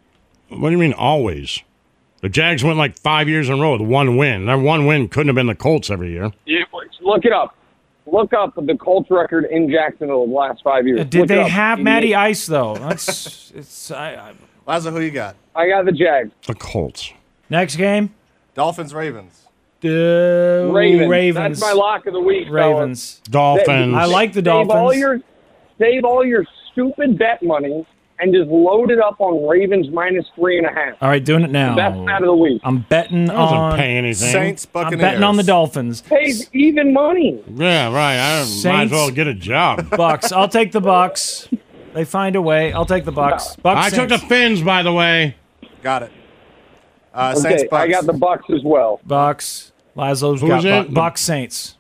B: what do you mean always? The Jags went like five years in a row with one win. Their one win couldn't have been the Colts every year.
R: You- Look it up. Look up the Colts record in Jacksonville the last five years.
C: Did
R: Look it
C: they
R: up.
C: have Matty Ice though? That's it's. I, I,
D: Lazo, who you got?
R: I got the Jags.
B: The Colts.
C: next game.
D: Dolphins Ravens.
C: The
R: Ravens.
C: Oh, Ravens.
R: That's my lock of the week. fellas.
C: Ravens.
B: Dolphins.
C: I like the
R: Save all
C: Dolphins.
R: your, save all your stupid bet money and just load it up on Ravens minus three and a half.
C: All right, doing it now.
R: Best bet of the week.
C: I'm betting
R: That doesn't
C: on
R: pay anything. Saints,
C: I'm
R: Buccaneers.
C: betting on the Dolphins.
R: Pays even money.
B: Yeah, right. I might as
C: Saints.
B: well get a job.
C: Bucks. I'll take the Bucks. They find a way. I'll take the Bucks.
B: I
C: Bucks.
B: took the Finns, by the way.
D: Got it. Uh,
R: Okay,
D: Saints, Bucks.
R: I got the Bucks as well.
C: Bucks. Laszlo's
B: Who
C: got
B: was
C: Bu-
B: it?
C: Bucks Saints.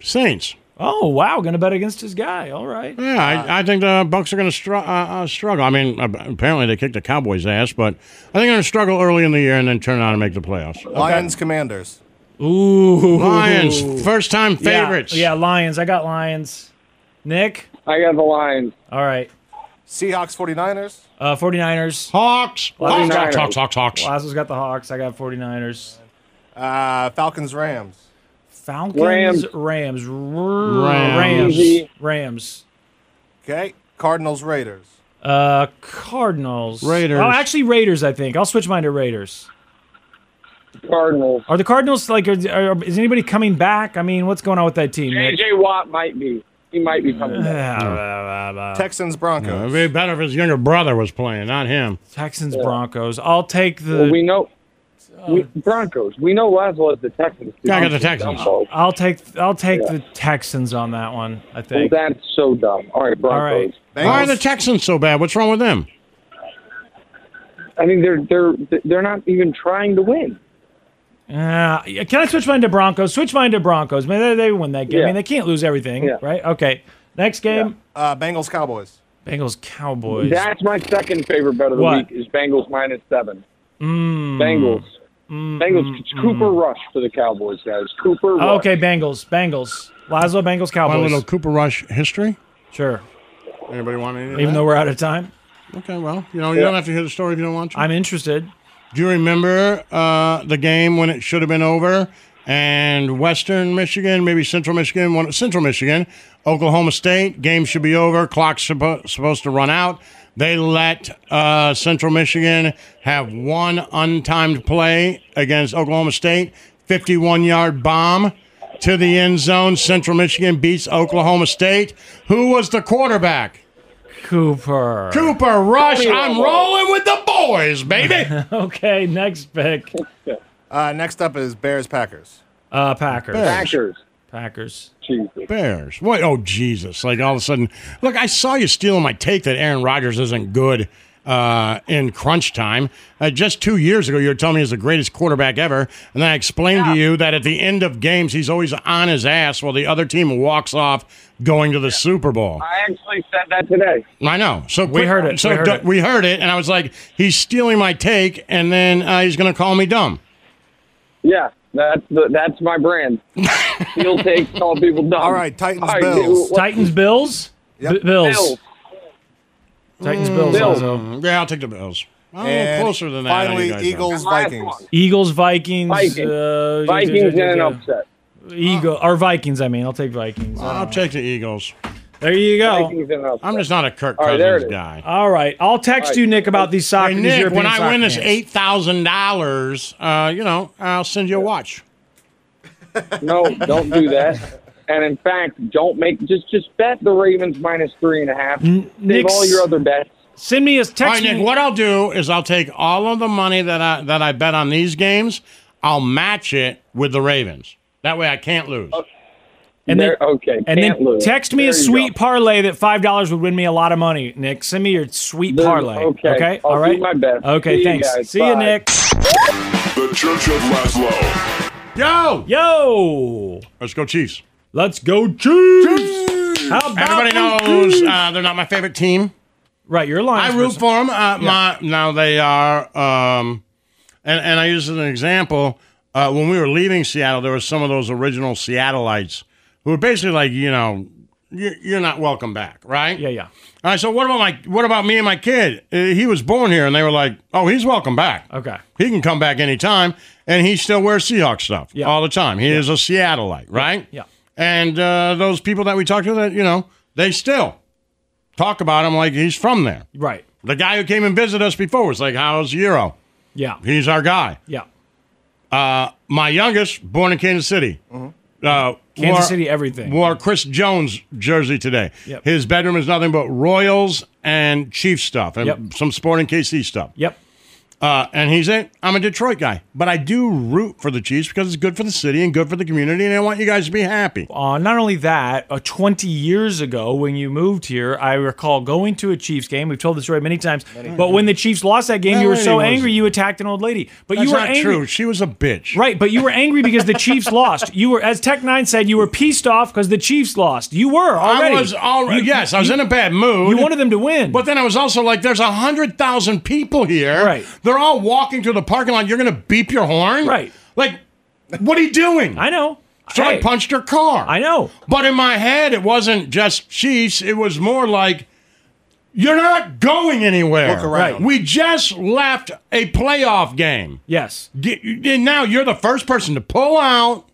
B: Saints.
C: Oh wow, gonna bet against his guy. All right.
D: Mm.
B: Yeah,
C: Uh,
B: I, I think the Bucks are going to str- uh, uh, struggle. I mean, ab- apparently they kicked the Cowboys' ass, but I think they're going to struggle early in the year and then turn on and make the playoffs.
D: Lions, Commanders.
C: Ooh.
B: Lions, first-time
C: Yeah,
B: favorites.
C: Yeah, Lions. I got Lions. Nick?
R: I got the Lions.
C: All right.
D: Seahawks, 49ers.
C: Uh, 49ers.
B: Hawks.
C: Laszlo's got-
B: Hawks, Hawks, Hawks, Hawks.
C: Laszlo's got the Hawks. I got 49ers.
D: Uh, Falcons, Rams.
C: Falcons,
D: Rams.
C: Rams, Rams, R-
D: Rams.
C: Rams,
D: Easy.
C: Rams.
D: Okay. Cardinals, Raiders.
C: Uh, Cardinals,
D: Raiders.
C: Oh, actually, Raiders. I think I'll switch mine to Raiders.
R: Cardinals.
C: Are the Cardinals like? Are, are, is anybody coming back? I mean, what's going on with that team? Nick? Ah,
R: J.J. Watt might be. He might be coming back.
B: Uh,
D: Texans,
B: Yeah,
D: Broncos.
B: it'd be better if his younger brother was playing, not him.
C: Texans, Broncos. I'll take the.
R: Well, we know. We, Broncos. We know Laszlo is the Texans.
B: Uh, Yeah, I got the Texans.
R: Dumbo.
C: I'll take. I'll take the Texans on that one. I think.
R: Well, that's so dumb. All right,
C: All
R: Broncos.
C: right.
B: Why are the Texans so bad? What's wrong with them?
R: I mean, they're they're they're not even trying to win.
C: Uh, can I switch mine to Broncos? Switch mine to Broncos. Man, they, they win that game. I
D: Yeah.
C: mean, they can't lose everything,
D: Yeah.
C: right? Okay. Next game,
D: Uh, Bengals, Cowboys.
C: Bengals Cowboys.
R: That's my second favorite bet of the
C: What?
R: week is Bengals minus seven.
B: Mm.
R: Bengals. Bengals. It's Cooper Rush for the Cowboys, guys. Cooper Rush.
C: Okay, Bengals. Bengals. Laszlo Bengals
B: My
C: Cowboys.
B: little Cooper Rush history.
C: Sure.
B: Anybody want any? Of
C: Even
B: that?
C: though we're out of time,
B: Okay, well, you know, you
C: Yeah.
B: don't have to hear the story if you don't want to.
C: I'm interested.
B: Do you remember uh, the game when it should have been over? And Western Michigan, maybe Central Michigan, one, Central Michigan, Oklahoma State, game should be over. Clock's suppo- supposed to run out. They let uh, Central Michigan have one untimed play against Oklahoma State, 51 yard bomb to the end zone. Central Michigan beats Oklahoma State. Who was the quarterback?
C: Cooper.
B: Cooper Rush.
D: Tell me
B: I'm
D: what-
B: rolling with the boys, baby.
C: okay, next pick.
D: Uh, next up is Bears, Packers.
C: Uh, Packers.
R: Packers.
C: Packers.
B: Bears. What? Oh, Jesus. Like all of a sudden, look, I saw you stealing my take that Aaron Rodgers isn't good uh, in crunch time. Uh, just two years ago, you were telling me he's the greatest quarterback ever. And then I explained to you that at the end of games, he's always on his ass while the other team walks off going to the Super Bowl.
R: I actually said that today.
B: I know. So
C: We heard it.
B: So
C: We heard
B: d-
C: it.
B: we heard it, and I was like, "He's stealing my take," and then uh, he's going to call me dumb.
R: Yeah, that's the, that's my brand. Steal takes all people dumb.
D: All right, Titans,
R: All right,
D: Bills.
R: what-
C: Titans. Bills. B- Bills.
R: Bills.
C: Titans.
B: Mm.
C: Bills.
R: Bills.
C: Laszlo.
B: Yeah, I'll take the Bills. I'm a little
D: And
B: Oh, closer than that. I
D: Finally,
B: think I know.
D: Eagles, Vikings.
C: Eagles. Vikings.
R: Vikings.
C: Uh,
R: Vikings in an upset.
C: Eagle or Vikings? I mean, I'll take Vikings.
B: I'll take the Eagles.
C: There you go.
R: Vikings in an upset.
B: I'm just not a Kirk
R: All right, there
B: Cousins
R: it is.
B: guy.
C: All right, I'll text
R: All right.
C: you, Nick, about these soccer.
B: Hey,
C: these
B: Nick,
C: European
B: when I
C: soccer
B: win this
C: games.
B: eight thousand dollars, uh, you know, I'll send you a watch.
R: No, don't do that. And in fact, don't make just just bet the Ravens minus three and a half. Save
C: Nick's-
R: all your other bets.
C: Send me a
B: All
C: text.
B: right, Nick.
C: me-
B: What I'll do is I'll take all of the money that I that I bet on these games. I'll match it with the Ravens. That way, I can't lose.
C: And then-
R: There- okay,
C: And
R: can't
C: then
R: lose.
C: text me
R: There
C: a
R: you
C: sweet
R: go.
C: parlay that five dollars would win me a lot of money, Nick. Send me your sweet
R: There-
C: parlay.
R: okay, I'll
C: All
R: do
C: right.
R: my best.
C: Okay.
R: See you
C: thanks.
R: guys.
C: See you,
R: Bye.
C: Nick.
H: The Church of Laszlo.
B: Yo,
C: Yo.
B: let's go Chiefs.
C: Let's go Chiefs. How about
B: Everybody
C: them
B: knows
C: Chiefs?
B: uh, they're not my favorite team.
C: right, you're lying.
B: I root for them. Uh, My now they are, um, and and I use as an example uh, when we were leaving Seattle, there were some of those original Seattleites who were basically like, you know, you're, you're not welcome back, right?
C: Yeah, yeah.
B: All right. So what about my what about me and my kid? Uh, he was born here, and they were like, oh, he's welcome back.
C: Okay.
B: He can come back anytime, and he still wears Seahawks stuff
C: Yeah.
B: all the time. He is a Seattleite, right?
C: Yeah.
B: And uh, those people that we talked to, that you know, they still talk about him like he's from there.
C: Right.
B: The guy who came and visited us before was like, "How's Euro?
C: Yeah.
B: He's our guy."
C: Yeah.
B: Uh, my youngest, born in Kansas City. Uh,
C: Mm-hmm. Kansas
B: wore-
C: City, everything.
B: Wore Chris Jones jersey today.
C: Yep.
B: His bedroom is nothing but Royals and Chief stuff and
C: Yep.
B: some Sporting KC stuff.
C: Yep.
B: Uh, and he's in. I'm a Detroit guy, but I do root for the Chiefs because it's good for the city and good for the community, and I want you guys to be happy.
C: Uh, not only that, uh, 20 years ago when you moved here, I recall going to a Chiefs game. We've told this story many times. but when the Chiefs lost that game,
B: That
C: you were
B: lady
C: so
B: was-
C: angry you attacked an old lady. But
B: That's
C: you were
B: not
C: angry.
B: true. She was a bitch.
C: Right, but you were angry because the Chiefs lost. You were, as Tech Nine said, you were pissed off because the Chiefs lost. You were already.
B: I was already.
C: You-
B: Yes, I was
C: you-
B: in a bad mood.
C: You wanted them to win.
B: But then I was also like, there's a hundred thousand people here. Right. They're all walking through the parking lot. You're gonna beep your horn.
C: Right.
B: Like, what are you doing? I
C: know.
B: So I
C: Hey.
B: punched her car. I
C: know.
B: But in my head, it wasn't just Chiefs. It was more like. You're not going anywhere.
C: Look around. Right.
B: We just left a playoff game.
C: Yes.
B: Get- And now you're the first person to pull out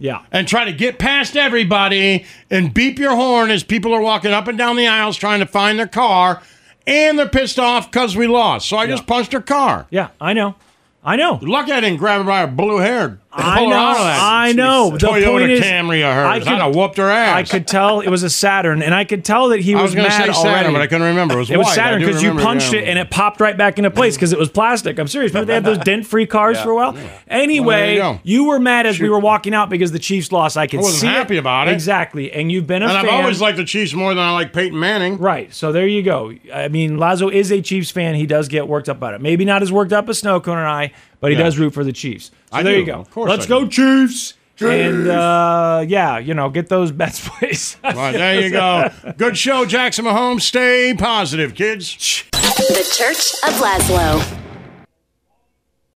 C: Yeah.
B: and try to get past everybody and beep your horn as people are walking up and down the aisles trying to find their car and they're pissed off because we lost. So I just punched her car.
C: Yeah, I know. I know.
B: Lucky I didn't grab her by her blue hair.
C: I know. I know. The
B: Toyota
C: point is,
B: Camry of hers.
C: I could-
B: I'd have whooped her ass.
C: I could tell it was a Saturn, and I could tell that he
B: I
C: was,
B: was gonna
C: mad
B: say Saturn,
C: already.
B: but I couldn't remember. It was white. I
C: Saturn
B: do
C: because you
B: remember,
C: punched
B: yeah.
C: it and it popped right back into place because it was plastic. I'm serious. Remember they had those dent-free cars
B: Yeah.
C: for a while.
B: Yeah.
C: Anyway,
B: Well, there you go.
C: you were mad as we were walking out because the Chiefs lost. I could
B: I wasn't
C: see
B: happy about it.
C: exactly, and you've been a
B: and I've
C: fan.
B: always liked the Chiefs more than I like Peyton Manning.
C: Right. So there you go. I mean, Lazo is a Chiefs fan. He does get worked up about it. Maybe not as worked up as Snowcone and I, but he
B: Yeah.
C: does root for the Chiefs. So
B: I
C: there
B: do.
C: you go.
B: Of course
C: Let's
B: I
C: go,
B: do.
C: Chiefs. And
B: Chiefs.
C: uh, yeah, you know, get those bets, please.
B: Right, there you go. Good show, Jackson Mahomes. Stay positive, kids.
E: The Church of Laszlo.